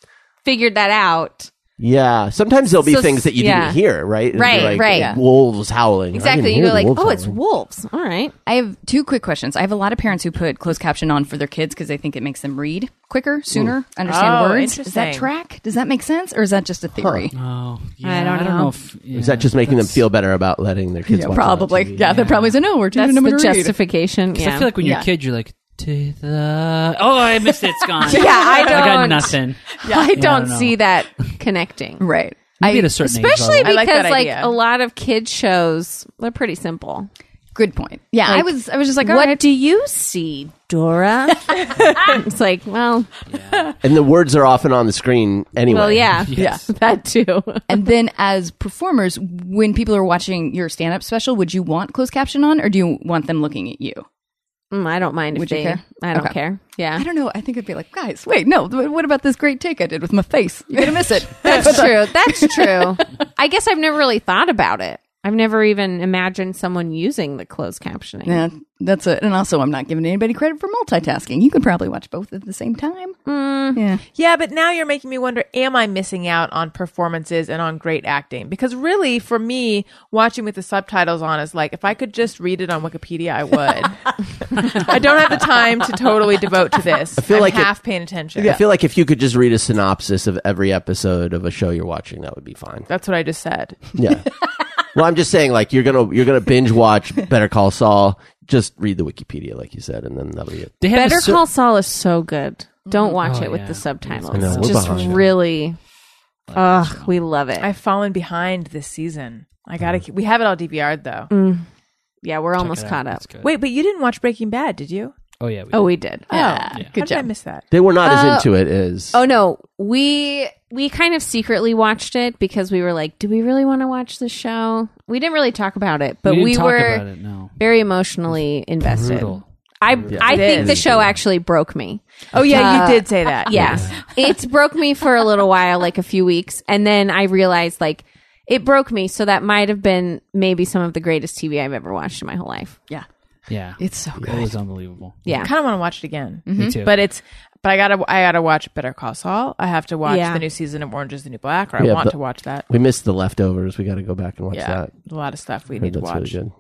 G: figured that out.
A: Yeah, sometimes there'll be
G: So,
A: things that you
G: yeah.
A: didn't hear, right? It'll be
G: Right,
A: like
G: right.
A: Wolves howling. I didn't
G: Exactly.
A: hear
G: You're
A: the
G: like,
A: wolves
G: oh, it's
A: howling.
G: wolves. All right.
D: I have two quick questions. I have a lot of parents who put closed caption on for their kids because they think it makes them read quicker, sooner, understand
C: Oh,
D: words. Does that
C: interesting.
D: track? Does that make sense, or is that just a theory?
E: Oh,
G: I
E: yeah,
G: don't know.
E: if, yeah,
A: Is that just making them
E: that's-
A: feel better about letting their kids?
D: Yeah,
A: watch it on
D: probably.
A: TV?
D: Yeah, they probably say no. We're teaching
G: That's
D: them
G: the
D: to read.
G: justification.
E: I
G: Yeah.
E: feel like when you're
D: Yeah.
E: a kid, you're like, to the oh, I missed it. It's gone.
G: yeah, I don't.
E: I got nothing.
G: I don't
E: don't know.
G: see that connecting.
D: right?
E: Maybe
D: I-
E: at a certain
G: Especially
E: age,
C: I
G: because
C: like
G: like,
C: that idea.
G: a lot of kids shows, they're pretty simple.
D: good point. Yeah, I was. I was just like, all
G: what
D: right.
G: do you see, Dora? it's like, well,
A: And the words are often on the screen anyway.
G: well, yeah, Mm,
E: Yes.
G: yeah, that too.
D: and then, as performers, when people are watching your stand-up special, would you want closed caption on, or do you want them looking at you?
G: Mm, I don't mind if
D: Would you
G: they.
D: care?
G: I don't
D: Okay.
G: care. Yeah,
D: I don't know. I think I'd be like, guys, wait, no. th- What about this great take I did with my face? You're gonna miss it.
G: that's true. That's true. I guess I've never really thought about it. I've never even imagined someone using the closed captioning.
D: Yeah, that's it. And also, I'm not giving anybody credit for multitasking. You could probably watch both at the same time. Yeah.
C: Yeah, but now you're making me wonder am I missing out on performances and on great acting? Because really, for me, watching with the subtitles on is like if I could just read it on Wikipedia, I would. I don't have the time to totally devote to this. I
A: feel
C: am
A: like it-
C: half paying attention.
A: I feel like if you could just read a synopsis of every episode of a show you're watching, that would be fine.
C: That's what I just said.
A: Yeah. Well, I'm just saying, like you're gonna you're gonna binge watch Better Call Saul. Just read the Wikipedia, like you said, and then that'll be it.
E: They have a
G: Better
E: cer-
G: Call Saul is so good. Don't watch
E: Oh,
G: it with
E: yeah.
G: the subtitles.
A: I know, we're
G: Just
A: behind.
G: really, ugh, we love it.
C: I've fallen behind this season. I
A: Mm.
C: gotta. keep We have it all DVR'd though.
G: Mm. yeah, we're almost
E: Yeah,
G: caught up.
E: that's good.
C: Wait, but you didn't watch Breaking Bad, did you?
E: Oh yeah. We
G: Oh, we did. Yeah,
C: Oh,
G: good
C: How did I
G: job.
C: miss that?
A: They were not
G: Uh,
A: as into it as.
G: Oh no, we we kind of secretly watched it because we were like, do we really want to watch this show? We didn't really talk about it, but
E: didn't
G: we,
E: talk
G: were
E: about it. No.
G: very emotionally invested.
E: Brutal.
G: I I
C: It
G: think
C: is.
G: the show actually broke me.
C: Oh yeah,
G: Uh,
C: you did say that.
G: Yeah. it broke me for a little while, like a few weeks, and then I realized like it broke me, so that might have been maybe some of the greatest TV I've ever watched in my whole life.
D: Yeah.
E: Yeah.
D: It's so good.
E: It was unbelievable.
G: Yeah. Mm-hmm.
C: I kind of want to watch it again.
E: Me too.
C: But it's but I gotta I gotta watch Better Call Saul. I have to watch
G: Yeah.
C: the new season of Orange Is the New Black, or I
A: Yeah,
C: want
A: but-
C: to watch that.
A: we missed the leftovers. We got to go back and watch
C: Yeah,
A: that.
C: a lot of stuff we
A: Heard
C: need to
A: that's really
C: watch.
A: good.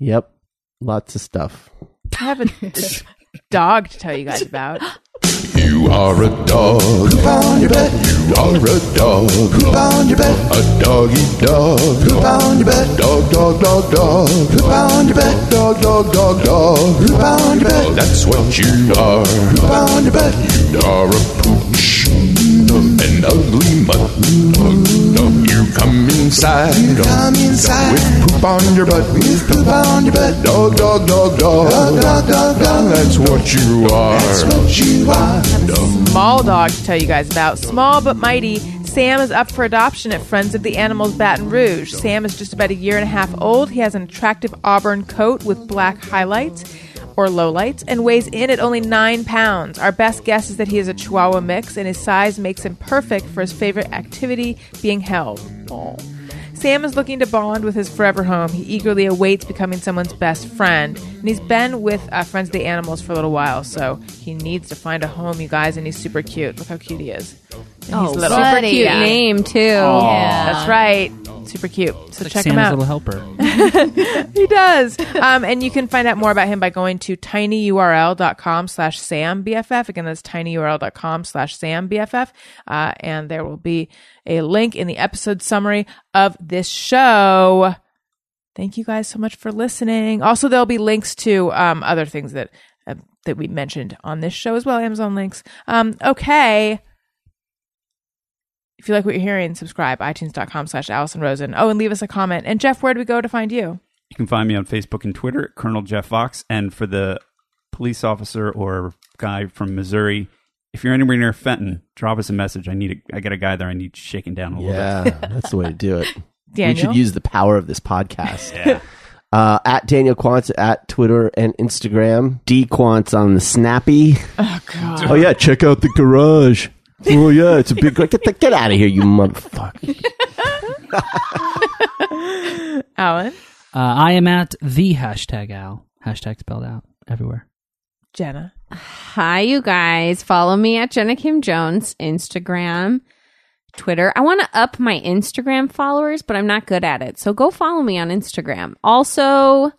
A: Yep, lots of stuff.
C: I have a dog to tell you guys about.
H: You are a dog. Poop on your butt. You are a dog. Poop on your butt. A doggy dog. Poop on your butt. Dog, dog, dog, dog. Poop on your butt. Dog, dog, dog, dog. Poop on your butt. That's what you are. Poop on your butt. You are a pooch. An ugly mutt. You come inside. You come inside. With poop on your butt. With poop on your butt. Dog, dog, dog, dog. Dog, dog, dog, dog. That's what you are. That's what you are.
C: small dog to tell you guys about. Small but mighty, Sam is up for adoption at Friends of the Animals Baton Rouge. Sam is just about a year and a half old. He has an attractive auburn coat with black highlights or lowlights and weighs in at only nine pounds. Our best guess is that he is a Chihuahua mix, and his size makes him perfect for his favorite activity being held. Aw. Sam is looking to bond with his forever home. He eagerly awaits becoming someone's best friend. And he's been with uh, Friends of the Animals for a little while, so he needs to find a home, you guys, and he's super cute. Look how cute he is. And he's little.
G: Oh, Super cute
D: Yeah.
G: name too.
C: That's right. Super cute. So check him
E: Santa's
C: out.
E: little helper.
C: He does. Um, and you can find out more about him by going to tinyurl.com slash sambff. Again, that's tinyurl.com slash sambff. Uh, and there will be a link in the episode summary of this show. Thank you guys so much for listening. Also, there'll be links to um, other things that uh, that we mentioned on this show as well, Amazon links. Um, okay. If you like what you're hearing, subscribe, itunes.com slash Allison Rosen. Oh, and leave us a comment. And Jeff, where do we go to find you?
F: You can find me on Facebook and Twitter at Colonel Jeff Fox. And for the police officer or guy from Missouri, if you're anywhere near Fenton, drop us a message. I need a, I got a guy there. I need shaking down a little bit.
A: Yeah, that's the way to do it. We
C: Daniel?
A: should use the power of this podcast. Uh, at Daniel Quantz at Twitter and Instagram. D Quantz on the Snappy. Oh, God. Oh, yeah. Check out the garage. Oh, yeah. It's a big. Get, the- get out of here, you motherfucker.
C: Alan?
E: Uh, I am at the hashtag Al. Hashtag spelled out everywhere.
C: Jenna.
G: Hi, you guys. Follow me at Jenna Kim Jones, Instagram, Twitter. I want to up my Instagram followers, but I'm not good at it. So go follow me on Instagram. Also, uh,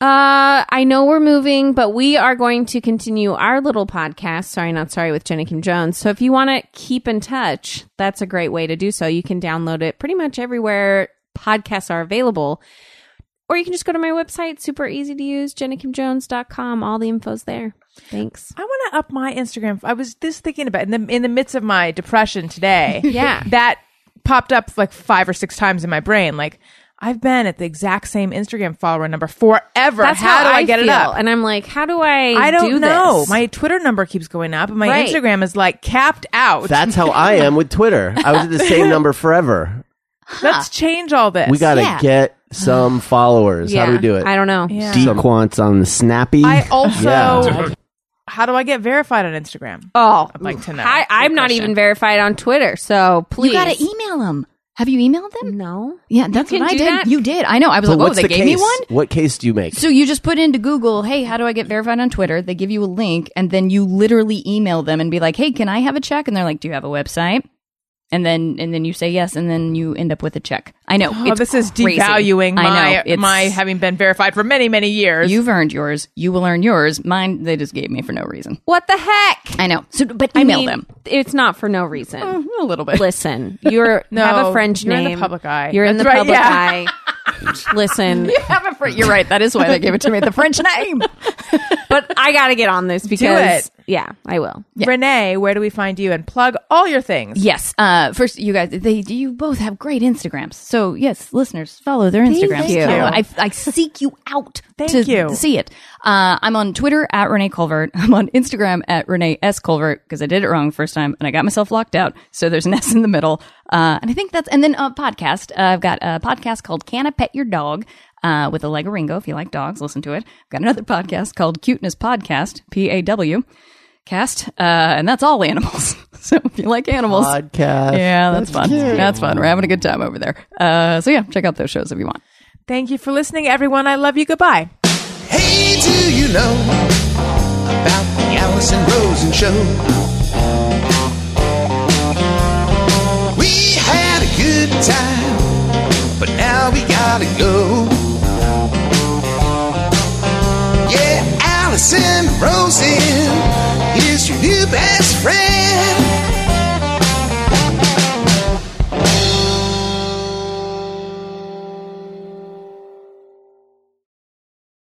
G: I know we're moving, but we are going to continue our little podcast, Sorry Not Sorry with Jenna Kim Jones. So if you want to keep in touch, that's a great way to do so. You can download it pretty much everywhere podcasts are available. Or you can just go to my website, super easy to use, jennakimjones.com. All the info's there. Thanks.
C: I want to up my Instagram. I was just thinking about in the in the midst of my depression today.
G: Yeah.
C: that popped up like five or six times in my brain. Like I've been at the exact same Instagram follower number forever.
G: That's
C: how, do I, get
G: feel.
C: it up?
G: And I'm like, how do I
C: I don't
G: do
C: know.
G: this?
C: My Twitter number keeps going up, and my
G: Right.
C: Instagram is like capped out.
A: That's how I am with Twitter. I was at the same number forever.
C: Let's change all this.
A: We got to
D: Yeah.
A: get some followers. How do we do it?
G: I don't know.
C: Yeah.
A: D Quantz on the Snappy.
C: I also.
A: Yeah.
C: How do I get verified on Instagram?
G: Oh,
C: I'd like to know.
G: I, I'm
C: Good
G: not
C: question. e-
G: even verified on Twitter, so please.
D: You got to email them. Have you emailed them?
G: No.
D: Yeah, that's
G: can
D: what I
G: do
D: did.
G: that?
D: You did. I know. I was
A: But
D: like, oh,
A: what's
D: they
A: the
D: gave
A: case?
D: me one?
A: What case do you make?
D: So you just put into Google, hey, how do I get verified on Twitter? They give you a link, and then you literally email them and be like, hey, can I have a check? And they're like, do you have a website? and then and then you say yes, and then you end up with a check. I know.
C: Oh,
D: it's
C: this is
D: crazy.
C: devaluing
D: I know,
C: my
D: it's-
C: my having been verified for many many years.
D: You've earned yours. You will earn yours. Mine, they just gave me for no reason.
G: What the heck?
D: I know. So, but
G: I
D: email
G: mean,
D: them
G: It's not for no reason.
D: a little bit.
G: Listen, you're
C: Mm-hmm. No,
G: have a French
C: you're in
G: name.
C: the public eye.
G: You're in
C: That's
G: the
C: right,
G: public
C: yeah.
G: eye. Listen,
D: Have a Fr- You're right. That is why they gave it to me. The French name.
G: but I gotta get on this because
C: it.
G: yeah, I will.
C: Renee, where do we find you? And plug all your things.
D: Yes. Uh, first, you guys, they you both have great Instagrams. So yes, listeners, follow their Instagrams.
G: you.
D: Follow- I, I seek you out
C: Thank
D: to
C: you.
D: see it. Uh, I'm on Twitter at Renee Culvert. I'm on Instagram at Renee S Culvert because I did it wrong the first time and I got myself locked out. So there's an S in the middle. Uh, and I think that's and then a podcast. Uh, I've got a podcast called Can I Pet Your Dog? Uh, with Allegra Ringo. If you like dogs, listen to it. I've got another podcast called Cuteness Podcast, P A W cast. Uh, and that's all animals. so if you like animals,
A: Podcast.
D: yeah, that's, fun. That's fun. We're having a good time over there. Uh, so yeah, check out those shows if you want.
C: Thank you for listening, everyone. I love you. Goodbye.
B: Hey, do you know about the Allison Rosen show? We had a good time, but now we gotta go. Yeah, Allison Rosen